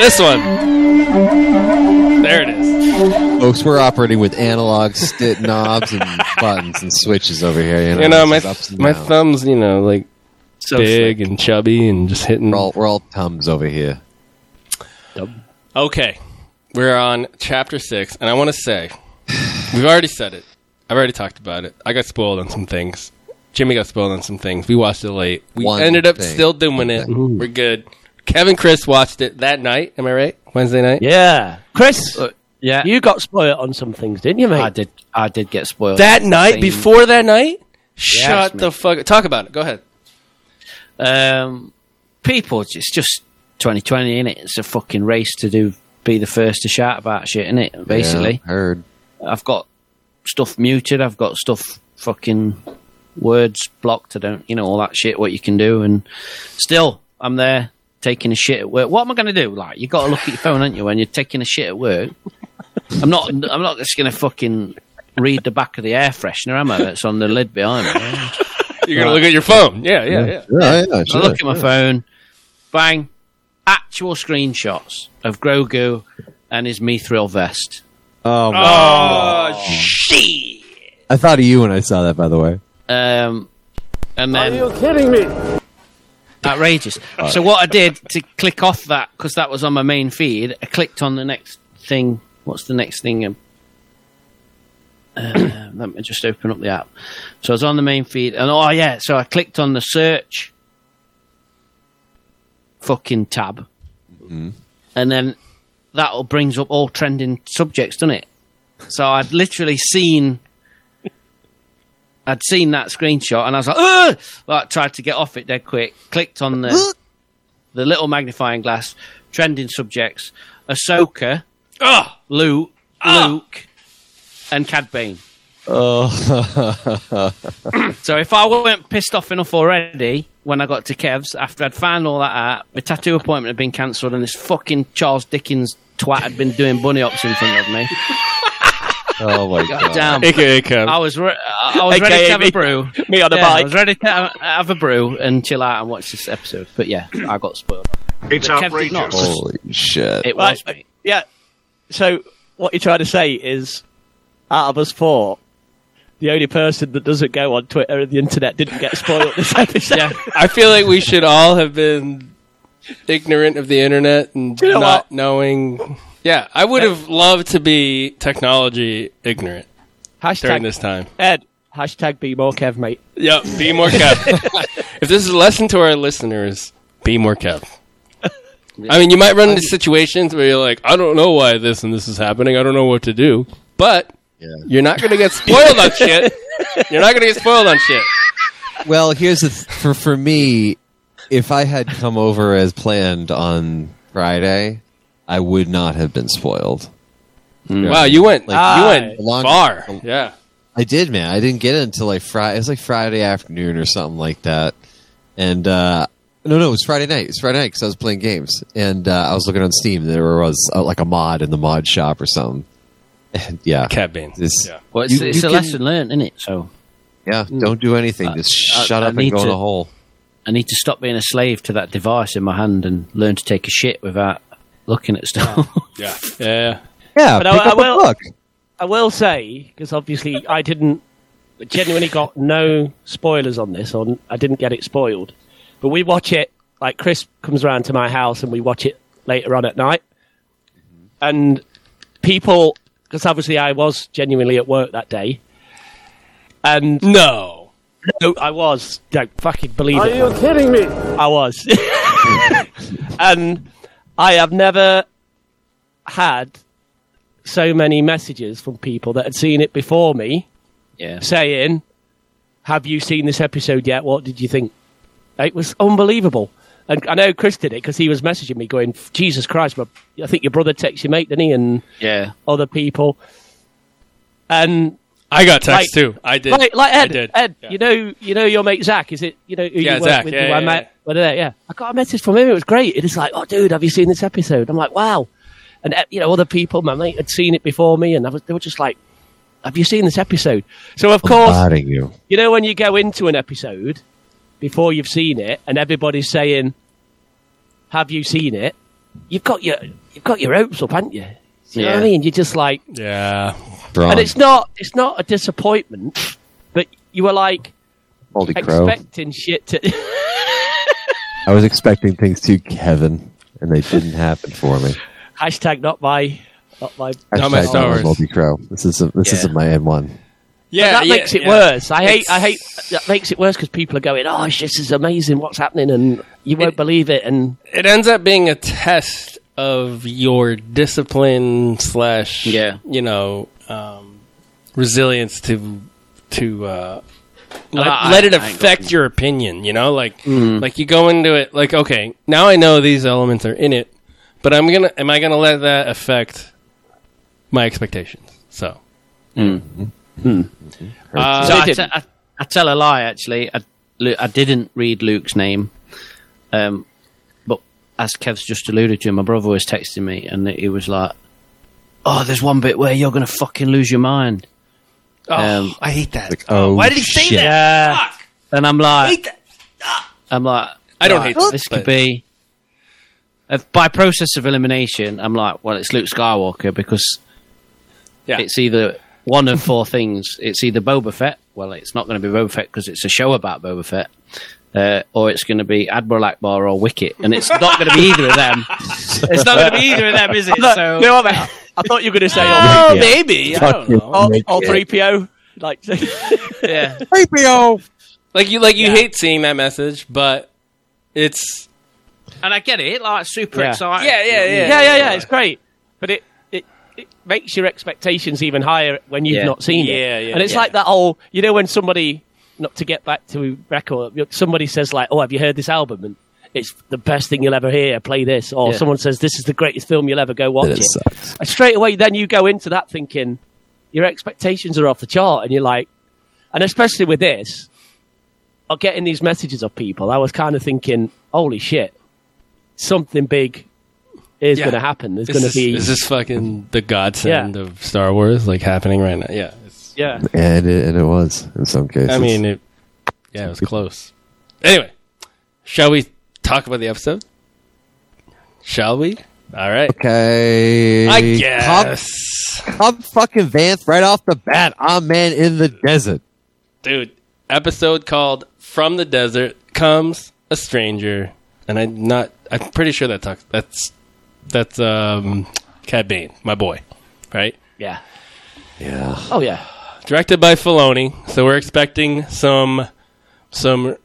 [SPEAKER 8] this one. There it is.
[SPEAKER 7] Folks, we're operating with analog stick knobs and buttons and switches over here. You know,
[SPEAKER 8] You know, my
[SPEAKER 7] This is ups and
[SPEAKER 8] my
[SPEAKER 7] downs.
[SPEAKER 8] thumbs, you know, like
[SPEAKER 10] So
[SPEAKER 8] big and chubby and just hitting.
[SPEAKER 7] We're all, we're all thumbs over here.
[SPEAKER 8] Okay, we're on chapter six, and I want to say we've already said it. I've already talked about it. I got spoiled on some things. Jimmy got spoiled on some things. We watched it late. We
[SPEAKER 7] One
[SPEAKER 8] ended up
[SPEAKER 7] thing.
[SPEAKER 8] still doing it. We're good. Kevin, Chris watched it that night. Am I right? Wednesday night.
[SPEAKER 6] Yeah. Chris,
[SPEAKER 10] yeah,
[SPEAKER 6] you got spoiled on some things, didn't you, mate?
[SPEAKER 10] Uh, I did. I did get spoiled
[SPEAKER 8] That night,
[SPEAKER 10] Same.
[SPEAKER 8] before that night.
[SPEAKER 10] Yes,
[SPEAKER 8] Shut the
[SPEAKER 10] mate.
[SPEAKER 8] fuck. Talk about it. Go ahead.
[SPEAKER 10] Um, people, it's just 2020, innit? It's a fucking race to do, be the first to shout about shit, innit? Basically,
[SPEAKER 7] Yeah, heard.
[SPEAKER 10] I've got stuff muted. I've got stuff fucking words blocked. I don't, you know, all that shit. What you can do, and still, I'm there taking a shit at work. What am I going to do? Like, you got to look at your phone, aren't you, when you're taking a shit at work? I'm not. I'm not just going to fucking read the back of the air freshener, am I? That's on the lid behind me.
[SPEAKER 8] You're gonna look at your phone. Yeah, yeah, yeah.
[SPEAKER 7] Yeah, yeah,
[SPEAKER 10] I
[SPEAKER 7] sure.
[SPEAKER 10] look at my phone, bang, actual screenshots of Grogu and his Mithril vest.
[SPEAKER 7] Oh, my.
[SPEAKER 8] Oh, shit.
[SPEAKER 7] I thought of you when I saw that, by the way.
[SPEAKER 10] Um, and then
[SPEAKER 11] kidding me?
[SPEAKER 10] outrageous. So what I did to click off that because that was on my main feed, I clicked on the next thing. What's the next thing? Um, uh, let me just open up the app. So I was on the main feed, and oh yeah, so I clicked on the search fucking tab, and then that all brings up all trending subjects, doesn't it? So I'd literally seen. I'd seen that screenshot and I was like, Ugh! like tried to get off it dead quick. Clicked on the the little magnifying glass, trending subjects, Ahsoka,
[SPEAKER 8] Ah,
[SPEAKER 10] Luke,
[SPEAKER 7] Ah!
[SPEAKER 10] Luke, and Cad Bane.
[SPEAKER 7] Oh,
[SPEAKER 10] So if I weren't pissed off enough already when I got to Kev's after I'd found all that out, my tattoo appointment had been cancelled, and this fucking Charles Dickens twat had been doing bunny hops in front of me.
[SPEAKER 7] oh my God.
[SPEAKER 10] God damn.
[SPEAKER 8] aka Kev.
[SPEAKER 10] I was re- I I was ready
[SPEAKER 6] AKA
[SPEAKER 10] to have
[SPEAKER 6] me-
[SPEAKER 10] a brew.
[SPEAKER 6] me on a
[SPEAKER 10] Yeah, I
[SPEAKER 6] bike.
[SPEAKER 10] was ready to have, have a brew and chill out and watch this episode. But yeah, I got spoiled.
[SPEAKER 2] It's
[SPEAKER 10] But Kev did not.
[SPEAKER 2] outrageous.
[SPEAKER 7] Holy shit.
[SPEAKER 10] It was
[SPEAKER 6] Right. uh,
[SPEAKER 10] me.
[SPEAKER 6] Yeah. So what you're trying to say is, out of us four, the only person that doesn't go on Twitter and the internet didn't get spoiled this episode.
[SPEAKER 10] Yeah.
[SPEAKER 8] I feel like we should all have been ignorant of the internet and
[SPEAKER 6] You know
[SPEAKER 8] not
[SPEAKER 6] what?
[SPEAKER 8] knowing. Yeah, I would have loved to be technology ignorant during
[SPEAKER 6] Hashtag
[SPEAKER 8] this time.
[SPEAKER 6] Ed. Hashtag be more Kev, mate.
[SPEAKER 8] Yep, be more Kev. if this is a lesson to our listeners, be more Kev. I mean, you might run into situations where you're like, I don't know why this and this is happening. I don't know what to do. But you're not going to get spoiled on shit. You're not going to get spoiled on shit.
[SPEAKER 7] Well, here's the th- for for me. If I had come over as planned on Friday, I would not have been spoiled.
[SPEAKER 8] Wow, you went
[SPEAKER 7] Like,
[SPEAKER 8] you went
[SPEAKER 7] Long-
[SPEAKER 8] far. Yeah.
[SPEAKER 7] I did, man. I didn't get it until like Friday. It was like Friday afternoon or something like that. And uh, no, no, it was Friday night. It was Friday night because I was playing games and uh, I was looking on Steam. There was uh, like a mod in the mod shop or something. And yeah,
[SPEAKER 8] Cabin.
[SPEAKER 7] This,
[SPEAKER 8] Yeah.
[SPEAKER 10] Well, it's,
[SPEAKER 7] You-
[SPEAKER 10] it's
[SPEAKER 7] you
[SPEAKER 10] a
[SPEAKER 7] can-
[SPEAKER 10] lesson learned, isn't it? So
[SPEAKER 7] yeah, don't do anything. Just
[SPEAKER 6] Uh,
[SPEAKER 10] I-
[SPEAKER 7] shut
[SPEAKER 10] I
[SPEAKER 7] up and
[SPEAKER 10] need
[SPEAKER 7] go in
[SPEAKER 10] to-
[SPEAKER 7] a hole.
[SPEAKER 10] I need to stop being a slave to that device in my hand and learn to take a shit without looking at stuff.
[SPEAKER 8] Yeah. Yeah.
[SPEAKER 7] Yeah,
[SPEAKER 6] But I-
[SPEAKER 7] pick
[SPEAKER 6] I
[SPEAKER 7] up
[SPEAKER 6] will-
[SPEAKER 7] a book.
[SPEAKER 6] I will say because obviously I didn't genuinely got no spoilers on this, or I didn't get it spoiled. But we watch it like Chris comes around to my house and we watch it later on at night, and people because obviously I was genuinely at work that day, and
[SPEAKER 8] No.
[SPEAKER 6] no, I was don't fucking believe it. man.
[SPEAKER 12] kidding me?
[SPEAKER 6] I was. and I have never had so many messages from people that had seen it before me
[SPEAKER 10] yeah.
[SPEAKER 6] saying, Have you seen this episode yet? What did you think? It was unbelievable. And I know Chris did it because he was messaging me going, Jesus Christ, my, I think your brother texted your mate, didn't he? And
[SPEAKER 10] Yeah.
[SPEAKER 6] other people. And
[SPEAKER 8] I got text
[SPEAKER 6] Like-
[SPEAKER 8] too. I did.
[SPEAKER 6] like, like Ed,
[SPEAKER 8] I did.
[SPEAKER 6] Ed,
[SPEAKER 8] Yeah.
[SPEAKER 6] you know, you know your mate Zach. Is it you know who
[SPEAKER 8] Yeah,
[SPEAKER 6] you work
[SPEAKER 8] Zach.
[SPEAKER 6] with?
[SPEAKER 8] Yeah,
[SPEAKER 6] who
[SPEAKER 8] yeah,
[SPEAKER 6] I
[SPEAKER 8] yeah.
[SPEAKER 6] met, whether they- yeah. I got a message from him. It was great. It is like, oh, dude, have you seen this episode? I'm like, wow. And eh, you know, other people, my mate had seen it before me, and I was, they were just like, have you seen this episode? So of course,
[SPEAKER 7] Bombarding you.
[SPEAKER 6] you know when you go into an episode before you've seen it, and everybody's saying, "Have you seen it?" You've got your you've got your hopes up, haven't you? Do you know what I
[SPEAKER 10] Yeah.
[SPEAKER 6] mean? You're just like,
[SPEAKER 8] Yeah.
[SPEAKER 7] Braun,
[SPEAKER 6] and it's not it's not a disappointment, but you were like
[SPEAKER 7] Baldy Crow.
[SPEAKER 6] expecting shit to.
[SPEAKER 7] I was expecting things to Kevin, and they didn't happen for me.
[SPEAKER 6] Hashtag not my not my.
[SPEAKER 8] Dumb
[SPEAKER 7] Hashtag Donald
[SPEAKER 8] as Star Wars.
[SPEAKER 7] Baldy Crow. This is this
[SPEAKER 10] Yeah.
[SPEAKER 7] isn't my N one.
[SPEAKER 8] Yeah.
[SPEAKER 6] that
[SPEAKER 8] yeah,
[SPEAKER 6] makes it
[SPEAKER 8] yeah.
[SPEAKER 6] worse. I hate. I hate. That makes it worse because people are going, "Oh, it's just- this is amazing! What's happening?" And you won't believe it. And
[SPEAKER 8] It ends up being a test of your discipline slash,
[SPEAKER 10] Yeah.
[SPEAKER 8] you know, um, resilience to to uh, let,
[SPEAKER 10] I-
[SPEAKER 8] let it
[SPEAKER 10] I ain't Mm-hmm.
[SPEAKER 8] affect your opinion. You know, like like you go into it like, okay, now I know these elements are in it, but I'm gonna am I gonna let that affect my expectations? So Uh,
[SPEAKER 10] so I,
[SPEAKER 6] they
[SPEAKER 10] te- I, I tell a lie. Actually, I, Lu- I didn't read Luke's name, um, but as Kev's just alluded to, my brother was texting me, and he was like, "Oh, there's one bit where you're gonna fucking lose your mind,"
[SPEAKER 8] oh,
[SPEAKER 10] Um,
[SPEAKER 8] I hate that.
[SPEAKER 7] oh,
[SPEAKER 8] why did he say
[SPEAKER 7] shit.
[SPEAKER 8] that?
[SPEAKER 10] and I'm like,
[SPEAKER 8] uh,
[SPEAKER 10] "I'm like,
[SPEAKER 8] I don't
[SPEAKER 10] right,
[SPEAKER 8] hate that,
[SPEAKER 10] this.
[SPEAKER 8] but-
[SPEAKER 10] could be." If, by process of elimination, I'm like, well, it's Luke Skywalker because
[SPEAKER 8] Yeah.
[SPEAKER 10] it's either one of four things. It's either Boba Fett. Well, it's not going to be Boba Fett because it's a show about Boba Fett. Uh, or it's going to be Admiral Akbar or Wicket, and it's not going to be either of them. It's not going to be either of them, is it? So
[SPEAKER 6] you know what? mate? I thought you were going to say,
[SPEAKER 10] oh, maybe. I don't know.
[SPEAKER 6] "Oh, oh, three PO." Like,
[SPEAKER 10] Yeah,
[SPEAKER 8] Like you like you hate seeing that message, but it's
[SPEAKER 10] and I get it. Like super
[SPEAKER 6] Yeah.
[SPEAKER 10] exciting.
[SPEAKER 8] yeah, yeah, yeah.
[SPEAKER 6] yeah, yeah, yeah. It's great, but it it, it makes your expectations even higher when you've
[SPEAKER 10] Yeah.
[SPEAKER 6] not seen it.
[SPEAKER 8] Yeah, yeah,
[SPEAKER 6] And it's
[SPEAKER 8] yeah.
[SPEAKER 6] like that whole you know when somebody not to get back to record somebody says like, "Oh, have you heard this album?" and it's the best thing you'll ever hear. Play this, or
[SPEAKER 10] Yeah.
[SPEAKER 6] someone says this is the greatest film you'll ever go watch.
[SPEAKER 7] That uh,
[SPEAKER 6] it.
[SPEAKER 7] it sucks.
[SPEAKER 6] And straight away, then you go into that thinking your expectations are off the chart, and you're like, and especially with this, or getting these messages of people, I was kind of thinking, holy shit, something big is
[SPEAKER 8] Yeah.
[SPEAKER 6] going to happen. There's
[SPEAKER 8] This
[SPEAKER 6] going to
[SPEAKER 8] is-
[SPEAKER 6] be,
[SPEAKER 8] This is fucking the godsend of Star Wars, like happening right now. Yeah. It's,
[SPEAKER 6] yeah.
[SPEAKER 7] And it, and it was in some cases.
[SPEAKER 8] I mean, it, yeah, it was close. Anyway, shall we talk about the episode? Shall we? All right.
[SPEAKER 7] okay.
[SPEAKER 8] I
[SPEAKER 7] Come,
[SPEAKER 8] guess.
[SPEAKER 7] come fucking Vance right off the bat. I'm man in the desert.
[SPEAKER 8] Dude, episode called From the Desert Comes a Stranger. And I'm not, I'm pretty sure that talks, that's, that's, um, Cad Bane, my boy, right?
[SPEAKER 6] Yeah.
[SPEAKER 7] Yeah.
[SPEAKER 6] Oh, yeah.
[SPEAKER 8] directed by Filoni. So we're expecting some, some.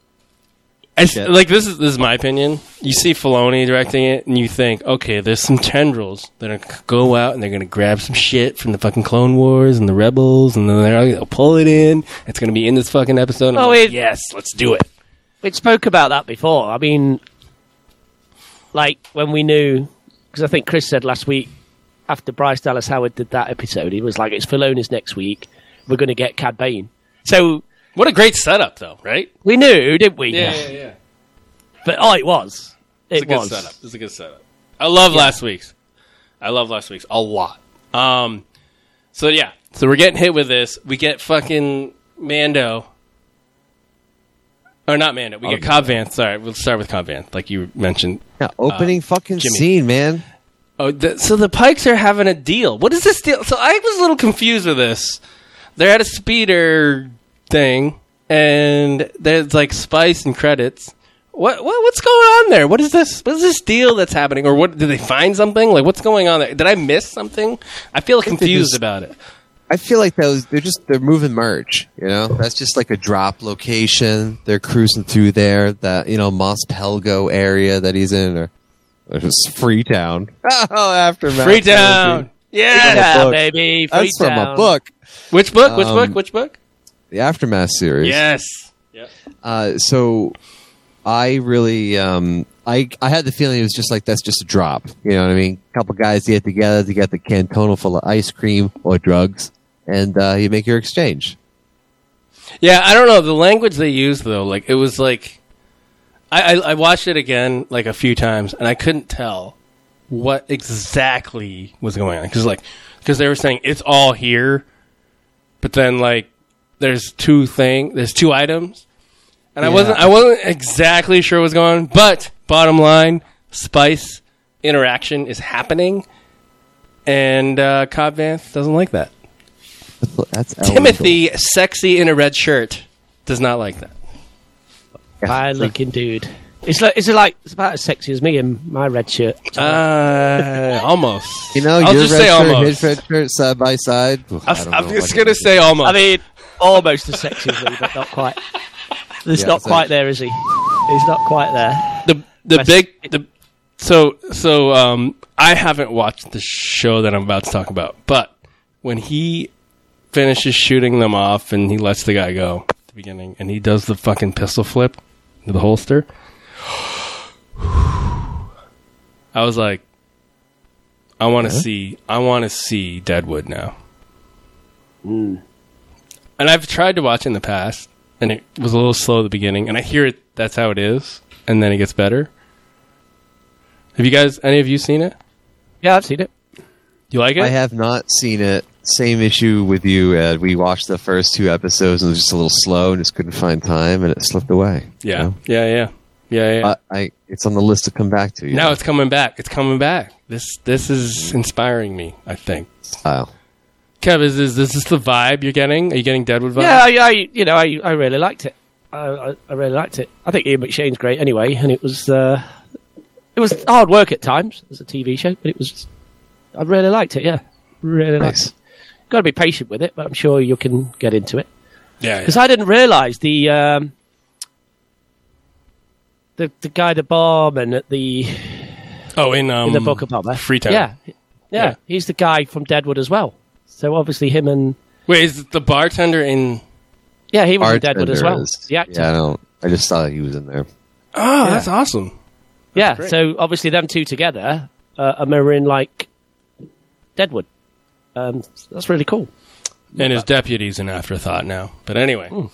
[SPEAKER 8] I s-
[SPEAKER 7] Shit.
[SPEAKER 8] like this is this is my opinion. You see Filoni directing it, and you think, okay, there's some tendrils that are gonna go out and they're gonna grab some shit from the fucking Clone Wars and the Rebels, and then they're gonna pull it in. It's gonna be in this fucking episode.
[SPEAKER 6] Oh,
[SPEAKER 8] Oh,
[SPEAKER 6] it-
[SPEAKER 8] yes, let's do it.
[SPEAKER 6] We spoke about that before. I mean, like when we knew, because I think Chris said last week after Bryce Dallas Howard did that episode, he was like, it's Filona's next week. we're going to get Cad Bane. So
[SPEAKER 8] what a great setup, though, right?
[SPEAKER 6] We knew, didn't we?
[SPEAKER 8] Yeah, yeah, yeah.
[SPEAKER 6] But oh, it was.
[SPEAKER 8] It's
[SPEAKER 6] it
[SPEAKER 8] a
[SPEAKER 6] was.
[SPEAKER 8] good setup. It's a good setup. I love last week's. I love last week's a lot. Um, so yeah, so we're getting hit with this. We get fucking Mando, or not Mando. We get Cobb Van. Sorry, we'll start with Cobb Van, like you mentioned.
[SPEAKER 7] Yeah, opening
[SPEAKER 8] Uh,
[SPEAKER 7] fucking
[SPEAKER 8] Jimmy.
[SPEAKER 7] scene, man.
[SPEAKER 8] Oh, the, so the Pikes are having a deal. What is this deal? So I was a little confused with this. They're at a speeder thing, and there's like spice and credits. What, what what's going on there? What is this? What is this deal that's happening? Or what? Did they find something? Like what's going on there? Did I miss something? I feel
[SPEAKER 7] think they
[SPEAKER 8] confused
[SPEAKER 7] just-
[SPEAKER 8] about it.
[SPEAKER 7] I feel like those they're just they're moving merch, you know. That's just like a drop location. They're cruising through there, that you know, Mos Pelgo area that he's in, or, or just Freetown. Oh, aftermath.
[SPEAKER 8] Freetown, yeah.
[SPEAKER 7] That's from a book.
[SPEAKER 6] baby.
[SPEAKER 7] That's from a
[SPEAKER 6] Freetown.
[SPEAKER 7] book,
[SPEAKER 8] Which book? Which
[SPEAKER 7] Um,
[SPEAKER 8] book? Which book?
[SPEAKER 7] the aftermath series.
[SPEAKER 8] Yes.
[SPEAKER 7] Uh, so I really, um, I, I had the feeling it was just like that's just a drop. You know what I mean? couple guys get together to get the cantonal full of ice cream or drugs, and uh, you make your exchange.
[SPEAKER 8] Yeah, I don't know the language they used though. Like it was like, I, I I watched it again like a few times and I couldn't tell what exactly was going on because like because they were saying it's all here, but then like there's two thing there's two items, and I wasn't I wasn't exactly sure what was going on. But bottom line, spice interaction is happening, and uh, Cobb Vanth doesn't like that.
[SPEAKER 7] That's
[SPEAKER 8] Timothy, sexy in a red shirt, does not like that.
[SPEAKER 6] Fine looking dude. It's like it's like it's about as sexy as me in my red shirt.
[SPEAKER 8] Uh, almost.
[SPEAKER 7] You know,
[SPEAKER 8] I'll
[SPEAKER 7] your
[SPEAKER 8] just
[SPEAKER 7] red
[SPEAKER 8] say
[SPEAKER 7] shirt,
[SPEAKER 8] almost.
[SPEAKER 7] his red shirt, side by side. Ugh, I don't
[SPEAKER 8] I'm
[SPEAKER 7] know
[SPEAKER 8] just
[SPEAKER 7] what
[SPEAKER 8] gonna say almost.
[SPEAKER 6] I mean, almost as sexy as me, but not quite. He's
[SPEAKER 7] Yeah,
[SPEAKER 6] not
[SPEAKER 7] so-
[SPEAKER 6] quite there, is he? He's not quite there.
[SPEAKER 8] the the
[SPEAKER 6] West-
[SPEAKER 8] big the so so um I haven't watched the show that I'm about to talk about, but when he finishes shooting them off and he lets the guy go at the beginning and he does the fucking pistol flip into the holster. I was like I want to see I want to see Deadwood now. And I've tried to watch in the past and it was a little slow at the beginning and I hear it that's how it is and then it gets better. Have you guys any of you seen it?
[SPEAKER 6] Yeah, I've seen it.
[SPEAKER 8] You like it?
[SPEAKER 7] I have not seen it. Same issue with you, Ed. We watched the first two episodes and it was just a little slow and just couldn't find time and it slipped away. you
[SPEAKER 8] yeah.
[SPEAKER 7] know?
[SPEAKER 8] yeah. Yeah, yeah.
[SPEAKER 6] Uh,
[SPEAKER 8] Yeah,
[SPEAKER 7] But I, it's on the list to come back to. You
[SPEAKER 8] Now
[SPEAKER 7] know,
[SPEAKER 8] it's coming back. It's coming back. This this is inspiring me, I think.
[SPEAKER 7] style.
[SPEAKER 8] Kev, is, is this is the vibe you're getting? Are you getting Deadwood vibe?
[SPEAKER 6] Yeah, I, I you know I, I really liked it. I, I, I really liked it. I think Ian McShane's great anyway, and it was uh, it was hard work at times as a TV show, but it was I really liked it. Yeah, really liked
[SPEAKER 7] Nice.
[SPEAKER 6] it. Got to be patient with it, but I'm sure you can get into it.
[SPEAKER 8] Yeah.
[SPEAKER 6] Because I didn't realise the um, the the guy, the barman at the
[SPEAKER 8] Oh, in um
[SPEAKER 6] in the book of Bobber.
[SPEAKER 8] Freetown.
[SPEAKER 6] Yeah. yeah,
[SPEAKER 8] Yeah.
[SPEAKER 6] he's the guy from Deadwood as well. So obviously him and
[SPEAKER 8] Wait, is it the bartender in
[SPEAKER 6] yeah, he was in Deadwood as
[SPEAKER 7] Bartender
[SPEAKER 6] well.
[SPEAKER 7] is-
[SPEAKER 6] The actor.
[SPEAKER 7] Yeah, I don't. I just saw that he was in there.
[SPEAKER 8] Oh, that's awesome.
[SPEAKER 6] Yeah, so obviously them two together uh, are mirroring like Deadwood. Um, that's really cool.
[SPEAKER 8] And his deputy's an afterthought now. But anyway.
[SPEAKER 6] Hmm.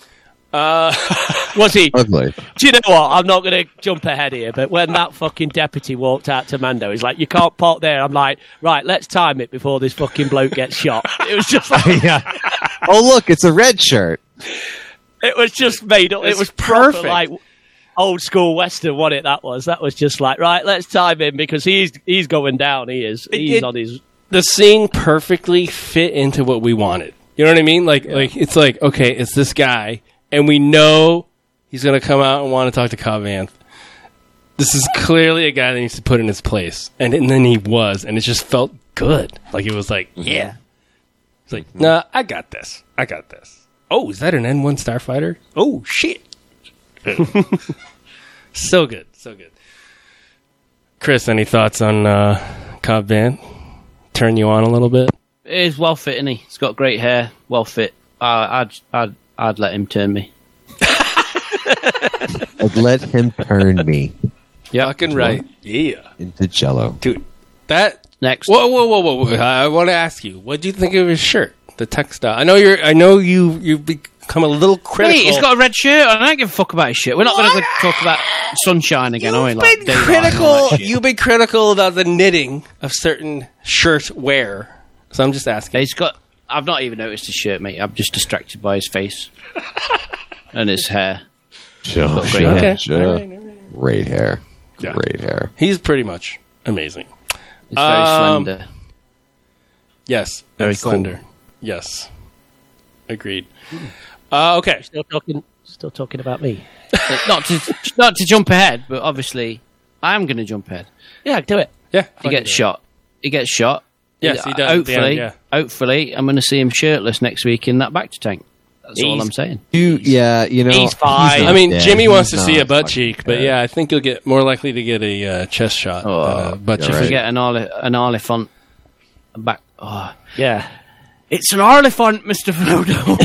[SPEAKER 6] Was he?
[SPEAKER 7] Ugly.
[SPEAKER 6] Do you know what? I'm not going to jump ahead here, but when that fucking deputy walked out to Mando, he's like, "You can't park there." I'm like, "Right, let's time it before this fucking bloke gets shot." It was just like
[SPEAKER 7] yeah. Oh look, it's a red shirt.
[SPEAKER 6] it was just made up. It was perfect, like old school western. What it that was? That was just like, right, let's time him because he's he's going down. He is. He's
[SPEAKER 8] it-
[SPEAKER 6] on his.
[SPEAKER 8] the scene perfectly fit into what we wanted. You know what I mean? Like like it's like okay, it's this guy, and we know he's gonna come out and want to talk to Cobb Vanth. This is clearly a guy that needs to put in his place, and and then he was, and it just felt good. Like it was like yeah, it's like nah, I got this, I got this. Oh, is that an N one starfighter? Oh shit, so good, so good. Chris, any thoughts on uh, Cobb Vanth? Turn you on a little bit?
[SPEAKER 10] He's well fit, isn't he? He's got great hair, well fit. Uh, I'd, I'd, I'd let him turn me.
[SPEAKER 7] I'd let him turn me
[SPEAKER 10] Yeah,
[SPEAKER 8] Fucking right. Yeah.
[SPEAKER 7] into Jello.
[SPEAKER 8] Dude, that.
[SPEAKER 10] Next,
[SPEAKER 8] Whoa, whoa, whoa, whoa. whoa. I, want to ask you, what do you think of his shirt? the textile. I know you're. I know you. You've become a little critical.
[SPEAKER 10] Wait, he's got a red shirt on. I don't give a fuck about his shit. We're not going to talk about sunshine again, are we? Like,
[SPEAKER 8] been
[SPEAKER 10] daylight and all
[SPEAKER 8] critical.
[SPEAKER 10] that shit.
[SPEAKER 8] You've been critical about the knitting of certain shirt wear. So I'm just asking.
[SPEAKER 10] He's got. I've not even noticed his shirt, mate. I'm just distracted by his face and his hair.
[SPEAKER 7] Sure,
[SPEAKER 10] Great hair.
[SPEAKER 8] Okay.
[SPEAKER 7] sure. Great hair.
[SPEAKER 8] Yeah.
[SPEAKER 7] Great hair.
[SPEAKER 8] He's pretty much amazing.
[SPEAKER 10] It's very
[SPEAKER 8] Um,
[SPEAKER 10] slender.
[SPEAKER 8] Yes.
[SPEAKER 10] Very
[SPEAKER 8] and
[SPEAKER 10] cool.
[SPEAKER 8] slender. Yes. Agreed. Uh, okay.
[SPEAKER 6] Still talking, still talking about me.
[SPEAKER 10] not to not to jump ahead, but obviously I'm going to jump ahead.
[SPEAKER 6] Yeah, do it.
[SPEAKER 8] Yeah.
[SPEAKER 10] He gets shot. He gets shot.
[SPEAKER 8] Yes, he does.
[SPEAKER 10] Hopefully,
[SPEAKER 8] Yeah,
[SPEAKER 10] hopefully, I'm going to see him shirtless next week in that back to tank. That's all
[SPEAKER 6] He's-
[SPEAKER 10] I'm saying.
[SPEAKER 7] You, yeah, you know.
[SPEAKER 6] he's fine.
[SPEAKER 7] not
[SPEAKER 8] I mean,
[SPEAKER 7] dead.
[SPEAKER 8] Jimmy wants to
[SPEAKER 7] He's
[SPEAKER 8] see
[SPEAKER 7] not
[SPEAKER 8] a butt
[SPEAKER 7] fucking
[SPEAKER 8] cheek, but
[SPEAKER 7] dead.
[SPEAKER 8] yeah, I think you'll get more likely to get a uh, chest shot.
[SPEAKER 10] Oh,
[SPEAKER 8] than a butt
[SPEAKER 7] you're
[SPEAKER 8] cheek.
[SPEAKER 10] If we
[SPEAKER 7] right.
[SPEAKER 10] get an Arli- an Arlifont back, oh.
[SPEAKER 6] Yeah.
[SPEAKER 10] it's an Arlifont, Mister Frodo.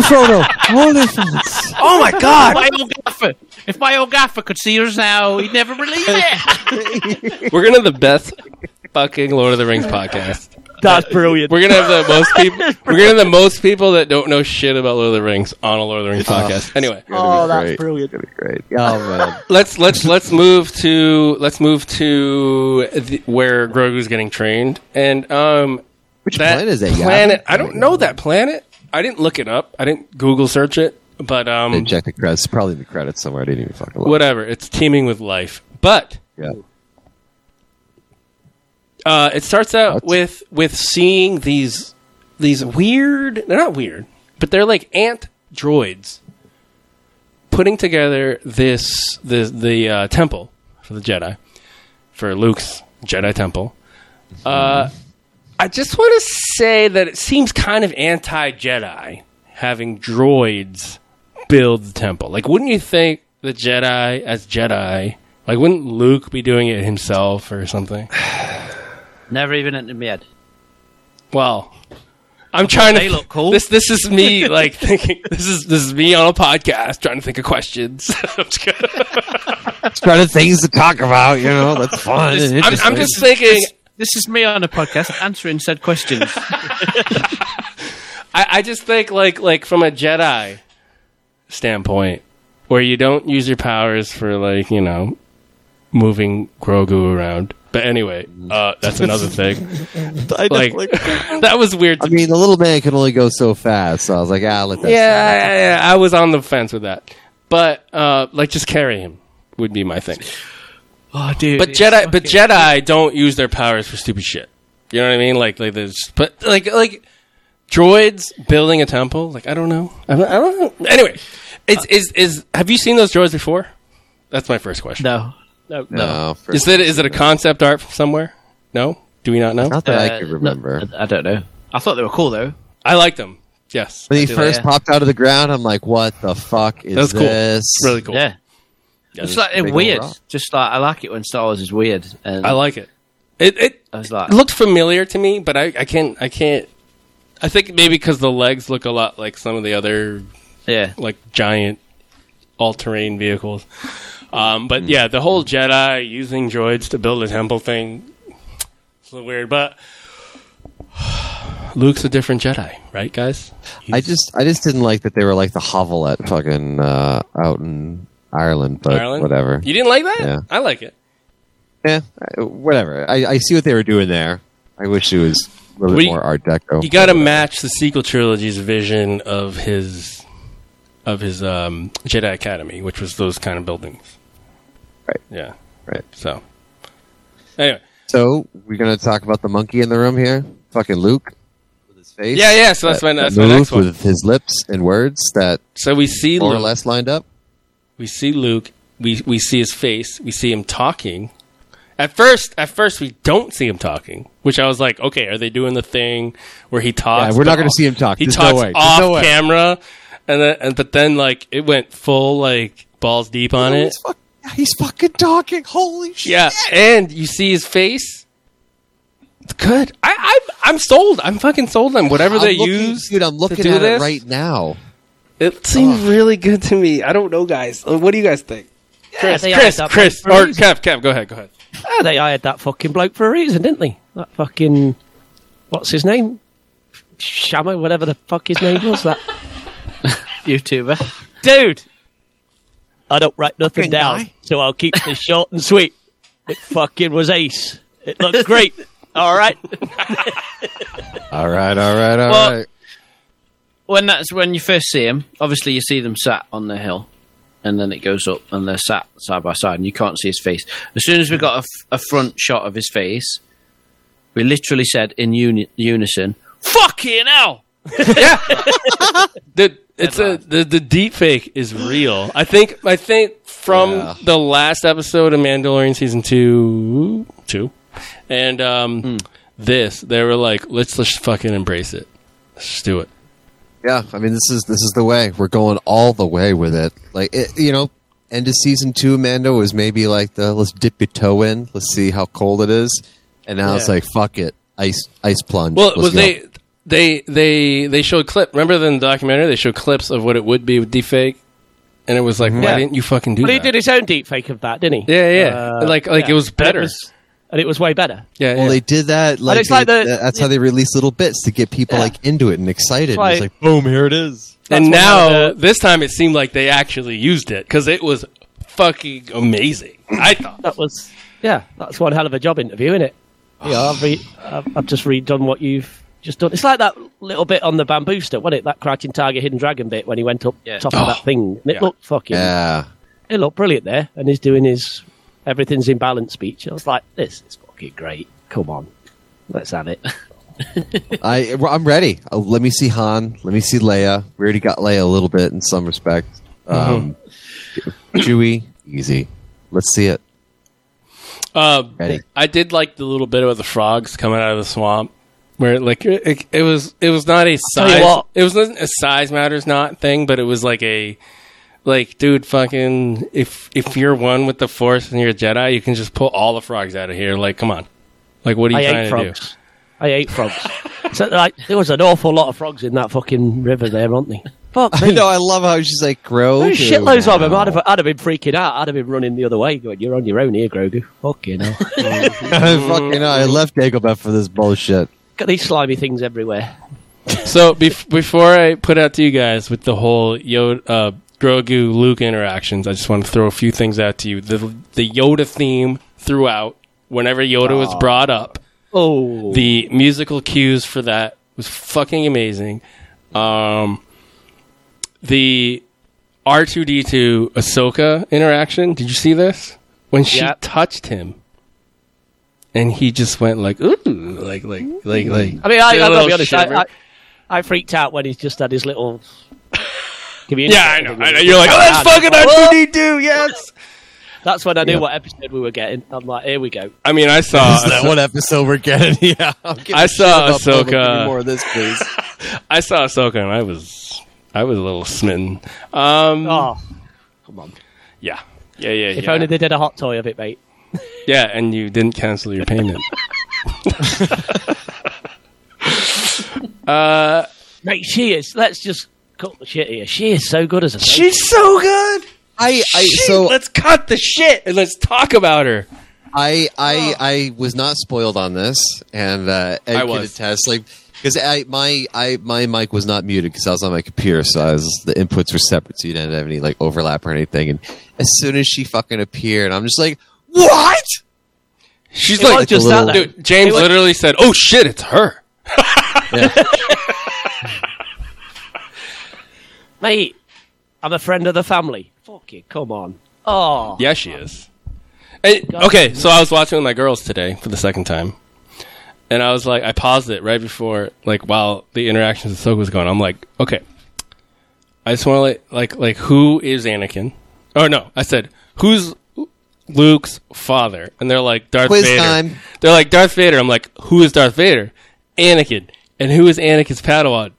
[SPEAKER 6] Frodo,
[SPEAKER 10] oh my God! my old gaffer. If my old gaffer could see us now, he'd never believe it.
[SPEAKER 8] We're gonna have the best fucking Lord of the Rings podcast.
[SPEAKER 6] That's brilliant.
[SPEAKER 8] We're gonna have the most people. We're gonna have the most people that don't know shit about Lord of the Rings on a Lord of the Rings podcast. Anyway,
[SPEAKER 6] oh, that's
[SPEAKER 7] great.
[SPEAKER 6] brilliant.
[SPEAKER 7] Great. Oh man.
[SPEAKER 8] let's let's let's move to let's move to the, where Grogu's getting trained and um
[SPEAKER 7] Which
[SPEAKER 8] that
[SPEAKER 7] planet is that? Yavin?
[SPEAKER 8] planet. I don't know that planet. I didn't look it up. I didn't Google search it. But
[SPEAKER 7] They
[SPEAKER 8] um,
[SPEAKER 7] check the credits. Probably in the credits somewhere. I didn't even fucking look.
[SPEAKER 8] whatever. It's teeming with life. But
[SPEAKER 7] Yeah.
[SPEAKER 8] uh, it starts out
[SPEAKER 7] What?
[SPEAKER 8] with with seeing these these weird they're not weird but they're like ant droids putting together this the the uh, temple for the jedi for luke's jedi temple uh, i just want to say that it seems kind of anti-jedi having droids build the temple like wouldn't you think the jedi as jedi like wouldn't luke be doing it himself or something
[SPEAKER 10] never even entered my head.
[SPEAKER 8] well, I'm trying
[SPEAKER 10] They
[SPEAKER 8] to.
[SPEAKER 10] look cool.
[SPEAKER 8] This this is me like thinking. This is this is me on a podcast trying to think of questions. I'm just, kidding.
[SPEAKER 7] Trying to things to talk about. You know, that's fun. and
[SPEAKER 8] I'm, I'm
[SPEAKER 7] interesting.
[SPEAKER 8] just thinking.
[SPEAKER 10] This is me on a podcast answering said questions.
[SPEAKER 8] I, I just think like like from a Jedi standpoint, where you don't use your powers for like you know moving Grogu around. But anyway, uh, that's another thing.
[SPEAKER 7] I know,
[SPEAKER 8] Like
[SPEAKER 7] like-
[SPEAKER 8] that was weird.
[SPEAKER 7] I
[SPEAKER 8] To
[SPEAKER 7] mean, the little man can only go so fast. So I was like, ah, let that.
[SPEAKER 8] yeah, yeah, yeah, I was on the fence with that. But uh, like, just carry him would be my thing.
[SPEAKER 10] oh, dude!
[SPEAKER 8] But Jedi, but Jedi don't use their powers for stupid shit. You know what I mean? Like, like there's, but like, like droids building a temple. Like, I don't know. I don't, I don't know. Anyway, it's is is. Have you seen those droids before? That's my first question.
[SPEAKER 10] no,
[SPEAKER 6] No,
[SPEAKER 7] No, for-
[SPEAKER 8] Is it is it a concept art from somewhere? No. Do we not know?
[SPEAKER 7] Not that
[SPEAKER 10] Uh,
[SPEAKER 7] I could
[SPEAKER 10] no,
[SPEAKER 7] remember.
[SPEAKER 10] I, I don't know. I thought they were cool though.
[SPEAKER 8] I like them. Yes.
[SPEAKER 7] when
[SPEAKER 8] I
[SPEAKER 7] he
[SPEAKER 8] do
[SPEAKER 7] first
[SPEAKER 10] yeah.
[SPEAKER 7] popped out of the ground, I'm like, what the fuck is
[SPEAKER 8] That's cool.
[SPEAKER 7] this?
[SPEAKER 8] like- really cool.
[SPEAKER 10] Yeah. It's like
[SPEAKER 7] big
[SPEAKER 10] it's
[SPEAKER 7] old
[SPEAKER 10] weird.
[SPEAKER 7] rock.
[SPEAKER 10] Just like I like it when Star Wars is weird, and
[SPEAKER 8] I like it. It it
[SPEAKER 10] I was like,
[SPEAKER 8] It looked familiar to me, but I, I can't. I can't. I think maybe because the legs look a lot like some of the other
[SPEAKER 10] yeah,
[SPEAKER 8] like giant all-terrain vehicles. Um, but
[SPEAKER 7] Hmm.
[SPEAKER 8] yeah, the whole Jedi using droids to build a temple thing, it's a little weird. But Luke's a different Jedi, right, guys?
[SPEAKER 7] I just, I just didn't like that they were like the hovel at fucking uh, out in Ireland, but
[SPEAKER 8] Ireland?
[SPEAKER 7] whatever.
[SPEAKER 8] You didn't like that?
[SPEAKER 7] Yeah.
[SPEAKER 8] I like it.
[SPEAKER 7] Yeah, I- whatever. I, I see what they were doing there. I wish it was a little
[SPEAKER 8] Well,
[SPEAKER 7] bit
[SPEAKER 8] you-
[SPEAKER 7] more Art Deco.
[SPEAKER 8] You got to match the sequel trilogy's vision of his of his um, Jedi Academy, which was those kind of buildings.
[SPEAKER 7] Right.
[SPEAKER 8] Yeah.
[SPEAKER 7] Right.
[SPEAKER 8] So. Anyway.
[SPEAKER 7] So we're gonna talk about the monkey in the room here. Fucking Luke with his face.
[SPEAKER 8] Yeah, yeah. So that's
[SPEAKER 7] That-
[SPEAKER 8] my,
[SPEAKER 7] that
[SPEAKER 8] that's my
[SPEAKER 7] move
[SPEAKER 8] next one.
[SPEAKER 7] With his lips and words that
[SPEAKER 8] So we see
[SPEAKER 7] more or
[SPEAKER 8] Luke.
[SPEAKER 7] less lined up.
[SPEAKER 8] We see Luke. We we see his face. We see him talking. At first, at first, we don't see him talking, which I was like, okay, are they doing the thing where he talks?
[SPEAKER 7] Yeah, we're not
[SPEAKER 8] but
[SPEAKER 7] gonna
[SPEAKER 8] off-
[SPEAKER 7] see him talk.
[SPEAKER 8] He
[SPEAKER 7] There's no
[SPEAKER 8] talks
[SPEAKER 7] way. There's
[SPEAKER 8] off
[SPEAKER 7] no way.
[SPEAKER 8] camera, and then and but then like it went full like balls deep on it.
[SPEAKER 7] He's, fuck, he's fucking talking. Holy shit!
[SPEAKER 8] Yeah, and you see his face. It's good. I, I I'm sold. I'm fucking sold on whatever
[SPEAKER 7] I'm
[SPEAKER 8] they
[SPEAKER 7] looking-
[SPEAKER 8] use.
[SPEAKER 7] dude. I'm looking
[SPEAKER 8] to do
[SPEAKER 7] at
[SPEAKER 8] this.
[SPEAKER 7] it right now.
[SPEAKER 8] It seems really good to me. I don't know, guys. Uh, What do you guys think? Chris,
[SPEAKER 6] they
[SPEAKER 8] Chris,
[SPEAKER 6] hyped up
[SPEAKER 8] Chris,
[SPEAKER 6] for a
[SPEAKER 8] or
[SPEAKER 6] reason.
[SPEAKER 8] Kev, Kev, go ahead, go ahead.
[SPEAKER 6] Oh, Ah, they hired that fucking bloke for a reason, didn't they? That fucking what's his name Shamo, whatever the fuck his name was, that
[SPEAKER 10] YouTuber.
[SPEAKER 6] dude. I don't write nothing down, so I'll keep this short and sweet. It fucking was ace. It looked great. All right.
[SPEAKER 7] All right, all right, all right.
[SPEAKER 10] Well- When that's when you first see them, obviously you see them sat on the hill, and then it goes up, and they're sat side by side, and you can't see his face. As soon as we got a, f- a front shot of his face, we literally said in uni- unison, "Fucking hell!"
[SPEAKER 8] The it's a the, the deep fake is real. I think I think from
[SPEAKER 7] Yeah.
[SPEAKER 8] the last episode of Mandalorian season two two and um this, they were like, let's just fucking embrace it. Let's just do it.
[SPEAKER 7] Yeah, I mean this is this is the way we're going all the way with it. Like it, you know, end of season two, Mando was maybe like the let's dip your toe in, let's see how cold it is, and now it's
[SPEAKER 8] Yeah.
[SPEAKER 7] like fuck it, ice ice plunge.
[SPEAKER 8] Well,
[SPEAKER 7] let's
[SPEAKER 8] was
[SPEAKER 7] go.
[SPEAKER 8] they they they they showed clip. Remember in the documentary they showed clips of what it would be with deep fake, and it was like, why
[SPEAKER 6] Yeah.
[SPEAKER 8] didn't you fucking do
[SPEAKER 6] But
[SPEAKER 8] that?
[SPEAKER 6] he did his own deep fake of that, didn't he? Uh,
[SPEAKER 8] Yeah, yeah. Like- like it was
[SPEAKER 6] And
[SPEAKER 8] better.
[SPEAKER 6] was- and it was way better.
[SPEAKER 8] yeah,
[SPEAKER 7] Well,
[SPEAKER 8] yeah.
[SPEAKER 7] they did that. Like,
[SPEAKER 6] it's like
[SPEAKER 7] they-
[SPEAKER 6] the-
[SPEAKER 7] that's how they release little bits to get people like into it and excited. And
[SPEAKER 6] Like-
[SPEAKER 7] it's like boom, here it is.
[SPEAKER 8] and
[SPEAKER 6] That's one
[SPEAKER 8] now
[SPEAKER 6] of
[SPEAKER 8] this time it seemed like they actually used it because it was fucking amazing. I thought.
[SPEAKER 6] That was yeah. That's one hell of a job interview, isn't it? Yeah, I've, re- I've, I've just redone what you've just done. It's like that little bit on the bambooster, wasn't it? That crouching tiger, hidden dragon bit when he went up
[SPEAKER 10] Yeah.
[SPEAKER 6] top of that thing. And it looked fucking.
[SPEAKER 7] Yeah,
[SPEAKER 6] It looked brilliant there, and he's doing his everything's in balance speech. I was like, this is fucking great. Come on, let's have it.
[SPEAKER 7] I well, I'm ready. Uh, let me see Han. Let me see Leia. We already got Leia a little bit in some respect.
[SPEAKER 8] Mm-hmm.
[SPEAKER 7] Um, Chewie, easy. Let's see it.
[SPEAKER 8] Um,
[SPEAKER 7] Ready.
[SPEAKER 8] I did like the little bit about the frogs coming out of the swamp, where like it, it, it was it was not a
[SPEAKER 6] tell you
[SPEAKER 8] size
[SPEAKER 6] what.
[SPEAKER 8] it was not a size matters not thing, but it was like a like dude fucking if if you're one with the force and you're a Jedi, you can just pull all the frogs out of here. Like come on, like what are
[SPEAKER 6] I
[SPEAKER 8] you
[SPEAKER 6] ate
[SPEAKER 8] trying to do?
[SPEAKER 6] frogs. I ate frogs. so like, there was an awful lot of frogs in that fucking river there, weren't they? Fuck
[SPEAKER 7] I
[SPEAKER 6] me.
[SPEAKER 7] know. I love how she's like, "Grow."
[SPEAKER 6] There's shitloads of them. I'd have, I'd have been freaking out. I'd have been running the other way, going, "You're on your own here, Grogu." Fucking hell!
[SPEAKER 7] Fucking, I left Dagobah for this bullshit.
[SPEAKER 6] Got these slimy things everywhere.
[SPEAKER 8] So bef- before I put out to you guys with the whole Yoda, uh, Grogu Luke interactions, I just want to throw a few things out to you. The the Yoda theme throughout, whenever Yoda was brought up,
[SPEAKER 6] Oh,
[SPEAKER 8] the musical cues for that was fucking amazing. Um, the R two D two Ahsoka interaction. Did you see this when she
[SPEAKER 6] Yep.
[SPEAKER 8] touched him? And he just went like, ooh, like, like, like, like.
[SPEAKER 6] I mean, I,
[SPEAKER 8] did a
[SPEAKER 6] I've got to
[SPEAKER 8] little
[SPEAKER 6] be honest.
[SPEAKER 8] shiver.
[SPEAKER 6] I, I, I freaked out when he's just had his little. community
[SPEAKER 8] Yeah, I know.
[SPEAKER 6] thing.
[SPEAKER 8] I know. You're like, oh, that's fucking R2D2. Yes.
[SPEAKER 6] That's when I knew what episode we were getting. I'm like, here we go.
[SPEAKER 8] I mean, I saw.
[SPEAKER 7] that one episode we're getting. Yeah,
[SPEAKER 8] I saw
[SPEAKER 7] More
[SPEAKER 8] Ahsoka.
[SPEAKER 7] of this, please.
[SPEAKER 8] I saw Ahsoka, and I was, I was a little smitten. Um,
[SPEAKER 6] Oh,
[SPEAKER 8] yeah, yeah, yeah.
[SPEAKER 6] if
[SPEAKER 8] yeah.
[SPEAKER 6] only they did a hot toy of it, mate.
[SPEAKER 8] yeah, and you didn't cancel your payment.
[SPEAKER 6] Mate, she is. Let's just cut the shit here. She is so good as a.
[SPEAKER 8] She's so good.
[SPEAKER 7] I, I
[SPEAKER 8] Shit,
[SPEAKER 7] so
[SPEAKER 8] let's cut the shit and let's talk about her.
[SPEAKER 7] I I I was not spoiled on this, and uh, Ed
[SPEAKER 8] I
[SPEAKER 7] could
[SPEAKER 8] was.
[SPEAKER 7] attest, like because I my I my mic was not muted because I was on my computer, so I was the inputs were separate, so you didn't have any like overlap or anything. And as soon as she fucking appeared, I'm just like, what?
[SPEAKER 8] She's
[SPEAKER 6] It
[SPEAKER 8] like,
[SPEAKER 6] wasn't just
[SPEAKER 7] that,
[SPEAKER 8] dude,
[SPEAKER 6] though.
[SPEAKER 8] James
[SPEAKER 6] It was-
[SPEAKER 8] literally said, "Oh shit, it's her."
[SPEAKER 6] Mate, I'm a friend of the family. Fuck you, come on. Oh,
[SPEAKER 8] Yeah, she is. And- okay, so I was watching with my girls today for the second time, and I was like, I paused it right before, like, while the interactions with Ahsoka was going. on. I'm like, okay, I just want to like, like, like, who is Anakin? Oh no, I said, who's Luke's father? And they're like, Darth
[SPEAKER 7] Quiz
[SPEAKER 8] Vader.
[SPEAKER 7] time.
[SPEAKER 8] They're like, Darth Vader. I'm like, who is Darth Vader? Anakin. And who is Anakin's Padawan?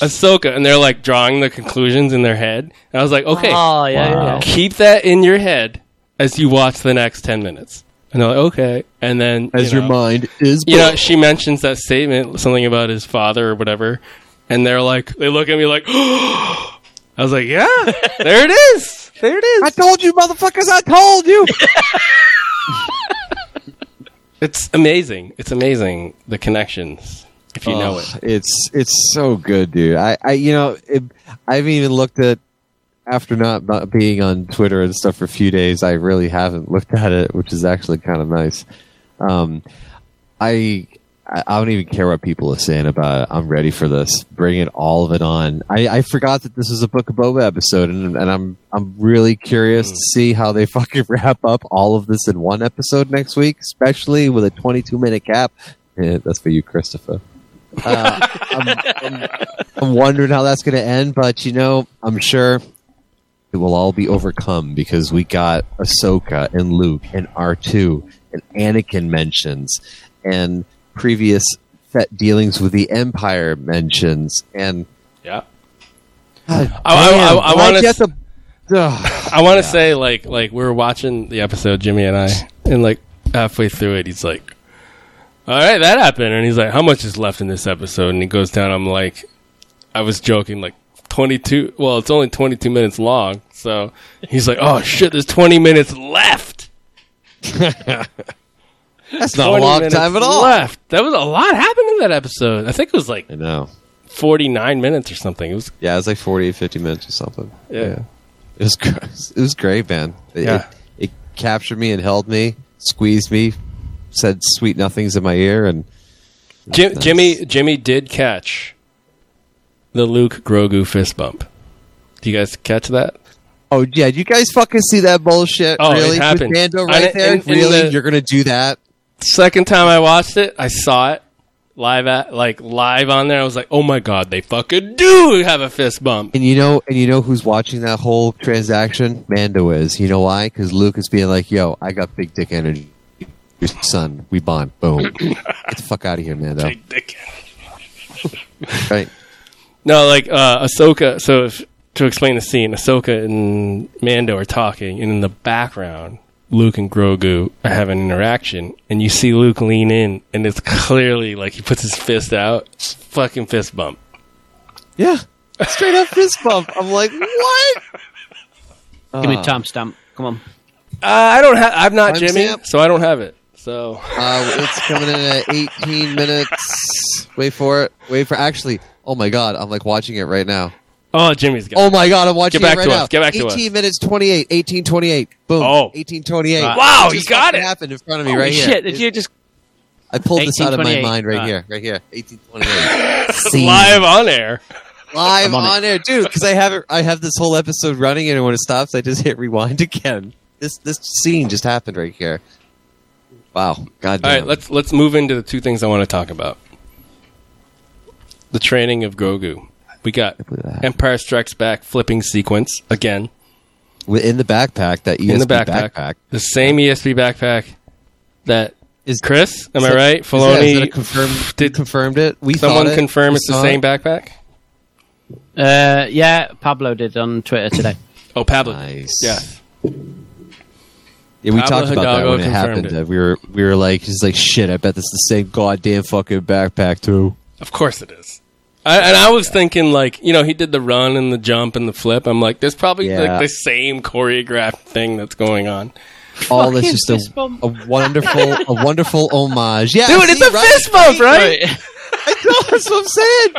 [SPEAKER 8] Ahsoka. And they're like drawing the conclusions in their head. And I was like, okay,
[SPEAKER 6] Oh, yeah, yeah.
[SPEAKER 8] keep that in your head as you watch the next 10 minutes. And they're like, okay. And then,
[SPEAKER 7] As
[SPEAKER 8] you
[SPEAKER 7] your
[SPEAKER 8] know,
[SPEAKER 7] mind is,
[SPEAKER 8] you know,
[SPEAKER 7] blown.
[SPEAKER 8] she mentions that statement, something about his father or whatever. And they're like, they look at me like, I was like, yeah, there it is. There it is.
[SPEAKER 7] I told you, motherfuckers, I told you.
[SPEAKER 8] It's amazing. It's amazing the connections. if you know it.
[SPEAKER 7] It's it's so good, dude. I, I you know it, I haven't even looked at after not, not being on Twitter and stuff for a few days. I really haven't looked at it, which is actually kind of nice. Um, I I I don't even care what people are saying about it. I'm ready for this. Bring it all of it on. I, I forgot that this was a Book of Boba episode, and, and I'm I'm really curious to
[SPEAKER 8] Mm.
[SPEAKER 7] see how they fucking wrap up all of this in one episode next week, especially with a 22 minute cap. Eh, that's for you, Christopher. Uh, I'm, I'm, I'm wondering how that's going to end, but you know, I'm sure it will all be overcome because we got Ahsoka and Luke and R2 and Anakin mentions and previous fet dealings with the Empire mentions and
[SPEAKER 8] yeah.
[SPEAKER 7] God
[SPEAKER 8] I- I-
[SPEAKER 7] damn,
[SPEAKER 8] I- I
[SPEAKER 7] why'd
[SPEAKER 8] wanna
[SPEAKER 7] you
[SPEAKER 8] s-
[SPEAKER 7] have to- Ugh.
[SPEAKER 8] I want to say like like we were watching the episode Jimmy and I and like halfway through it he's like all right that happened and he's like how much is left in this episode and he goes down I'm like I was joking like 22 well it's only 22 minutes long so he's like oh shit there's 20 minutes left
[SPEAKER 7] that's not a long time at all.
[SPEAKER 8] left that was a lot happened in that episode I think it was like
[SPEAKER 7] I know.
[SPEAKER 8] 49 minutes or something it was
[SPEAKER 7] Yeah, it was like 40, 50 minutes or something.
[SPEAKER 8] yeah,
[SPEAKER 7] It was gross. It was great, man. It,
[SPEAKER 8] Yeah.
[SPEAKER 7] it, it captured me and held me, squeezed me, said sweet nothings in my ear, and
[SPEAKER 8] Jim, Jimmy Jimmy did catch the Luke Grogu fist bump do you guys catch that
[SPEAKER 7] oh yeah, you guys fucking see that bullshit?
[SPEAKER 8] Oh, it
[SPEAKER 7] really, With
[SPEAKER 8] happened.
[SPEAKER 7] Mando
[SPEAKER 8] I-
[SPEAKER 7] right there.
[SPEAKER 8] and- and
[SPEAKER 7] really,
[SPEAKER 8] the-
[SPEAKER 7] you're gonna do that?
[SPEAKER 8] second time I watched it, I saw it live at like live on there. I was like, oh my god, they fucking do have a fist bump.
[SPEAKER 7] And you know, and you know who's watching that whole transaction? Mando is. You know why? Because Luke is being like, "Yo, I got big dick energy, your son. We bond. Boom. Get the fuck out of here, Mando. Right?
[SPEAKER 8] No, like uh, Ahsoka. So if, to explain the scene, Ahsoka and Mando are talking, and in the background, Luke and Grogu are having an interaction, and you see Luke lean in, and it's clearly like he puts his fist out, fucking fist bump.
[SPEAKER 7] Yeah. Straight up fist bump. I'm like, what? Uh,
[SPEAKER 10] Give me
[SPEAKER 7] Ah.
[SPEAKER 10] a timestamp. Come on.
[SPEAKER 8] Uh, I don't have. I'm not
[SPEAKER 7] Time
[SPEAKER 8] Jimmy,
[SPEAKER 7] stamp.
[SPEAKER 8] so I don't have it. So
[SPEAKER 7] Uh, it's coming in at 18 minutes. Wait for it. Wait for. Actually, oh my god, I'm like watching it right now.
[SPEAKER 8] oh, Jimmy's got.
[SPEAKER 7] Oh my god, I'm watching
[SPEAKER 8] Get back
[SPEAKER 7] it right
[SPEAKER 8] to us.
[SPEAKER 7] now.
[SPEAKER 8] Get back to
[SPEAKER 7] 18
[SPEAKER 8] us.
[SPEAKER 7] minutes 28. 18 28. Boom.
[SPEAKER 8] Oh.
[SPEAKER 7] 18 28.
[SPEAKER 8] Wow, you got
[SPEAKER 7] fucking
[SPEAKER 8] it.
[SPEAKER 7] Happened in front of me
[SPEAKER 6] Holy
[SPEAKER 7] right here.
[SPEAKER 6] shit, did you just
[SPEAKER 7] I pulled this out of my
[SPEAKER 10] 18,
[SPEAKER 7] mind right
[SPEAKER 10] 28.
[SPEAKER 7] here. Right here. 18 28. Scene.
[SPEAKER 8] live on air.
[SPEAKER 7] Live
[SPEAKER 10] I'm on
[SPEAKER 7] on, air, dude. Because I have it. I have this whole episode running, and when it stops, I just hit rewind again. This this scene just happened right here. Wow. God
[SPEAKER 8] All
[SPEAKER 7] damn.
[SPEAKER 8] right, let's let's move into the two things I want to talk about. The training of Grogu. We got
[SPEAKER 7] believe that happened.
[SPEAKER 8] Empire Strikes Back flipping sequence again
[SPEAKER 7] in the backpack that ESP
[SPEAKER 8] in the backpack.
[SPEAKER 7] E backpack.
[SPEAKER 8] The same ESP backpack that
[SPEAKER 7] Is
[SPEAKER 8] Chris, am
[SPEAKER 7] is
[SPEAKER 8] I
[SPEAKER 7] that-
[SPEAKER 8] right?
[SPEAKER 7] is that- is that
[SPEAKER 8] Filoni
[SPEAKER 7] a confirmed,
[SPEAKER 8] did
[SPEAKER 7] confirmed it. We
[SPEAKER 8] someone
[SPEAKER 7] thought it.
[SPEAKER 8] confirm
[SPEAKER 7] We
[SPEAKER 8] it's the
[SPEAKER 7] saw
[SPEAKER 8] same
[SPEAKER 7] it.
[SPEAKER 8] backpack?
[SPEAKER 10] Uh, yeah, Pablo did on Twitter today.
[SPEAKER 8] Oh, Pablo.
[SPEAKER 7] Nice.
[SPEAKER 8] Yes.
[SPEAKER 7] Yeah, we
[SPEAKER 8] Pablo
[SPEAKER 7] talked about that
[SPEAKER 8] Hidalgo
[SPEAKER 7] when it
[SPEAKER 8] confirmed
[SPEAKER 7] happened.
[SPEAKER 8] it.
[SPEAKER 7] that We were we were like, just like shit. I bet it's the same goddamn fucking backpack too.
[SPEAKER 8] Of course it is. I, and I was thinking, like, you know, he did the run and the jump and the flip. I'm like, there's probably
[SPEAKER 7] Yeah.
[SPEAKER 8] like the same choreographed thing that's going on.
[SPEAKER 7] All this just a, a wonderful a wonderful homage. Yeah,
[SPEAKER 8] Dude, it's
[SPEAKER 7] see,
[SPEAKER 8] a
[SPEAKER 7] right?
[SPEAKER 8] fist bump, right?
[SPEAKER 7] I know, that's what I'm saying.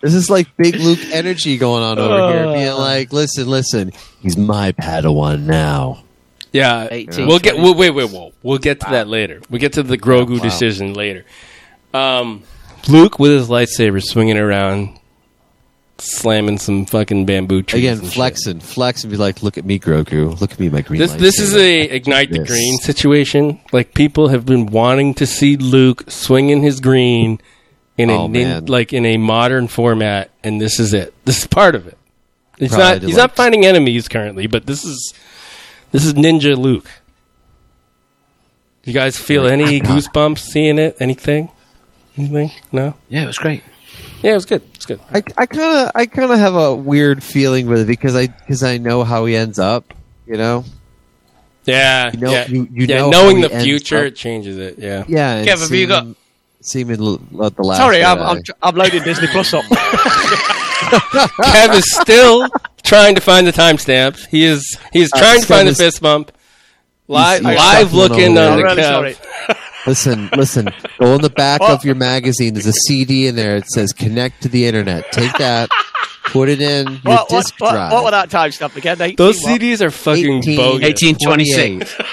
[SPEAKER 7] This is like big Luke energy going on over
[SPEAKER 8] Uh.
[SPEAKER 7] here, being like, listen, listen, he's my Padawan now.
[SPEAKER 8] Yeah,
[SPEAKER 10] 18,
[SPEAKER 8] we'll get. We'll, wait, wait, whoa. We'll get to that later. We'll get to the
[SPEAKER 7] Oh,
[SPEAKER 8] Grogu decision later. Um, Luke with his lightsaber swinging around, slamming some fucking bamboo trees.
[SPEAKER 7] Again,
[SPEAKER 8] and shit.
[SPEAKER 7] flexing, flexing, be like, look at me, Grogu, look at me, my green.
[SPEAKER 8] This this is
[SPEAKER 7] lightsaber."
[SPEAKER 8] a ignite the
[SPEAKER 7] Yes.
[SPEAKER 8] green situation. Like people have been wanting to see Luke swinging his green in
[SPEAKER 7] Oh,
[SPEAKER 8] a nin-
[SPEAKER 7] man.
[SPEAKER 8] like in a modern format, and this is it. This is part of it. He's
[SPEAKER 7] Probably
[SPEAKER 8] not
[SPEAKER 7] the
[SPEAKER 8] he's
[SPEAKER 7] like-
[SPEAKER 8] not finding enemies currently, but this is this is Ninja Luke. You guys feel any goosebumps seeing it? Anything? Anything? No.
[SPEAKER 10] Yeah, it was great.
[SPEAKER 8] Yeah, it was good. It's good.
[SPEAKER 7] I I kind of I kind of have a weird feeling with it because I because I know how he ends up, you know.
[SPEAKER 8] Yeah,
[SPEAKER 7] You know-
[SPEAKER 8] yeah.
[SPEAKER 7] you- you
[SPEAKER 8] yeah
[SPEAKER 7] know
[SPEAKER 8] knowing
[SPEAKER 7] how
[SPEAKER 8] the
[SPEAKER 7] he ends
[SPEAKER 8] future
[SPEAKER 7] up.
[SPEAKER 8] it changes it. Yeah.
[SPEAKER 7] Yeah, and
[SPEAKER 11] Kev, have you got-
[SPEAKER 7] seeming- seeming l- like the last?
[SPEAKER 6] Sorry, I'm,
[SPEAKER 7] Jedi.
[SPEAKER 6] I'm, tr- I'm loading Disney Plus up.
[SPEAKER 8] Kev is still trying to find the timestamps. He is he is
[SPEAKER 7] Uh,
[SPEAKER 8] trying to
[SPEAKER 7] Kev
[SPEAKER 8] find the
[SPEAKER 7] is-
[SPEAKER 8] fist bump. Live,
[SPEAKER 7] he's stuck
[SPEAKER 8] live
[SPEAKER 7] in the
[SPEAKER 8] looking
[SPEAKER 7] middle.
[SPEAKER 8] on
[SPEAKER 6] I'm
[SPEAKER 8] the
[SPEAKER 6] really
[SPEAKER 8] Kev.
[SPEAKER 6] sorry.
[SPEAKER 7] Listen, listen. Go on the back of your magazine. There's a CD in there. It says connect to the internet. Take that. Put it in your
[SPEAKER 6] What, what,
[SPEAKER 7] disk
[SPEAKER 6] what,
[SPEAKER 7] drive.
[SPEAKER 6] what were that time stamp again? 18
[SPEAKER 8] Those
[SPEAKER 6] what?
[SPEAKER 8] CDs are fucking
[SPEAKER 7] 18,
[SPEAKER 8] bogus.
[SPEAKER 10] 1826.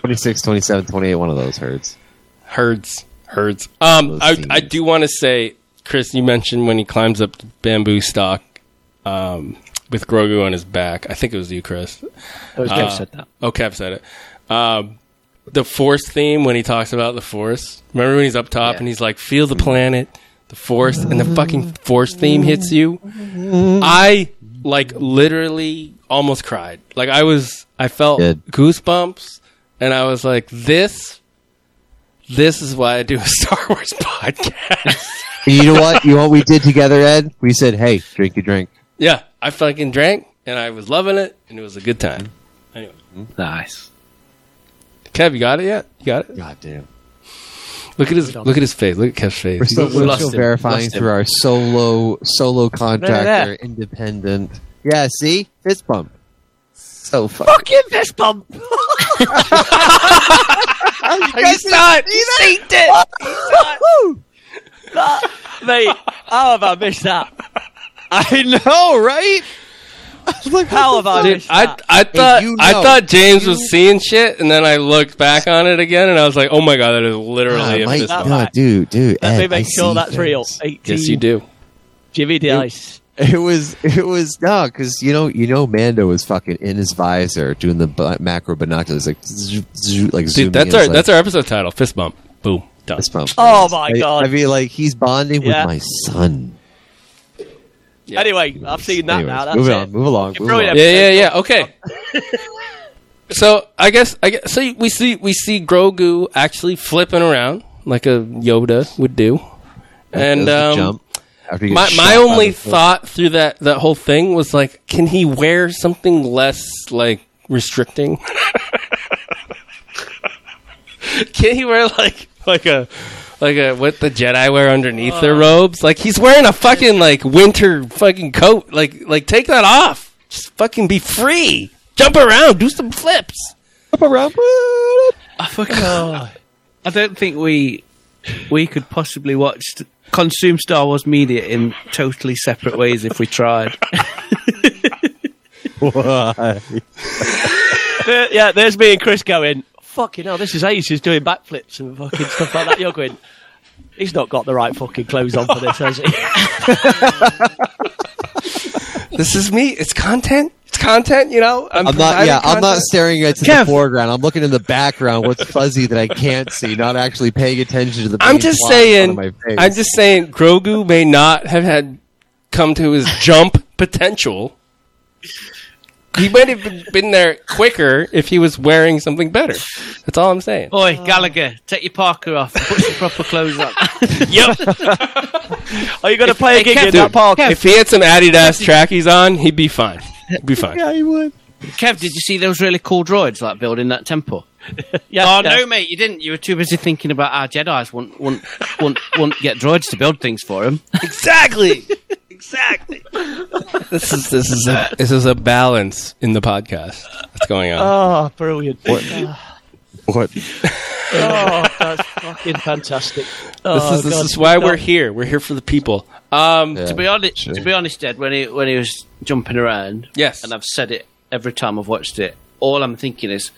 [SPEAKER 7] 26, 27, 28, one of those herds.
[SPEAKER 8] Herds. Herds. Um,
[SPEAKER 7] Those
[SPEAKER 8] I,
[SPEAKER 7] seniors.
[SPEAKER 8] I do want to say, Chris, you mentioned when he climbs up the bamboo stalk um, with Grogu on his back. I think it was you, Chris.
[SPEAKER 10] That was Kev said that.
[SPEAKER 8] Oh, Kev said it. Um, the Force theme when he talks about the Force. Remember when he's up top
[SPEAKER 10] Yeah.
[SPEAKER 8] and he's like, "Feel the planet, the Force," and the fucking Force theme hits you. I like literally almost cried. Like I was, I felt
[SPEAKER 7] Good.
[SPEAKER 8] goosebumps, and I was like, "This, this is why I do a Star Wars podcast."
[SPEAKER 7] And you know what? You know what we did together, Ed? We said, hey, drink your drink.
[SPEAKER 8] yeah, I fucking drank, and I was loving it, and it was a good time. Anyway,
[SPEAKER 10] Nice.
[SPEAKER 8] Kev, you got it yet? You got it.
[SPEAKER 7] God damn.
[SPEAKER 8] Look at his, look at his face. Look at Kev's face.
[SPEAKER 7] We're still,
[SPEAKER 8] He's
[SPEAKER 7] we're
[SPEAKER 8] lost
[SPEAKER 7] still
[SPEAKER 8] it.
[SPEAKER 7] verifying
[SPEAKER 8] Lost it.
[SPEAKER 7] through our solo solo
[SPEAKER 6] Look
[SPEAKER 7] contractor,
[SPEAKER 6] at
[SPEAKER 7] independent. Yeah, see? Fist bump. So fucking.
[SPEAKER 6] Fucking fist bump!
[SPEAKER 7] He saw it! He synced it!
[SPEAKER 6] That- mate, how have I missed that?
[SPEAKER 7] I know, right? I was like,
[SPEAKER 6] How have I
[SPEAKER 8] Dude,
[SPEAKER 6] missed
[SPEAKER 8] I
[SPEAKER 6] that?
[SPEAKER 8] I thought
[SPEAKER 7] you
[SPEAKER 8] I
[SPEAKER 7] know,
[SPEAKER 8] thought James
[SPEAKER 7] you-
[SPEAKER 8] was seeing shit, and then I looked back on it again, and I was like, "Oh my god, that is literally a
[SPEAKER 7] my
[SPEAKER 8] fist bump."
[SPEAKER 6] bump.
[SPEAKER 7] Ah, God, dude, dude.
[SPEAKER 6] Let
[SPEAKER 7] Ed,
[SPEAKER 6] me
[SPEAKER 7] I
[SPEAKER 6] make
[SPEAKER 7] see
[SPEAKER 6] sure that's
[SPEAKER 7] things.
[SPEAKER 6] real. 18
[SPEAKER 8] Yes, you do.
[SPEAKER 6] Jimmy Dice.
[SPEAKER 7] It was, it was no, because you know, you know, Mando was fucking in his visor doing the bu- macro binoculars, like, zzz, zzz, like
[SPEAKER 8] Dude, that's our that's our episode title. Fist bump. Boom. Done.
[SPEAKER 7] Fist bump.
[SPEAKER 6] Oh my
[SPEAKER 7] I-
[SPEAKER 6] God.
[SPEAKER 7] I mean, like he's bonding
[SPEAKER 6] Yeah.
[SPEAKER 7] with my son.
[SPEAKER 6] Anyway, I've seen that
[SPEAKER 7] Anyways,
[SPEAKER 6] now. That's
[SPEAKER 7] move
[SPEAKER 6] it.
[SPEAKER 7] on, move along. Move
[SPEAKER 6] brilliant.
[SPEAKER 7] along.
[SPEAKER 8] Yeah, yeah, yeah. Okay. so I guess I guess so we see we see Grogu actually flipping around like a Yoda would do, and
[SPEAKER 7] Does
[SPEAKER 8] um,
[SPEAKER 7] the jump after he
[SPEAKER 8] my
[SPEAKER 7] gets
[SPEAKER 8] my
[SPEAKER 7] shot by
[SPEAKER 8] only
[SPEAKER 7] the foot.
[SPEAKER 8] thought through that that whole thing was like, can he wear something less like restricting? can he wear like like a like a what the Jedi wear underneath their robes? Like he's wearing a fucking like winter fucking coat. Like like take that off. Just fucking be free. Jump around, do some flips.
[SPEAKER 11] I fucking. I don't think we we could possibly watch consume Star Wars media in totally separate ways if we tried.
[SPEAKER 6] There- yeah, there's me and Chris going, fucking hell, this is Ace who's doing backflips and fucking stuff like that. You're going, he's not got the right fucking clothes on for this, has he?
[SPEAKER 8] This is me. It's content. It's content, you know?
[SPEAKER 7] I'm not.
[SPEAKER 8] providing
[SPEAKER 7] Yeah, I'm not
[SPEAKER 8] content.
[SPEAKER 7] staring at the
[SPEAKER 11] Kev.
[SPEAKER 7] foreground. I'm looking in the background. What's fuzzy that I can't see? Not actually paying attention to the.
[SPEAKER 8] I'm
[SPEAKER 7] main
[SPEAKER 8] just
[SPEAKER 7] plot in
[SPEAKER 8] saying.
[SPEAKER 7] front of my face.
[SPEAKER 8] I'm just saying. Grogu may not have had come to his jump potential. He might have been- been there quicker if he was wearing something better. That's all I'm saying.
[SPEAKER 11] Oi, Gallagher, take your Parker off. and Put some proper clothes on.
[SPEAKER 8] Yep.
[SPEAKER 6] Are you going to play a gig in that park?
[SPEAKER 8] if he had some Adidas trackies on, he'd be fine. He'd be fine.
[SPEAKER 7] Yeah, you would.
[SPEAKER 11] Kev, did you see those really cool droids like building that temple?
[SPEAKER 6] Yeah,
[SPEAKER 11] Oh
[SPEAKER 6] yeah.
[SPEAKER 11] no, mate, you didn't. You were too busy thinking about our Jedi's won't won't won't, won't get droids to build things for him.
[SPEAKER 8] Exactly. exactly. This is this is a this is a balance in the podcast. What's going on?
[SPEAKER 6] Oh, brilliant. Oh,
[SPEAKER 7] What?
[SPEAKER 6] that's fucking fantastic. Oh,
[SPEAKER 8] this is, this
[SPEAKER 6] God.
[SPEAKER 8] is why we're here. We're here for the people. Um,
[SPEAKER 11] to be honest, to be honest, Ed, when he when he was jumping around,
[SPEAKER 8] Yes.
[SPEAKER 11] and I've said it every time I've watched it. All I'm thinking is,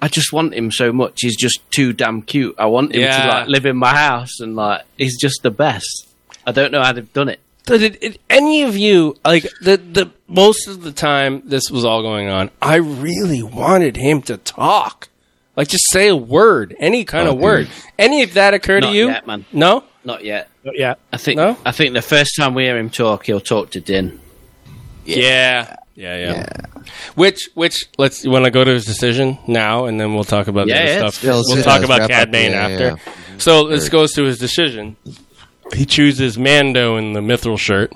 [SPEAKER 11] I just want him so much. He's just too damn cute. I want him
[SPEAKER 8] Yeah.
[SPEAKER 11] to like live in my house and like he's just the best. I don't know how they've done it.
[SPEAKER 8] So did, did any of you like the the most of the time this was all going on? I really wanted him to talk, like just say a word, any kind
[SPEAKER 7] Oh,
[SPEAKER 8] of word. Any of that occur to
[SPEAKER 11] Not
[SPEAKER 8] you?
[SPEAKER 11] yet, man.
[SPEAKER 8] No,
[SPEAKER 11] Not yet.
[SPEAKER 6] Yeah.
[SPEAKER 11] I think
[SPEAKER 8] No?
[SPEAKER 11] I think the first time we hear him talk, he'll talk to Din.
[SPEAKER 8] Yeah. Yeah, yeah. Which, which, let's, you want to go to his decision now and then we'll talk about
[SPEAKER 11] Yeah,
[SPEAKER 8] the
[SPEAKER 11] yeah.
[SPEAKER 8] other stuff.
[SPEAKER 7] Yeah, let's
[SPEAKER 8] we'll
[SPEAKER 7] do
[SPEAKER 8] talk
[SPEAKER 7] that.
[SPEAKER 8] about
[SPEAKER 7] Let's wrap
[SPEAKER 8] Cad
[SPEAKER 7] up.
[SPEAKER 8] Bane
[SPEAKER 7] Yeah, yeah,
[SPEAKER 8] after. So this goes to his decision. He chooses Mando in the mithril shirt.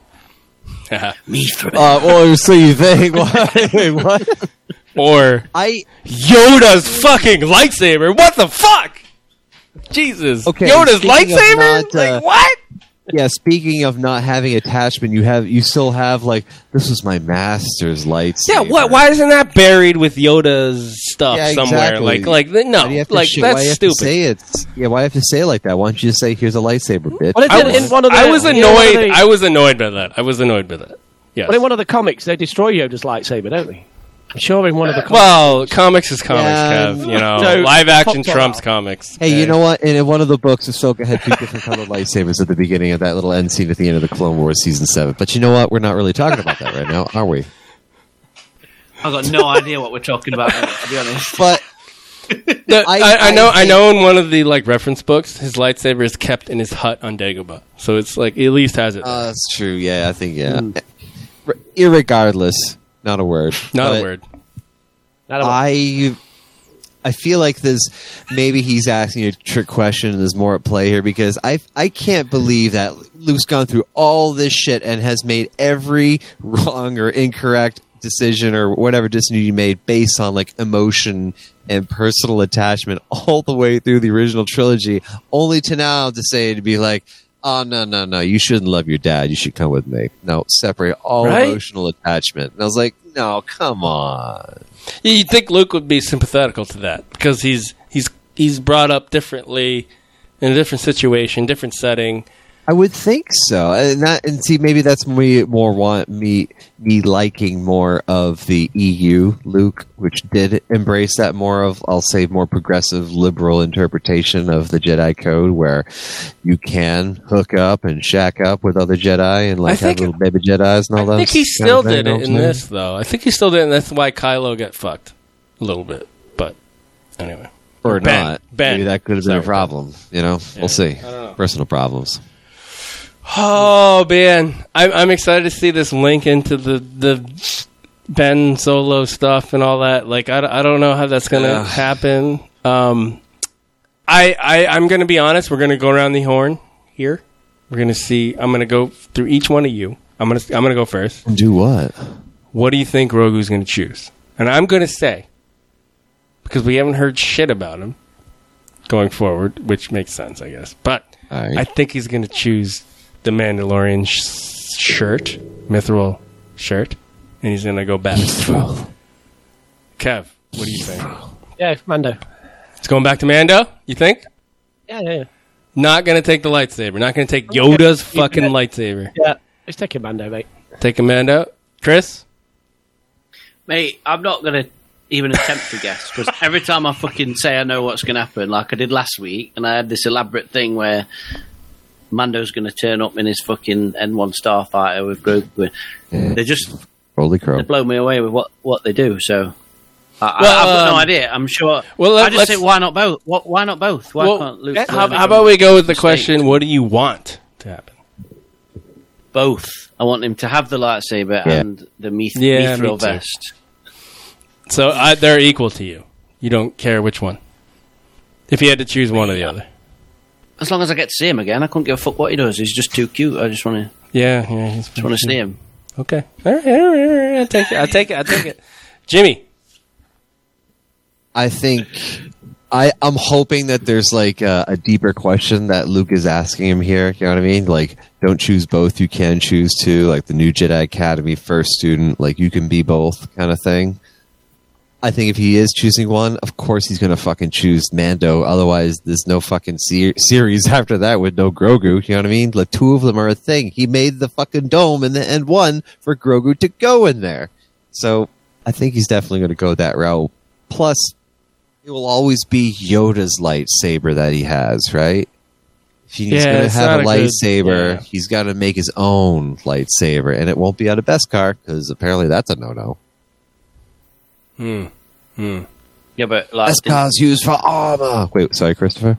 [SPEAKER 7] Uh, well, so you think? What? Wait, what?
[SPEAKER 8] Or
[SPEAKER 7] I
[SPEAKER 8] Yoda's fucking lightsaber. What the fuck? Jesus.
[SPEAKER 7] Okay,
[SPEAKER 8] Yoda's
[SPEAKER 7] speaking of
[SPEAKER 8] lightsaber?
[SPEAKER 7] not, uh,
[SPEAKER 8] like, what?
[SPEAKER 7] yeah, speaking of not having attachment, you have you still have like this was my master's lightsaber.
[SPEAKER 8] Yeah, what? Why isn't that buried with Yoda's stuff
[SPEAKER 7] Yeah,
[SPEAKER 8] somewhere?
[SPEAKER 7] exactly.
[SPEAKER 8] Like, like th- no,
[SPEAKER 7] Why do you have to
[SPEAKER 8] like
[SPEAKER 7] sh- why
[SPEAKER 8] that's
[SPEAKER 7] you have to
[SPEAKER 8] stupid.
[SPEAKER 7] say it? Yeah, why do you have to say it like that? Why don't you just say, "Here's a lightsaber, bitch"?
[SPEAKER 6] Well, it
[SPEAKER 8] I
[SPEAKER 6] did
[SPEAKER 8] was,
[SPEAKER 6] in one of the-
[SPEAKER 8] I was
[SPEAKER 6] in
[SPEAKER 8] annoyed.
[SPEAKER 6] one of the-
[SPEAKER 8] I was annoyed by that. I was annoyed by that. Yes.
[SPEAKER 6] But in one of the comics, they destroy Yoda's lightsaber, don't they? I'm sure in one of the comics.
[SPEAKER 8] well, comics is comics,
[SPEAKER 7] Yeah,
[SPEAKER 8] Kev. You know,
[SPEAKER 6] so-
[SPEAKER 8] live action
[SPEAKER 6] Pop-
[SPEAKER 8] trumps comics.
[SPEAKER 7] Hey, you know what? And in one of the books, Ahsoka had two different colored lightsabers at the beginning of that little end scene at the end of the Clone Wars season seven. But you know what? We're not really talking about that right now, are we?
[SPEAKER 11] I've got no idea what we're talking about, to be honest.
[SPEAKER 7] But
[SPEAKER 8] The-
[SPEAKER 7] I-
[SPEAKER 8] I, I know.
[SPEAKER 7] I
[SPEAKER 8] I, know. In one of the like reference books, his lightsaber is kept in his hut on Dagobah, so it's like at least has it. there.
[SPEAKER 7] uh, that's true. Yeah, I think yeah.
[SPEAKER 8] Hmm.
[SPEAKER 7] R- Irregardless, not a word.
[SPEAKER 8] Not
[SPEAKER 7] But
[SPEAKER 8] a word.
[SPEAKER 6] Not a-
[SPEAKER 7] I I feel like this. Maybe he's asking a trick question. and There's more at play here because I I can't believe that Luke's gone through all this shit and has made every wrong or incorrect decision or whatever decision you made based on like emotion and personal attachment all the way through the original trilogy, only to now to say to be like. Oh no no no! You shouldn't love your dad. You should come with me. No, separate all
[SPEAKER 8] Right?
[SPEAKER 7] emotional attachment. And I was like, no, come on.
[SPEAKER 8] Yeah, you'd think Luke would be sympathetical to that because he's he's he's brought up differently in a different situation, different setting.
[SPEAKER 7] I would think so, and that and see maybe that's me more want me me liking more of the EU Luke, which did embrace that more of I'll say more progressive liberal interpretation of the Jedi Code, where you can hook up and shack up with other Jedi and like
[SPEAKER 8] I think-
[SPEAKER 7] have little baby Jedi's and all that.
[SPEAKER 8] I think he
[SPEAKER 7] kind
[SPEAKER 8] still
[SPEAKER 7] of thing,
[SPEAKER 8] did
[SPEAKER 7] you know
[SPEAKER 8] it
[SPEAKER 7] what
[SPEAKER 8] in
[SPEAKER 7] I'm saying?
[SPEAKER 8] this though. I think he still did, and that's why Kylo got fucked a little bit. But anyway,
[SPEAKER 7] or
[SPEAKER 8] Ben,
[SPEAKER 7] not.
[SPEAKER 8] Ben.
[SPEAKER 7] Maybe that could have been
[SPEAKER 8] Sorry,
[SPEAKER 7] a
[SPEAKER 8] Ben.
[SPEAKER 7] problem. You know, we'll see. Personal problems.
[SPEAKER 8] oh man, I'm I'm excited to see this link into the the Ben Solo stuff and all that. Like I, don't- I don't know how that's gonna
[SPEAKER 7] Yeah.
[SPEAKER 8] happen. Um, I I I'm gonna be honest. We're gonna go around the horn here. We're gonna see. I'm gonna go through each one of you. I'm gonna I'm gonna go first.
[SPEAKER 7] Do what?
[SPEAKER 8] what do you think Grogu's going to choose? And I'm going to say, because we haven't heard shit about him going forward, which makes sense, I guess. But
[SPEAKER 7] All right.
[SPEAKER 8] I think he's going to choose the Mandalorian sh- shirt, mithril shirt, and he's going to go back. Kev, what do you think?
[SPEAKER 6] yeah, Mando.
[SPEAKER 8] It's going back to Mando, you think?
[SPEAKER 6] Yeah, yeah, yeah.
[SPEAKER 8] Not going to take the lightsaber. Not going to take Yoda's fucking lightsaber.
[SPEAKER 6] yeah. Let's take him Mando, mate.
[SPEAKER 8] Take a Mando. Chris?
[SPEAKER 10] Mate, I'm not going to even attempt to guess because every time I fucking say I know what's going to happen, like I did last week, and I had this elaborate thing where Mando's going to turn up in his fucking N1 Starfighter with Grogu. They just
[SPEAKER 7] Holy
[SPEAKER 10] they
[SPEAKER 7] crow!
[SPEAKER 10] blow me away with what, what they do. So I,
[SPEAKER 8] Well,
[SPEAKER 10] I, I've got no
[SPEAKER 8] um,
[SPEAKER 10] idea. I'm sure.
[SPEAKER 8] well, let-
[SPEAKER 10] I just
[SPEAKER 8] let's-
[SPEAKER 10] say why not both? What, why not both? Why
[SPEAKER 8] Well,
[SPEAKER 10] can't Luke?
[SPEAKER 8] how,
[SPEAKER 10] learn
[SPEAKER 8] how
[SPEAKER 10] from
[SPEAKER 8] about we go with the
[SPEAKER 10] mistakes?
[SPEAKER 8] question, what do you want to happen?
[SPEAKER 10] both? I want him to have the lightsaber
[SPEAKER 7] Yeah.
[SPEAKER 10] and the meth-
[SPEAKER 8] Yeah, me
[SPEAKER 10] mithril
[SPEAKER 8] too.
[SPEAKER 10] vest.
[SPEAKER 8] So I, they're equal to you. You don't care which one. If you had to choose one or the other.
[SPEAKER 10] As long as I get to see him again, I couldn't give a fuck what he does. He's just too cute. I just want to
[SPEAKER 8] Yeah, yeah. He's
[SPEAKER 10] just want to see him.
[SPEAKER 8] Okay. All right, all right, all right. I'll take it. I'll take it. I'll take it. Jimmy.
[SPEAKER 7] I think I I'm hoping that there's like a, a deeper question that Luke is asking him here. You know what I mean? Like, don't choose both. You can choose to like the new Jedi Academy first student. Like, you can be both kind of thing. I think if he is choosing one, of course he's gonna fucking choose Mando. Otherwise, there's no fucking ser- series after that with no Grogu. You know what I mean? Like, two of them are a thing. He made the fucking dome in the end one for Grogu to go in there. So I think he's definitely gonna go that route. Plus, it will always be Yoda's lightsaber that he has, right? If he's
[SPEAKER 8] Yeah,
[SPEAKER 7] going to
[SPEAKER 8] it's
[SPEAKER 7] have a
[SPEAKER 8] not a good-
[SPEAKER 7] lightsaber,
[SPEAKER 8] yeah.
[SPEAKER 7] he's got to make his own lightsaber, and it won't be out of Beskar because apparently that's a no-no.
[SPEAKER 10] Yeah, but
[SPEAKER 8] Uh,
[SPEAKER 10] like, didn't,
[SPEAKER 7] Beskar's used for armor. Wait, sorry, Christopher.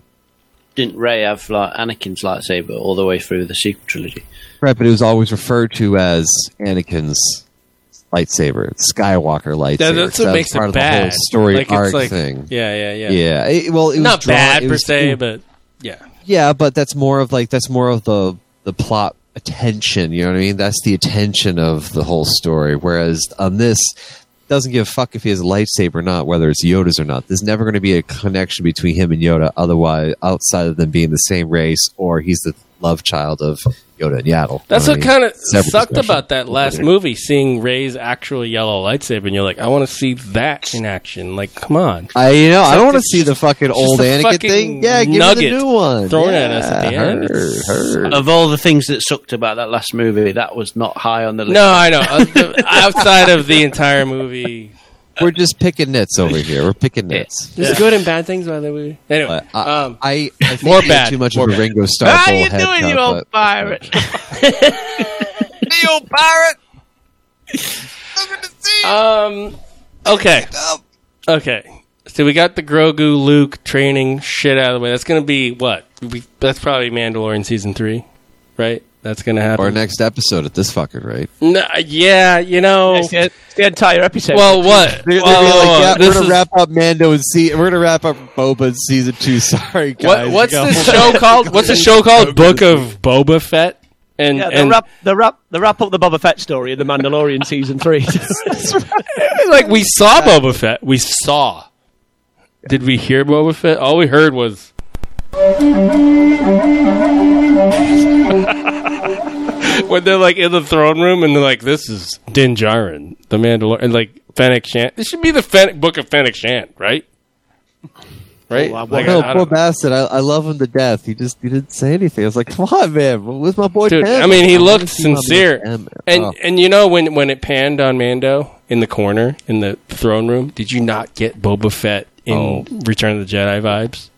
[SPEAKER 10] didn't Ray have like Anakin's lightsaber all the way through the sequel trilogy?
[SPEAKER 7] Right, but it was always referred to as Anakin's lightsaber, Skywalker lightsaber.
[SPEAKER 8] that's
[SPEAKER 7] so
[SPEAKER 8] what
[SPEAKER 7] that
[SPEAKER 8] makes
[SPEAKER 7] was part
[SPEAKER 8] it
[SPEAKER 7] of the
[SPEAKER 8] bad.
[SPEAKER 7] whole story
[SPEAKER 8] like,
[SPEAKER 7] arc
[SPEAKER 8] it's like,
[SPEAKER 7] thing.
[SPEAKER 8] Yeah, yeah, yeah.
[SPEAKER 7] Yeah, it- well, it was
[SPEAKER 8] Not
[SPEAKER 7] drawn-
[SPEAKER 8] bad
[SPEAKER 7] it
[SPEAKER 8] per
[SPEAKER 7] was-
[SPEAKER 8] se,
[SPEAKER 7] it-
[SPEAKER 8] but yeah.
[SPEAKER 7] Yeah, but that's more of like that's more of the the plot attention. You know what I mean? That's the attention of the whole story. Whereas on this, doesn't give a fuck if he has a lightsaber or not, whether it's Yoda's or not. There's never going to be a connection between him and Yoda, otherwise outside of them being the same race or he's the love child of Yoda and Yaddle.
[SPEAKER 8] That's
[SPEAKER 7] You
[SPEAKER 8] what
[SPEAKER 7] know I
[SPEAKER 8] kind
[SPEAKER 7] mean?
[SPEAKER 8] of
[SPEAKER 7] Several
[SPEAKER 8] sucked
[SPEAKER 7] discussions.
[SPEAKER 8] about that last movie, seeing Ray's actual yellow lightsaber, and you're like, I want to see that in action. Like, come on.
[SPEAKER 7] I you know I
[SPEAKER 8] It's
[SPEAKER 7] don't
[SPEAKER 8] like
[SPEAKER 7] want to
[SPEAKER 8] this-
[SPEAKER 7] see the fucking
[SPEAKER 8] just
[SPEAKER 7] old
[SPEAKER 8] a
[SPEAKER 7] Anakin
[SPEAKER 8] fucking
[SPEAKER 7] thing. Yeah, give me
[SPEAKER 8] nugget
[SPEAKER 7] the new one.
[SPEAKER 8] thrown
[SPEAKER 7] yeah,
[SPEAKER 8] at us at the end. It's-
[SPEAKER 7] her, her.
[SPEAKER 10] Of all the things that sucked about that last movie, that was not high on the list.
[SPEAKER 8] No, I know. Uh, the- Outside of the entire movie,
[SPEAKER 7] We're just picking nits over here. We're picking nits.
[SPEAKER 8] there's good and bad things about the movie. Anyway,
[SPEAKER 7] But Uh, I,
[SPEAKER 8] um,
[SPEAKER 7] I, I think
[SPEAKER 8] more
[SPEAKER 7] you had
[SPEAKER 8] bad,
[SPEAKER 7] Too much
[SPEAKER 8] more
[SPEAKER 7] of a
[SPEAKER 8] bad.
[SPEAKER 7] Ringo Starr.
[SPEAKER 10] How you
[SPEAKER 7] full head
[SPEAKER 10] doing, you
[SPEAKER 7] now,
[SPEAKER 10] old
[SPEAKER 7] but-
[SPEAKER 10] pirate? you old pirate.
[SPEAKER 8] um, okay,
[SPEAKER 10] Oh.
[SPEAKER 8] okay. So we got the Grogu Luke training shit out of the way. That's gonna be what? We, that's probably Mandalorian season three, right? That's gonna happen.
[SPEAKER 7] Or next episode at this fucking rate.
[SPEAKER 8] No, yeah, you know.
[SPEAKER 6] It's the, it's the entire episode.
[SPEAKER 8] Well, what?
[SPEAKER 7] They're, they're
[SPEAKER 8] Whoa,
[SPEAKER 7] gonna be
[SPEAKER 8] whoa,
[SPEAKER 7] like,
[SPEAKER 8] whoa.
[SPEAKER 7] yeah, we're
[SPEAKER 8] This
[SPEAKER 7] gonna
[SPEAKER 8] is-
[SPEAKER 7] wrap up Mando and see. We're gonna wrap up Boba in season two. Sorry,
[SPEAKER 8] what-
[SPEAKER 7] guys.
[SPEAKER 8] what's
[SPEAKER 7] Go.
[SPEAKER 8] the show called? What's the show called? Book of Boba Fett. And
[SPEAKER 6] Yeah, they
[SPEAKER 8] and
[SPEAKER 6] wrap, they wrap, they wrap up the Boba Fett story in the Mandalorian season three.
[SPEAKER 8] like we saw Boba Fett. We saw. Did we hear Boba Fett? All we heard was. when they're like in the throne room and they're like, "This is Din Djarin, the Mandalorian," and like Fennec Shan. This should be the Fennec Book of Fennec Shan, right? Right?
[SPEAKER 10] Well, I
[SPEAKER 8] Oh, Like,
[SPEAKER 7] no,
[SPEAKER 8] I- I
[SPEAKER 7] poor
[SPEAKER 8] don't know.
[SPEAKER 7] bastard. I, I love him to death. He just he didn't say anything. I was like, come on, man. Where's my boy?
[SPEAKER 8] Dude,
[SPEAKER 7] Pam?
[SPEAKER 8] I mean, he
[SPEAKER 7] wanna
[SPEAKER 8] looked
[SPEAKER 7] see my boy
[SPEAKER 8] sincere.
[SPEAKER 7] Pam.
[SPEAKER 8] And
[SPEAKER 7] Oh.
[SPEAKER 8] and you know when when it panned on Mando in the corner in the throne room, did you not get Boba Fett in
[SPEAKER 7] Oh.
[SPEAKER 8] Return of the Jedi vibes?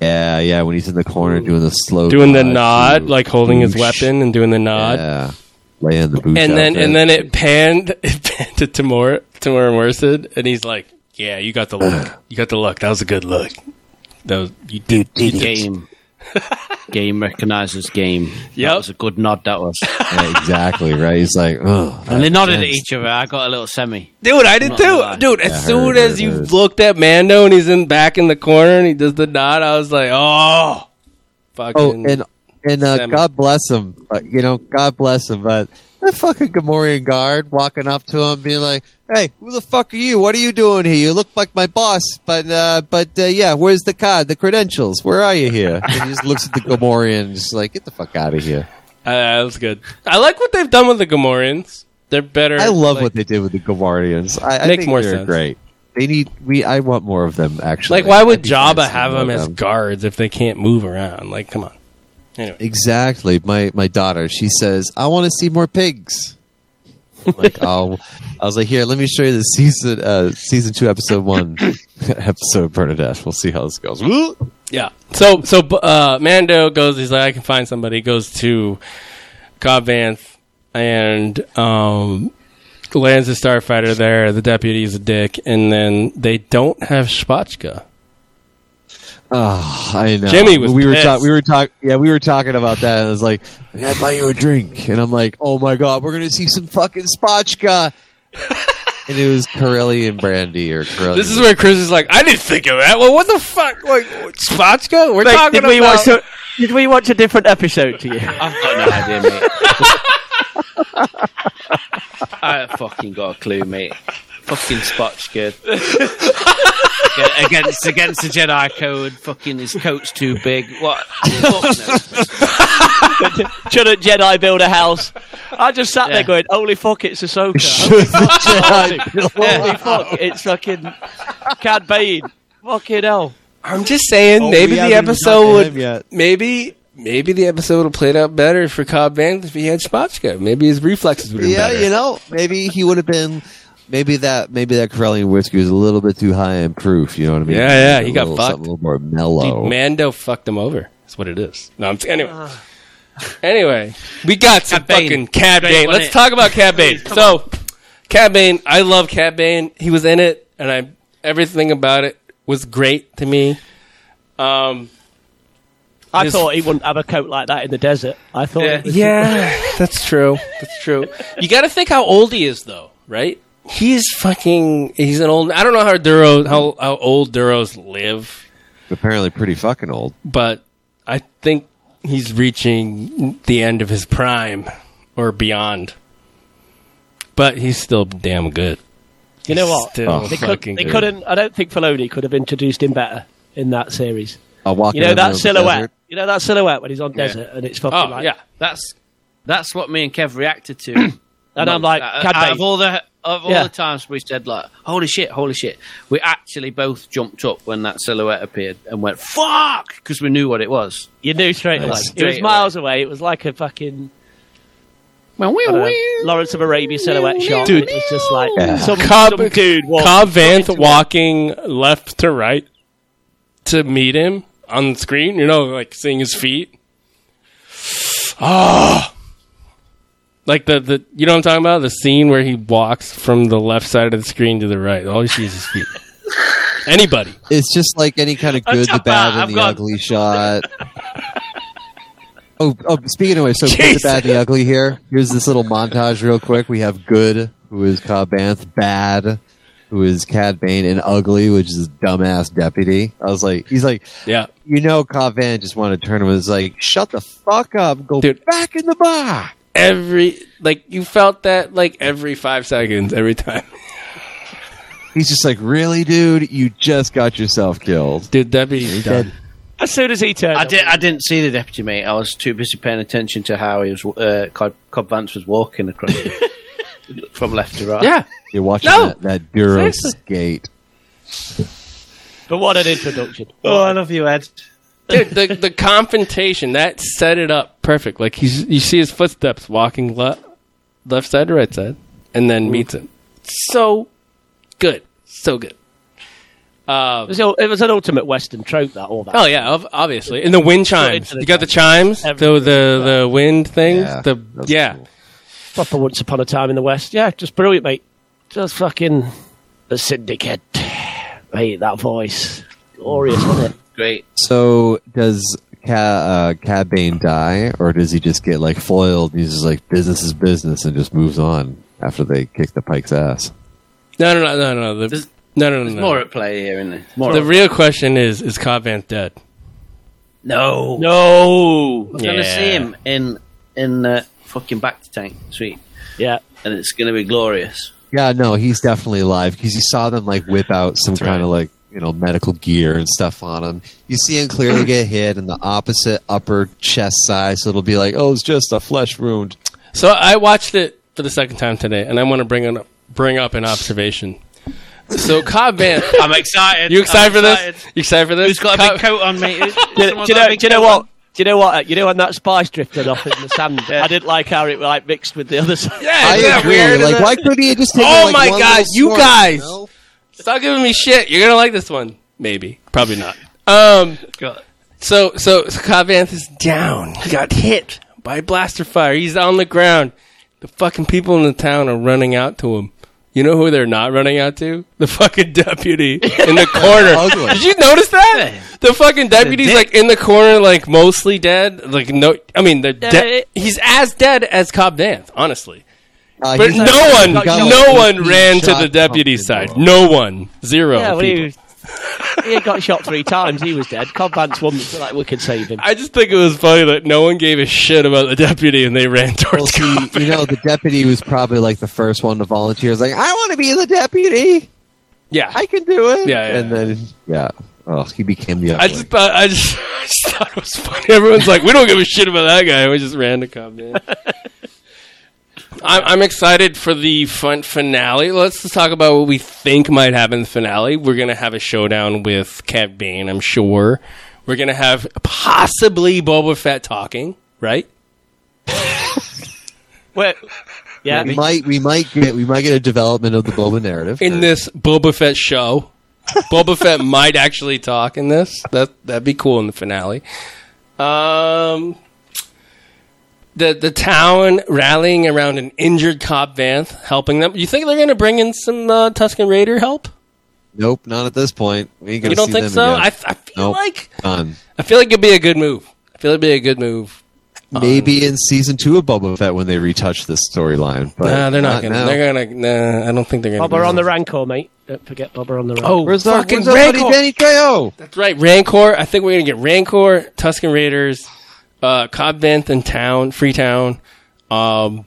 [SPEAKER 7] yeah, yeah. When he's in the corner doing the slow,
[SPEAKER 8] Doing the
[SPEAKER 7] nod,
[SPEAKER 8] nod,
[SPEAKER 7] too.
[SPEAKER 8] like holding his
[SPEAKER 7] Boosh.
[SPEAKER 8] weapon and doing the nod.
[SPEAKER 7] Yeah, laying the boots.
[SPEAKER 8] And
[SPEAKER 7] out
[SPEAKER 8] then
[SPEAKER 7] there.
[SPEAKER 8] and then it panned it panned to Tamora Tamora Morrison and he's like, "Yeah, you got the look. You got the look. That was a good look. That was you did, you did it."
[SPEAKER 10] Game. Game recognizes game.
[SPEAKER 8] Yep.
[SPEAKER 10] That was a good nod, that was.
[SPEAKER 7] Yeah, exactly right. He's like, oh,
[SPEAKER 10] and they nodded at each other. I got a little semi.
[SPEAKER 8] Dude, I did
[SPEAKER 10] Not
[SPEAKER 8] too.
[SPEAKER 10] gonna lie.
[SPEAKER 8] Dude, as
[SPEAKER 7] Yeah,
[SPEAKER 8] soon
[SPEAKER 7] heard,
[SPEAKER 8] as
[SPEAKER 7] heard,
[SPEAKER 8] you
[SPEAKER 7] heard.
[SPEAKER 8] looked at Mando and he's in back in the corner and he does the nod, I was like, oh, fucking.
[SPEAKER 7] Oh, and and uh,
[SPEAKER 8] Sam-
[SPEAKER 7] God bless him. Uh, you know, God bless him. But that fucking Gamorrean guard walking up to him, being like, "Hey, who the fuck are you? What are you doing here? You look like my boss, but uh, but uh, yeah, where's the card, the credentials? Where are you here?" And he just looks at the Gamorrean, just like, "Get the fuck out of here."
[SPEAKER 8] Uh, that was good. I like what they've done with the Gamorreans. They're better.
[SPEAKER 7] I love
[SPEAKER 8] like,
[SPEAKER 7] what they did with the Gamorreans. I, I
[SPEAKER 8] Makes
[SPEAKER 7] think
[SPEAKER 8] more
[SPEAKER 7] they're
[SPEAKER 8] sense.
[SPEAKER 7] great. They need we. I want more of them. Actually,
[SPEAKER 8] Like, why would
[SPEAKER 7] I'd be fancy
[SPEAKER 8] Jabba have
[SPEAKER 7] more
[SPEAKER 8] them
[SPEAKER 7] of
[SPEAKER 8] as guards if they can't move around? Like, come on.
[SPEAKER 7] Exactly. My my daughter, she says, I want to see more pigs. I'm like, oh, I was like, here, let me show you the season uh, season two, episode one, episode of Bernadette. We'll see how this goes. Woo!
[SPEAKER 8] Yeah. So, so uh, Mando goes. He's like, I can find somebody. He goes to Cobb Vanth and um, lands a starfighter there. The deputy is a dick, and then they don't have Spotchka.
[SPEAKER 7] Oh, I know.
[SPEAKER 8] Jimmy was
[SPEAKER 7] we were
[SPEAKER 8] pissed.
[SPEAKER 7] talking. We were talking. Yeah, we were talking about that. And I was like, I buy you a drink, and I'm like, oh my god, we're gonna see some fucking spotchka. and it was Corelli and Brandy, or Corelli.
[SPEAKER 8] This is where Chris is like, I didn't think of that. Well, what the fuck? Like, Spotchka? We're
[SPEAKER 6] Mate,
[SPEAKER 8] talking
[SPEAKER 6] did we
[SPEAKER 8] about.
[SPEAKER 6] watch? A, did we watch a different episode to you?
[SPEAKER 10] I've got no idea, mate. I fucking got a clue, mate. Fucking Spotch good. against against the Jedi code, fucking his coat's too big. What? Fuck no.
[SPEAKER 6] Should a Jedi build a house? I just sat there going, "Holy fuck, it's Ahsoka! Holy fuck, it's fucking Cad Bane! Fucking hell!"
[SPEAKER 8] I'm just saying,
[SPEAKER 7] Oh,
[SPEAKER 8] maybe
[SPEAKER 7] we
[SPEAKER 8] the
[SPEAKER 7] haven't even
[SPEAKER 8] episode
[SPEAKER 7] got to him
[SPEAKER 8] would.
[SPEAKER 7] yet.
[SPEAKER 8] Maybe. Maybe the episode would have played out better for Cobb Vanth if he had Spotchka. Maybe his reflexes would have
[SPEAKER 7] Yeah,
[SPEAKER 8] been better.
[SPEAKER 7] you know, maybe he would have been. Maybe that maybe that Corellian whiskey was a little bit too high in proof. You know what I mean?
[SPEAKER 8] Yeah, yeah, he
[SPEAKER 7] A
[SPEAKER 8] got
[SPEAKER 7] little,
[SPEAKER 8] fucked.
[SPEAKER 7] something A little more
[SPEAKER 8] Dude,
[SPEAKER 7] mellow.
[SPEAKER 8] Mando fucked him over. That's what it is. No, I'm t- anyway. anyway, we got some
[SPEAKER 10] Cad Bane.
[SPEAKER 8] fucking Cad
[SPEAKER 10] Great
[SPEAKER 8] Bane.
[SPEAKER 10] one,
[SPEAKER 8] Let's
[SPEAKER 10] it.
[SPEAKER 8] talk about Cad Bane. so, Cad Bane, I love Cad Bane. He was in it, and I everything about it was great to me. Um,
[SPEAKER 6] I
[SPEAKER 8] His-
[SPEAKER 6] thought he wouldn't have a coat like that in the desert. I thought,
[SPEAKER 10] Yeah.
[SPEAKER 6] it was-
[SPEAKER 8] yeah, that's true. That's true. You got to think how old he is, though, right? He's fucking. He's an old. I don't know how Duros how how old Duros live.
[SPEAKER 7] Apparently, pretty fucking old.
[SPEAKER 8] but I think he's reaching the end of his prime or beyond. But he's still damn good.
[SPEAKER 6] you know what?
[SPEAKER 8] Still
[SPEAKER 7] Oh,
[SPEAKER 6] They, could,
[SPEAKER 8] fucking
[SPEAKER 6] they
[SPEAKER 8] good.
[SPEAKER 6] couldn't. I don't think Filoni could have introduced him better in that series.
[SPEAKER 7] I'll walk.
[SPEAKER 6] You know
[SPEAKER 7] around the
[SPEAKER 6] that
[SPEAKER 7] middle of the
[SPEAKER 6] silhouette.
[SPEAKER 7] desert.
[SPEAKER 6] You know that silhouette when he's on desert and it's fucking
[SPEAKER 10] Oh
[SPEAKER 6] like
[SPEAKER 10] yeah, that's that's what me and Kev reacted to. and
[SPEAKER 6] And I'm like,
[SPEAKER 10] out,
[SPEAKER 6] "God
[SPEAKER 10] out
[SPEAKER 6] damn."
[SPEAKER 10] of all the of all
[SPEAKER 6] Yeah.
[SPEAKER 10] the times we said like, holy shit, holy shit, we actually both jumped up when that silhouette appeared and went fuck because we knew what it was.
[SPEAKER 6] You knew straight away.
[SPEAKER 10] Nice.
[SPEAKER 6] It was
[SPEAKER 10] Straight
[SPEAKER 6] miles away. It was like a fucking
[SPEAKER 10] Well, we
[SPEAKER 6] I don't know, Lawrence of Arabia silhouette shot.
[SPEAKER 8] Dude.
[SPEAKER 6] It was just like some,
[SPEAKER 8] Cobb,
[SPEAKER 6] some dude walked
[SPEAKER 8] Cobb Vanth walking left to right to meet him on the screen, you know, like seeing his feet. Ah. Like the, the you know what I'm talking about? The scene where he walks from the left side of the screen to the right. All you see is his feet. Anybody.
[SPEAKER 7] It's just like any kind of good, the bad, and the ugly shot. oh, oh, speaking of which, so good, the bad, and the ugly here. Here's this little montage, real quick. We have good, who is Cobb Banth, bad, who is Cad Bane, and ugly, which is a dumbass deputy. I was like, he's like,
[SPEAKER 8] Yeah.
[SPEAKER 7] you know, Cobb Banth just wanted to turn him and was like, shut the fuck up, go
[SPEAKER 8] Dude.
[SPEAKER 7] back in the bar.
[SPEAKER 8] Every like you felt that like every five seconds, every time.
[SPEAKER 7] He's just like, really, dude, you just got yourself killed.
[SPEAKER 8] Dude, deputy's done.
[SPEAKER 6] as soon as he turned.
[SPEAKER 10] I
[SPEAKER 6] up.
[SPEAKER 10] did. I didn't see the deputy mate. I was too busy paying attention to how he was. Uh, Cobb, Cobb Vance was walking across from left to right.
[SPEAKER 8] Yeah.
[SPEAKER 7] You're watching
[SPEAKER 8] No.
[SPEAKER 7] that, that Duro
[SPEAKER 8] Seriously.
[SPEAKER 7] skate.
[SPEAKER 6] But what an introduction!
[SPEAKER 11] Oh, I love you, Ed.
[SPEAKER 8] Dude, the the confrontation that set it up perfect. Like he's you see his footsteps walking le- left side to right side, and then meets him. So good, so good. Um,
[SPEAKER 6] It was, it was an ultimate Western trope. That all that.
[SPEAKER 8] Oh yeah, ob- obviously. And the wind chimes.
[SPEAKER 6] into the
[SPEAKER 8] You got the chimes. The
[SPEAKER 6] Everything.
[SPEAKER 8] the the wind things. the
[SPEAKER 7] that's
[SPEAKER 8] yeah.
[SPEAKER 7] cool.
[SPEAKER 6] proper Once Upon a Time in the West. Yeah, just brilliant, mate. Just fucking the syndicate. Mate, that voice. Glorious, wasn't it?
[SPEAKER 10] Great.
[SPEAKER 7] So does Ca- uh, Cad Bane die, or does he just get like foiled? And he's just like business is business, and just moves on after they kick the Pike's ass.
[SPEAKER 8] No no no no no. The,
[SPEAKER 10] There's-
[SPEAKER 8] no no no.
[SPEAKER 10] There's
[SPEAKER 8] no.
[SPEAKER 10] more at play here, isn't there? More
[SPEAKER 8] the
[SPEAKER 10] at-
[SPEAKER 8] real question is: Is Cobb Vanth dead?
[SPEAKER 10] no.
[SPEAKER 6] No.
[SPEAKER 10] I'm gonna
[SPEAKER 8] Yeah.
[SPEAKER 10] see him in in uh, fucking back to tank sweet,
[SPEAKER 6] Yeah.
[SPEAKER 10] and it's gonna be glorious.
[SPEAKER 7] Yeah, no, he's definitely alive because you saw them like whip out some kind of like you know medical gear and stuff on him. You see him clearly get hit in the opposite upper chest side, so it'll be like, oh, it's just a flesh wound.
[SPEAKER 8] So I watched it for the second time today, and I want to bring an, bring up an observation. So Cobb Vanth.
[SPEAKER 10] I'm excited.
[SPEAKER 8] You excited for this? You excited for this?
[SPEAKER 10] Who's got a
[SPEAKER 8] Cobb-
[SPEAKER 10] big coat on, mate? Who's-
[SPEAKER 6] Do you,
[SPEAKER 10] someone's
[SPEAKER 6] do you
[SPEAKER 10] got a
[SPEAKER 6] know,
[SPEAKER 10] big
[SPEAKER 6] do you know
[SPEAKER 10] coat
[SPEAKER 6] what?
[SPEAKER 10] on?
[SPEAKER 6] Do you know what? uh, You know when that spice drifted off in the sand? I didn't like how it like mixed with the other side.
[SPEAKER 8] Yeah,
[SPEAKER 7] I
[SPEAKER 8] isn't that
[SPEAKER 7] agree.
[SPEAKER 8] weird?
[SPEAKER 7] like, why couldn't he just? Take
[SPEAKER 8] Oh
[SPEAKER 7] like,
[SPEAKER 8] my
[SPEAKER 7] one
[SPEAKER 8] God,
[SPEAKER 7] little
[SPEAKER 8] you
[SPEAKER 7] snort,
[SPEAKER 8] guys!
[SPEAKER 7] know?
[SPEAKER 8] Stop giving me shit. You're gonna like this one, maybe, probably not. Um, so so so Cobb Vanth is down. He got hit by blaster fire. He's on the ground. The fucking people in the town are running out to him. You know who they're not running out to? The fucking deputy in the corner.
[SPEAKER 7] Ugly.
[SPEAKER 8] Did you notice that? The fucking deputy's like in the corner, like mostly dead. Like no, I mean the de-
[SPEAKER 6] it-
[SPEAKER 8] he's as dead as Cobb Vanth, honestly.
[SPEAKER 7] Uh,
[SPEAKER 8] But
[SPEAKER 7] he's
[SPEAKER 8] no
[SPEAKER 7] not-
[SPEAKER 8] one,
[SPEAKER 7] he got,
[SPEAKER 8] no
[SPEAKER 7] like,
[SPEAKER 8] one
[SPEAKER 7] 15
[SPEAKER 8] ran to
[SPEAKER 7] shots
[SPEAKER 8] the deputy
[SPEAKER 7] pumped into
[SPEAKER 8] side.
[SPEAKER 7] him.
[SPEAKER 8] No one, zero.
[SPEAKER 6] Yeah, well,
[SPEAKER 8] people.
[SPEAKER 6] he, he got shot three times. He was dead. Cobbance won, so like we could save him.
[SPEAKER 8] I just think it was funny that no one gave a shit about the deputy and they ran
[SPEAKER 7] Well,
[SPEAKER 8] towards
[SPEAKER 7] see,
[SPEAKER 8] Cobb.
[SPEAKER 7] you know, the deputy was probably like the first one to volunteer. It's like, I want to be the deputy.
[SPEAKER 8] Yeah,
[SPEAKER 7] I can do it.
[SPEAKER 8] Yeah, yeah,
[SPEAKER 7] and then yeah, oh, he became the.
[SPEAKER 8] I
[SPEAKER 7] Ugly.
[SPEAKER 8] just thought I just, I just thought it was funny. Everyone's like, "We don't give a shit about that guy." We just ran to Cobb. Man. I'm, I'm excited for the fun finale. Let's just talk about what we think might happen in the finale. We're gonna have a showdown with Cat Bane, I'm sure. We're gonna have possibly Boba Fett talking, right?
[SPEAKER 6] Well, yeah,
[SPEAKER 7] we might, we might get, we might get a development of the Boba narrative.
[SPEAKER 8] in this Boba Fett show. Boba Fett might actually talk in this. That that'd be cool in the finale. Um, the the town rallying around an injured Cobb Vanth, helping them. You think they're going to bring in some uh, Tuscan Raider help?
[SPEAKER 7] nope, not at this point. We ain't gonna
[SPEAKER 8] You don't
[SPEAKER 7] see
[SPEAKER 8] think
[SPEAKER 7] them
[SPEAKER 8] so?
[SPEAKER 7] again.
[SPEAKER 8] I, f- I feel
[SPEAKER 7] Nope.
[SPEAKER 8] like
[SPEAKER 7] Done.
[SPEAKER 8] I feel like it'd be a good move. I feel it'd be a good move. Um,
[SPEAKER 7] Maybe in season two of Boba Fett when they retouch this storyline. But
[SPEAKER 8] Nah, they're not, gonna.
[SPEAKER 7] now.
[SPEAKER 8] They're gonna. Nah, I don't think they're gonna.
[SPEAKER 6] Bobber
[SPEAKER 8] do
[SPEAKER 6] on the
[SPEAKER 8] that.
[SPEAKER 6] rancor, mate. Don't forget Bobber on the rancor.
[SPEAKER 8] Oh,
[SPEAKER 7] Where's the
[SPEAKER 8] fucking
[SPEAKER 7] where's our buddy
[SPEAKER 8] Rancor?
[SPEAKER 7] Danny Trejo?
[SPEAKER 8] That's right, Rancor. I think we're gonna get Rancor, Tuscan Raiders, uh, Cobb Vanth in town, Freetown. Um,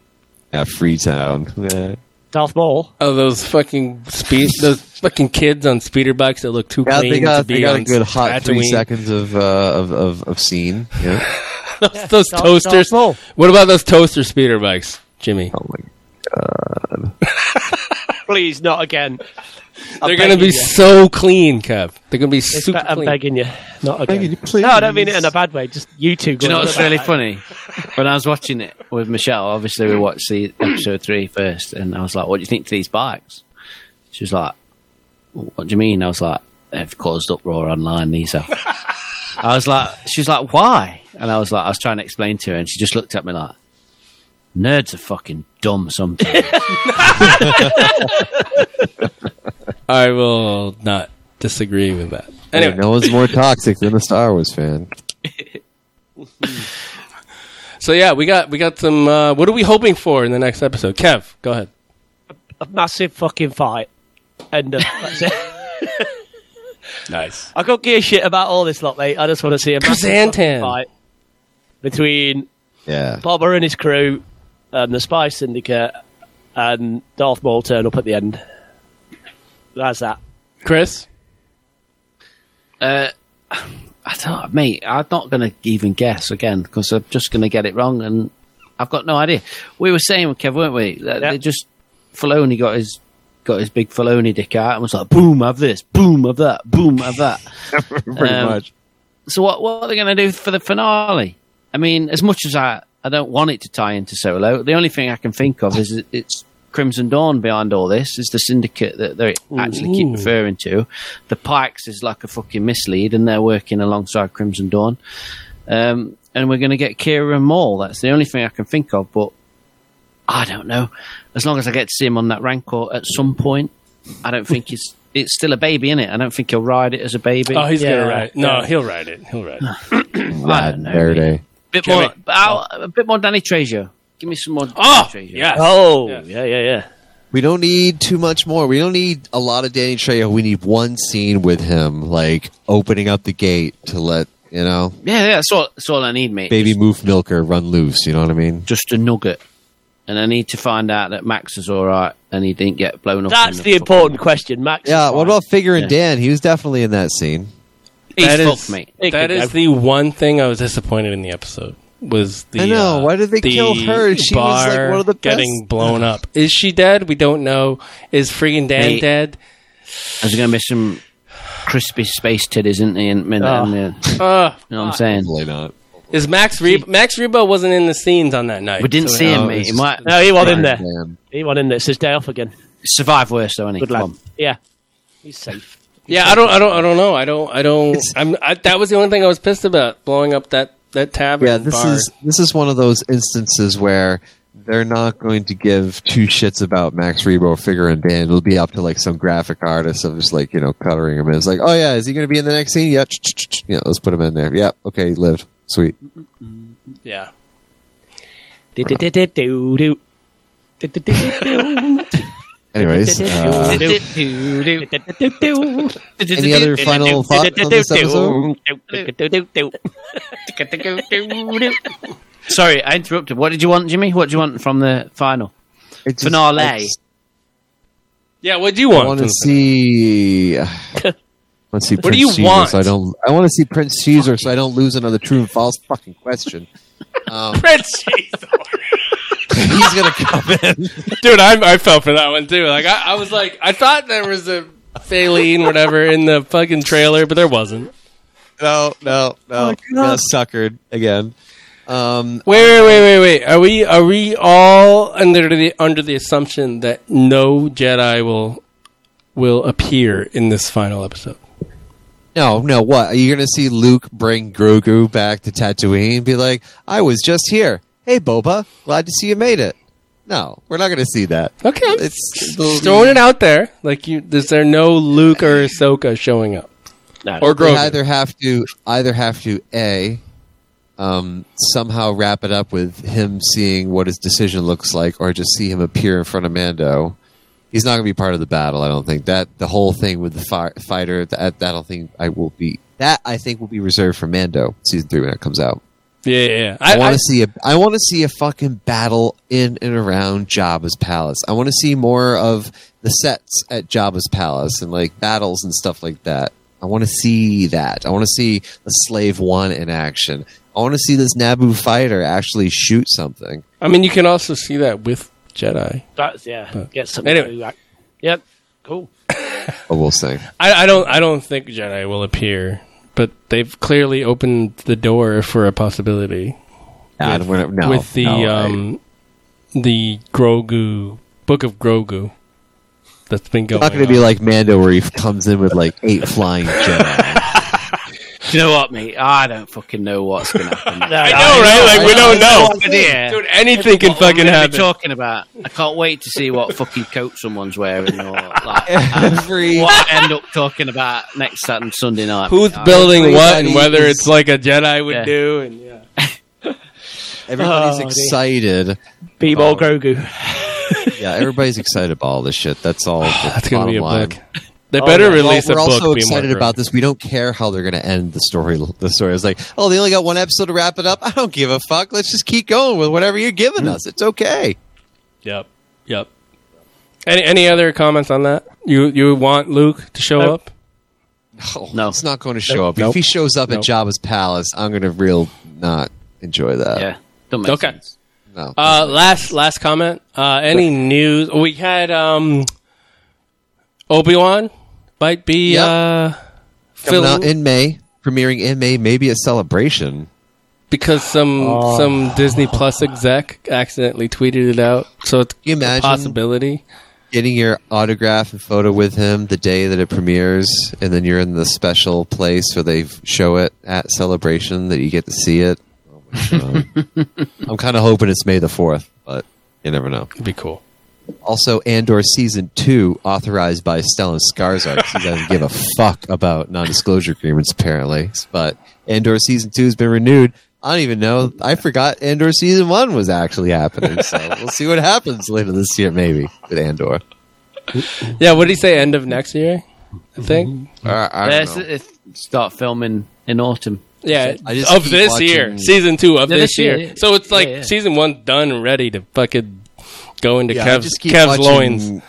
[SPEAKER 7] Yeah, Freetown. Yeah.
[SPEAKER 6] Darth Maul.
[SPEAKER 8] Oh, those fucking speed, those fucking kids on speeder bikes that look too
[SPEAKER 7] Yeah,
[SPEAKER 8] clean
[SPEAKER 7] they got,
[SPEAKER 8] to be
[SPEAKER 7] they got
[SPEAKER 8] on
[SPEAKER 7] a good hot three
[SPEAKER 8] Tatooine.
[SPEAKER 7] seconds of, uh, of, of, of scene. Yeah.
[SPEAKER 8] those those
[SPEAKER 6] Darth-
[SPEAKER 8] toasters.
[SPEAKER 6] Darth Maul.
[SPEAKER 8] what about those toaster speeder bikes, Jimmy?
[SPEAKER 7] Oh,
[SPEAKER 6] Please, not again.
[SPEAKER 8] They're gonna be so clean, Kev. They're gonna be super
[SPEAKER 6] I'm
[SPEAKER 8] clean.
[SPEAKER 6] begging you, not again.
[SPEAKER 7] you, please.
[SPEAKER 6] No, I don't mean it in a bad way. Just you two.
[SPEAKER 10] Do you know what's really funny? When I was watching it with Michelle, obviously we watched the episode three first, and I was like, "What do you think to these bikes?" She was like, "What do you mean?" I was like, "They've caused uproar online. These have." I was like, "She's like, why?" And I was like, I was trying to explain to her, and she just looked at me like, "Nerds are fucking dumb sometimes."
[SPEAKER 8] I will not disagree with that.
[SPEAKER 7] Anyway. No one's more toxic than a Star Wars fan.
[SPEAKER 8] So yeah, we got we got some. Uh, what are we hoping for in the next episode? Kev, go ahead.
[SPEAKER 6] A massive fucking fight. End of. That's it.
[SPEAKER 8] Nice.
[SPEAKER 6] I don't give a shit about all this lot, mate. I just want to see a massive
[SPEAKER 8] Byzantium.
[SPEAKER 6] fucking fight between
[SPEAKER 7] Yeah.
[SPEAKER 6] Bobber and his crew, and the Spy Syndicate, and Darth Maul turn up at the end. That's that.
[SPEAKER 8] Chris,
[SPEAKER 10] Uh, I don't, mate. I'm not going to even guess again because I'm just going to get it wrong, and I've got no idea. We were saying, Kev, weren't we? That
[SPEAKER 6] Yeah.
[SPEAKER 10] They just Filoni got his got his big Filoni dick out and was like, "Boom, have this. Boom, have that. Boom, have that."
[SPEAKER 7] Pretty
[SPEAKER 10] Um,
[SPEAKER 7] much.
[SPEAKER 10] so what what are they going to do for the finale? I mean, as much as I I don't want it to tie into Solo, the only thing I can think of is it- it's Crimson Dawn behind all this is the syndicate that they actually keep referring to. The Pikes is like a fucking mislead, and they're working alongside Crimson Dawn. Um, and we're going to get Kira and Maul. That's the only thing I can think of. But I don't know. As long as I get to see him on that Rancor at some point, I don't think he's. It's still a baby, in it. I don't think he'll ride it as a baby.
[SPEAKER 8] oh, he's
[SPEAKER 6] Yeah.
[SPEAKER 8] gonna ride. No, he'll ride it. He'll ride. It.
[SPEAKER 10] I don't know,
[SPEAKER 7] Rad
[SPEAKER 10] mate.
[SPEAKER 7] Verde.
[SPEAKER 10] bit
[SPEAKER 8] Jimmy.
[SPEAKER 10] more, I'll- a bit more Danny Trejo. Give me some more.
[SPEAKER 8] Oh,
[SPEAKER 10] Danny Trejo.
[SPEAKER 8] yes.
[SPEAKER 6] Oh, yeah, yeah, yeah.
[SPEAKER 7] We don't need too much more. We don't need a lot of Danny Trejo. We need one scene with him, like opening up the gate to let you know
[SPEAKER 10] yeah, yeah. That's all, that's all I need, mate.
[SPEAKER 7] baby
[SPEAKER 10] just,
[SPEAKER 7] moof milker run loose. You know what I mean?
[SPEAKER 10] just a nugget, and I need to find out that Max is all right and he didn't get blown up.
[SPEAKER 6] That's
[SPEAKER 10] in
[SPEAKER 6] the important question, Max. is
[SPEAKER 7] Yeah.
[SPEAKER 6] fine.
[SPEAKER 7] What about Figure and
[SPEAKER 10] Yeah.
[SPEAKER 7] Dan? He was definitely in that scene.
[SPEAKER 10] He's
[SPEAKER 8] That
[SPEAKER 10] fucked,
[SPEAKER 8] is-
[SPEAKER 10] mate.
[SPEAKER 6] It
[SPEAKER 8] That
[SPEAKER 6] could
[SPEAKER 8] is
[SPEAKER 6] go.
[SPEAKER 8] the one thing I was disappointed in the episode was the.
[SPEAKER 7] I know.
[SPEAKER 8] uh,
[SPEAKER 7] Why did they
[SPEAKER 8] the
[SPEAKER 7] kill her? She was, like,
[SPEAKER 8] bar
[SPEAKER 7] one of the best-
[SPEAKER 8] getting blown up. Is she dead? We don't know. Is freaking Dan
[SPEAKER 10] Mate.
[SPEAKER 8] dead?
[SPEAKER 10] There's going to be some crispy space titties, isn't he? In, in,
[SPEAKER 6] Oh.
[SPEAKER 10] in the, you
[SPEAKER 8] Uh,
[SPEAKER 10] know what I'm saying?
[SPEAKER 7] Probably not.
[SPEAKER 8] is Max Rebo? Max Rebo wasn't in the scenes on that night.
[SPEAKER 10] We didn't
[SPEAKER 8] So-
[SPEAKER 10] see him,
[SPEAKER 7] no,
[SPEAKER 10] mate.
[SPEAKER 7] it's
[SPEAKER 10] He might
[SPEAKER 6] No, he wasn't in there.
[SPEAKER 7] Dan.
[SPEAKER 6] He wasn't in there. It's his day off again.
[SPEAKER 10] survive worse, though, isn't he?
[SPEAKER 6] Good lad.
[SPEAKER 10] Come on.
[SPEAKER 6] Yeah, he's safe.
[SPEAKER 8] Yeah, I don't, I don't, I don't know. I don't, I don't. I'm. I, that was the only thing I was pissed about blowing up that that tavern.
[SPEAKER 7] Yeah, this
[SPEAKER 8] bar.
[SPEAKER 7] is this is one of those instances where they're not going to give two shits about Max Rebo figure and band. It'll be up to like some graphic artist of just like you know coloring him. in. It's like, oh yeah, is he going to be in the next scene? Yeah, ch- ch- ch- yeah. Let's put him in there. Yeah, okay, he lived. Sweet.
[SPEAKER 8] yeah.
[SPEAKER 6] Do-do-do-do-do. Do-do-do-do-do.
[SPEAKER 7] Anyways, uh,
[SPEAKER 6] Do-do-do-do.
[SPEAKER 7] any other final thoughts on this episode?
[SPEAKER 6] Do-do-do-do-do.
[SPEAKER 10] Sorry, I interrupted. What did you want, Jimmy? What do you want from the final?
[SPEAKER 7] It just-
[SPEAKER 10] Finale.
[SPEAKER 7] I just
[SPEAKER 8] Yeah. What do you want?
[SPEAKER 7] want to
[SPEAKER 8] from-
[SPEAKER 7] see. I want to see
[SPEAKER 8] do
[SPEAKER 7] Prince
[SPEAKER 8] you
[SPEAKER 7] Caesar,
[SPEAKER 8] want?
[SPEAKER 7] So I don't. I want to see Prince Caesar, so I don't lose another true and false fucking question. Um,
[SPEAKER 8] Prince Jesus.
[SPEAKER 7] he's gonna come in.
[SPEAKER 8] dude. I, I fell for that one too. Like I, I was like, I thought there was a Faline whatever in the fucking trailer, but there wasn't.
[SPEAKER 7] no, no,
[SPEAKER 8] Oh
[SPEAKER 7] no. Got suckered again. Um,
[SPEAKER 8] Wait, wait, wait, wait, wait. Are we are we all under the under the assumption that no Jedi will will appear in this final episode?
[SPEAKER 7] no, no. What are you going to see? Luke bring Grogu back to Tatooine and be like, "I was just here. Hey, Boba, glad to see you made it." No, we're not going to see that.
[SPEAKER 8] Okay, I'm
[SPEAKER 7] It's
[SPEAKER 8] just throwing it out there. Like, you, is there no Luke or Ahsoka showing up?
[SPEAKER 6] No.
[SPEAKER 8] Or
[SPEAKER 7] They
[SPEAKER 8] Grogu?
[SPEAKER 7] either have to either have to a um, somehow wrap it up with him seeing what his decision looks like, or just see him appear in front of Mando. He's not going to be part of the battle. I don't think that the whole thing with the fi- fighter that that I don't think I will be that I think will be reserved for Mando season three when it comes out.
[SPEAKER 8] Yeah, yeah. yeah.
[SPEAKER 7] I, want to see a. I want to see a fucking battle in and around Jabba's palace. I want to see more of the sets at Jabba's palace and like battles and stuff like that. I want to see that. I want to see the Slave One in action. I want to see this Naboo fighter actually shoot something.
[SPEAKER 8] I mean, you can also see that with Jedi.
[SPEAKER 6] That's yeah.
[SPEAKER 8] But-
[SPEAKER 6] Get something.
[SPEAKER 8] Anyway.
[SPEAKER 6] to, like- yep. Cool.
[SPEAKER 7] I will say.
[SPEAKER 8] I, I don't. I don't think Jedi will appear, but they've clearly opened the door for a possibility.
[SPEAKER 7] Nah,
[SPEAKER 8] with,
[SPEAKER 7] we're not- no,
[SPEAKER 8] with the
[SPEAKER 7] no, I-
[SPEAKER 8] um, the Grogu book of Grogu that's been going.
[SPEAKER 7] It's not going to be like Mando where he comes in with like eight flying Jedi.
[SPEAKER 10] Do you know what, mate? I don't fucking know what's going to happen.
[SPEAKER 8] I know, right? Like we don't know.
[SPEAKER 10] No idea.
[SPEAKER 8] Dude, anything can
[SPEAKER 10] What
[SPEAKER 8] fucking
[SPEAKER 10] we're
[SPEAKER 8] happen.
[SPEAKER 10] talking about. I can't wait to see what fucking coat someone's wearing or like
[SPEAKER 7] Every
[SPEAKER 10] what I end up talking about next Saturday, Sunday night.
[SPEAKER 8] Who's
[SPEAKER 10] I-
[SPEAKER 8] building what and
[SPEAKER 7] Everybody
[SPEAKER 8] whether
[SPEAKER 7] is-
[SPEAKER 8] it's like a Jedi would
[SPEAKER 10] Yeah.
[SPEAKER 8] do. And yeah.
[SPEAKER 7] everybody's
[SPEAKER 6] Oh, dear.
[SPEAKER 7] excited.
[SPEAKER 6] Be more Grogu.
[SPEAKER 7] Yeah, everybody's excited about all this shit. That's all.
[SPEAKER 8] That's gonna be a
[SPEAKER 7] line. Oh,
[SPEAKER 8] book. They better
[SPEAKER 6] yeah.
[SPEAKER 8] release
[SPEAKER 7] Well,
[SPEAKER 8] a
[SPEAKER 7] we're
[SPEAKER 8] book.
[SPEAKER 7] also
[SPEAKER 8] be more
[SPEAKER 7] excited
[SPEAKER 8] great.
[SPEAKER 7] about this. We don't care how they're going to end the story. The story is like, oh, they only got one episode to wrap it up. I don't give a fuck. Let's just keep going with whatever you're giving us. It's okay.
[SPEAKER 8] Yep. Yep. Any any other comments on that? You you want Luke to show
[SPEAKER 6] Nope.
[SPEAKER 8] up?
[SPEAKER 7] Oh,
[SPEAKER 10] No.
[SPEAKER 7] it's not going to show up.
[SPEAKER 8] Nope.
[SPEAKER 7] If he shows up
[SPEAKER 8] Nope.
[SPEAKER 7] at Jabba's palace, I'm going to real not enjoy that.
[SPEAKER 10] Yeah. Don't make
[SPEAKER 8] Okay.
[SPEAKER 10] sense.
[SPEAKER 7] No.
[SPEAKER 8] Uh, last last comment. Uh, any news? We had um, Obi Wan might be
[SPEAKER 7] Yep.
[SPEAKER 8] uh,
[SPEAKER 7] Coming
[SPEAKER 8] fill-
[SPEAKER 7] out in May, premiering in May, maybe a celebration.
[SPEAKER 8] because some
[SPEAKER 7] Oh.
[SPEAKER 8] some Disney Plus exec accidentally tweeted it out. So it's
[SPEAKER 7] Can you
[SPEAKER 8] a
[SPEAKER 7] imagine?
[SPEAKER 8] possibility.
[SPEAKER 7] getting your autograph and photo with him the day that it premieres, and then you're in the special place where they show it at celebration that you get to see it. Oh my God. I'm kind of hoping it's May the fourth, but you never know.
[SPEAKER 8] It'd be cool.
[SPEAKER 7] Also, Andor season two, authorized by Stellan Skarsgård, 'cause he doesn't give a fuck about non-disclosure agreements apparently. But Andor season two has been renewed. I don't even know. I forgot Andor season one was actually happening. So we'll see what happens later this year, maybe with Andor.
[SPEAKER 8] Yeah. What did he say? End of next year, I
[SPEAKER 10] Mm-hmm.
[SPEAKER 8] think.
[SPEAKER 7] Uh, I
[SPEAKER 10] Yeah,
[SPEAKER 7] don't
[SPEAKER 10] it's-
[SPEAKER 7] know.
[SPEAKER 10] it's- start filming in autumn.
[SPEAKER 8] Yeah,
[SPEAKER 7] I just
[SPEAKER 8] of
[SPEAKER 7] keep
[SPEAKER 8] this
[SPEAKER 7] watching-
[SPEAKER 8] year, season two of
[SPEAKER 10] Yeah,
[SPEAKER 8] this
[SPEAKER 10] this year,
[SPEAKER 8] year.
[SPEAKER 10] yeah.
[SPEAKER 8] So it's like
[SPEAKER 10] Yeah, yeah.
[SPEAKER 8] season one done, and ready to fucking go into
[SPEAKER 7] Yeah, I
[SPEAKER 8] Kev's,
[SPEAKER 7] just keep
[SPEAKER 8] Kev's
[SPEAKER 7] watching-
[SPEAKER 8] loins.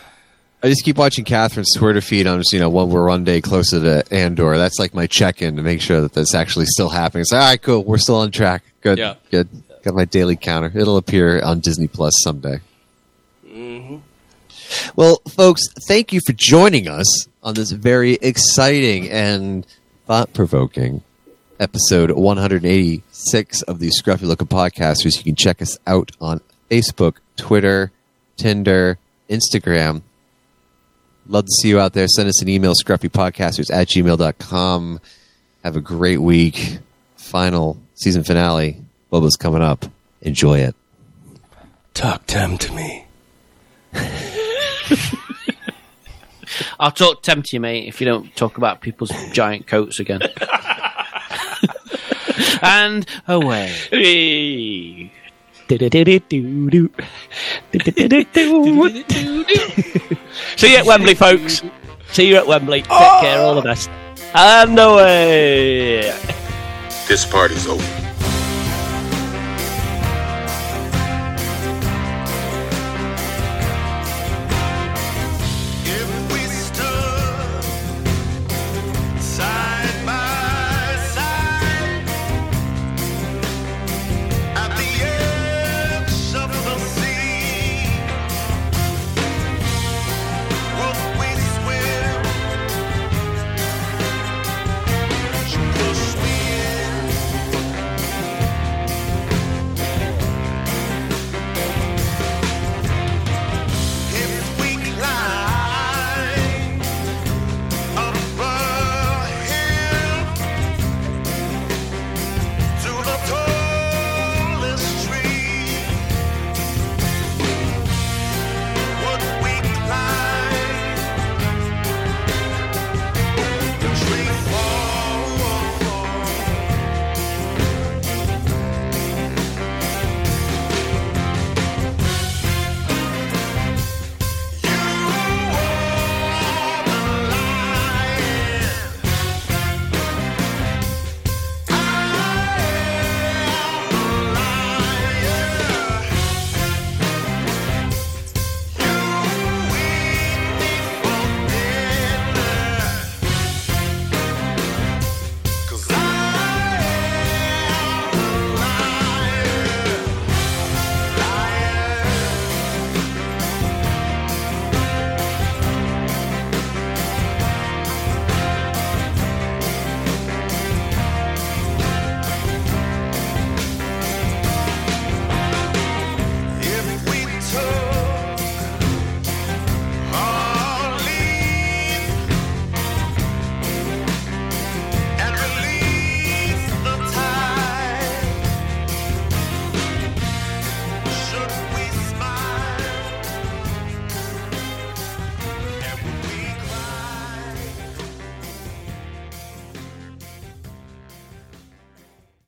[SPEAKER 7] I just keep watching Catherine's Twitter feed. I'm just, you know, one we're one day closer to Andor. That's like my check in to make sure that that's actually still happening. It's like, all right, cool. We're still on track. Good.
[SPEAKER 8] Yeah.
[SPEAKER 7] Good. Got my daily counter. It'll appear on Disney Plus someday. Well, folks, thank you for joining us on this very exciting and thought provoking episode 186 of the Scruffy Looking Podcasters. You can check us out on Facebook, Twitter, Tinder, Instagram. Love to see you out there. Send us an email, scruffypodcasters at gmail.com. Have a great week. Final season finale. Boba's coming up. Enjoy it.
[SPEAKER 8] Talk Tem to me.
[SPEAKER 10] I'll talk tempt you, mate, if you don't talk about people's giant coats again. and away.
[SPEAKER 6] Do-do-do-do-do. Do-do-do-do-do. See you at Wembley, folks. See you at Wembley. Take care. All the best. And away.
[SPEAKER 2] This party's over.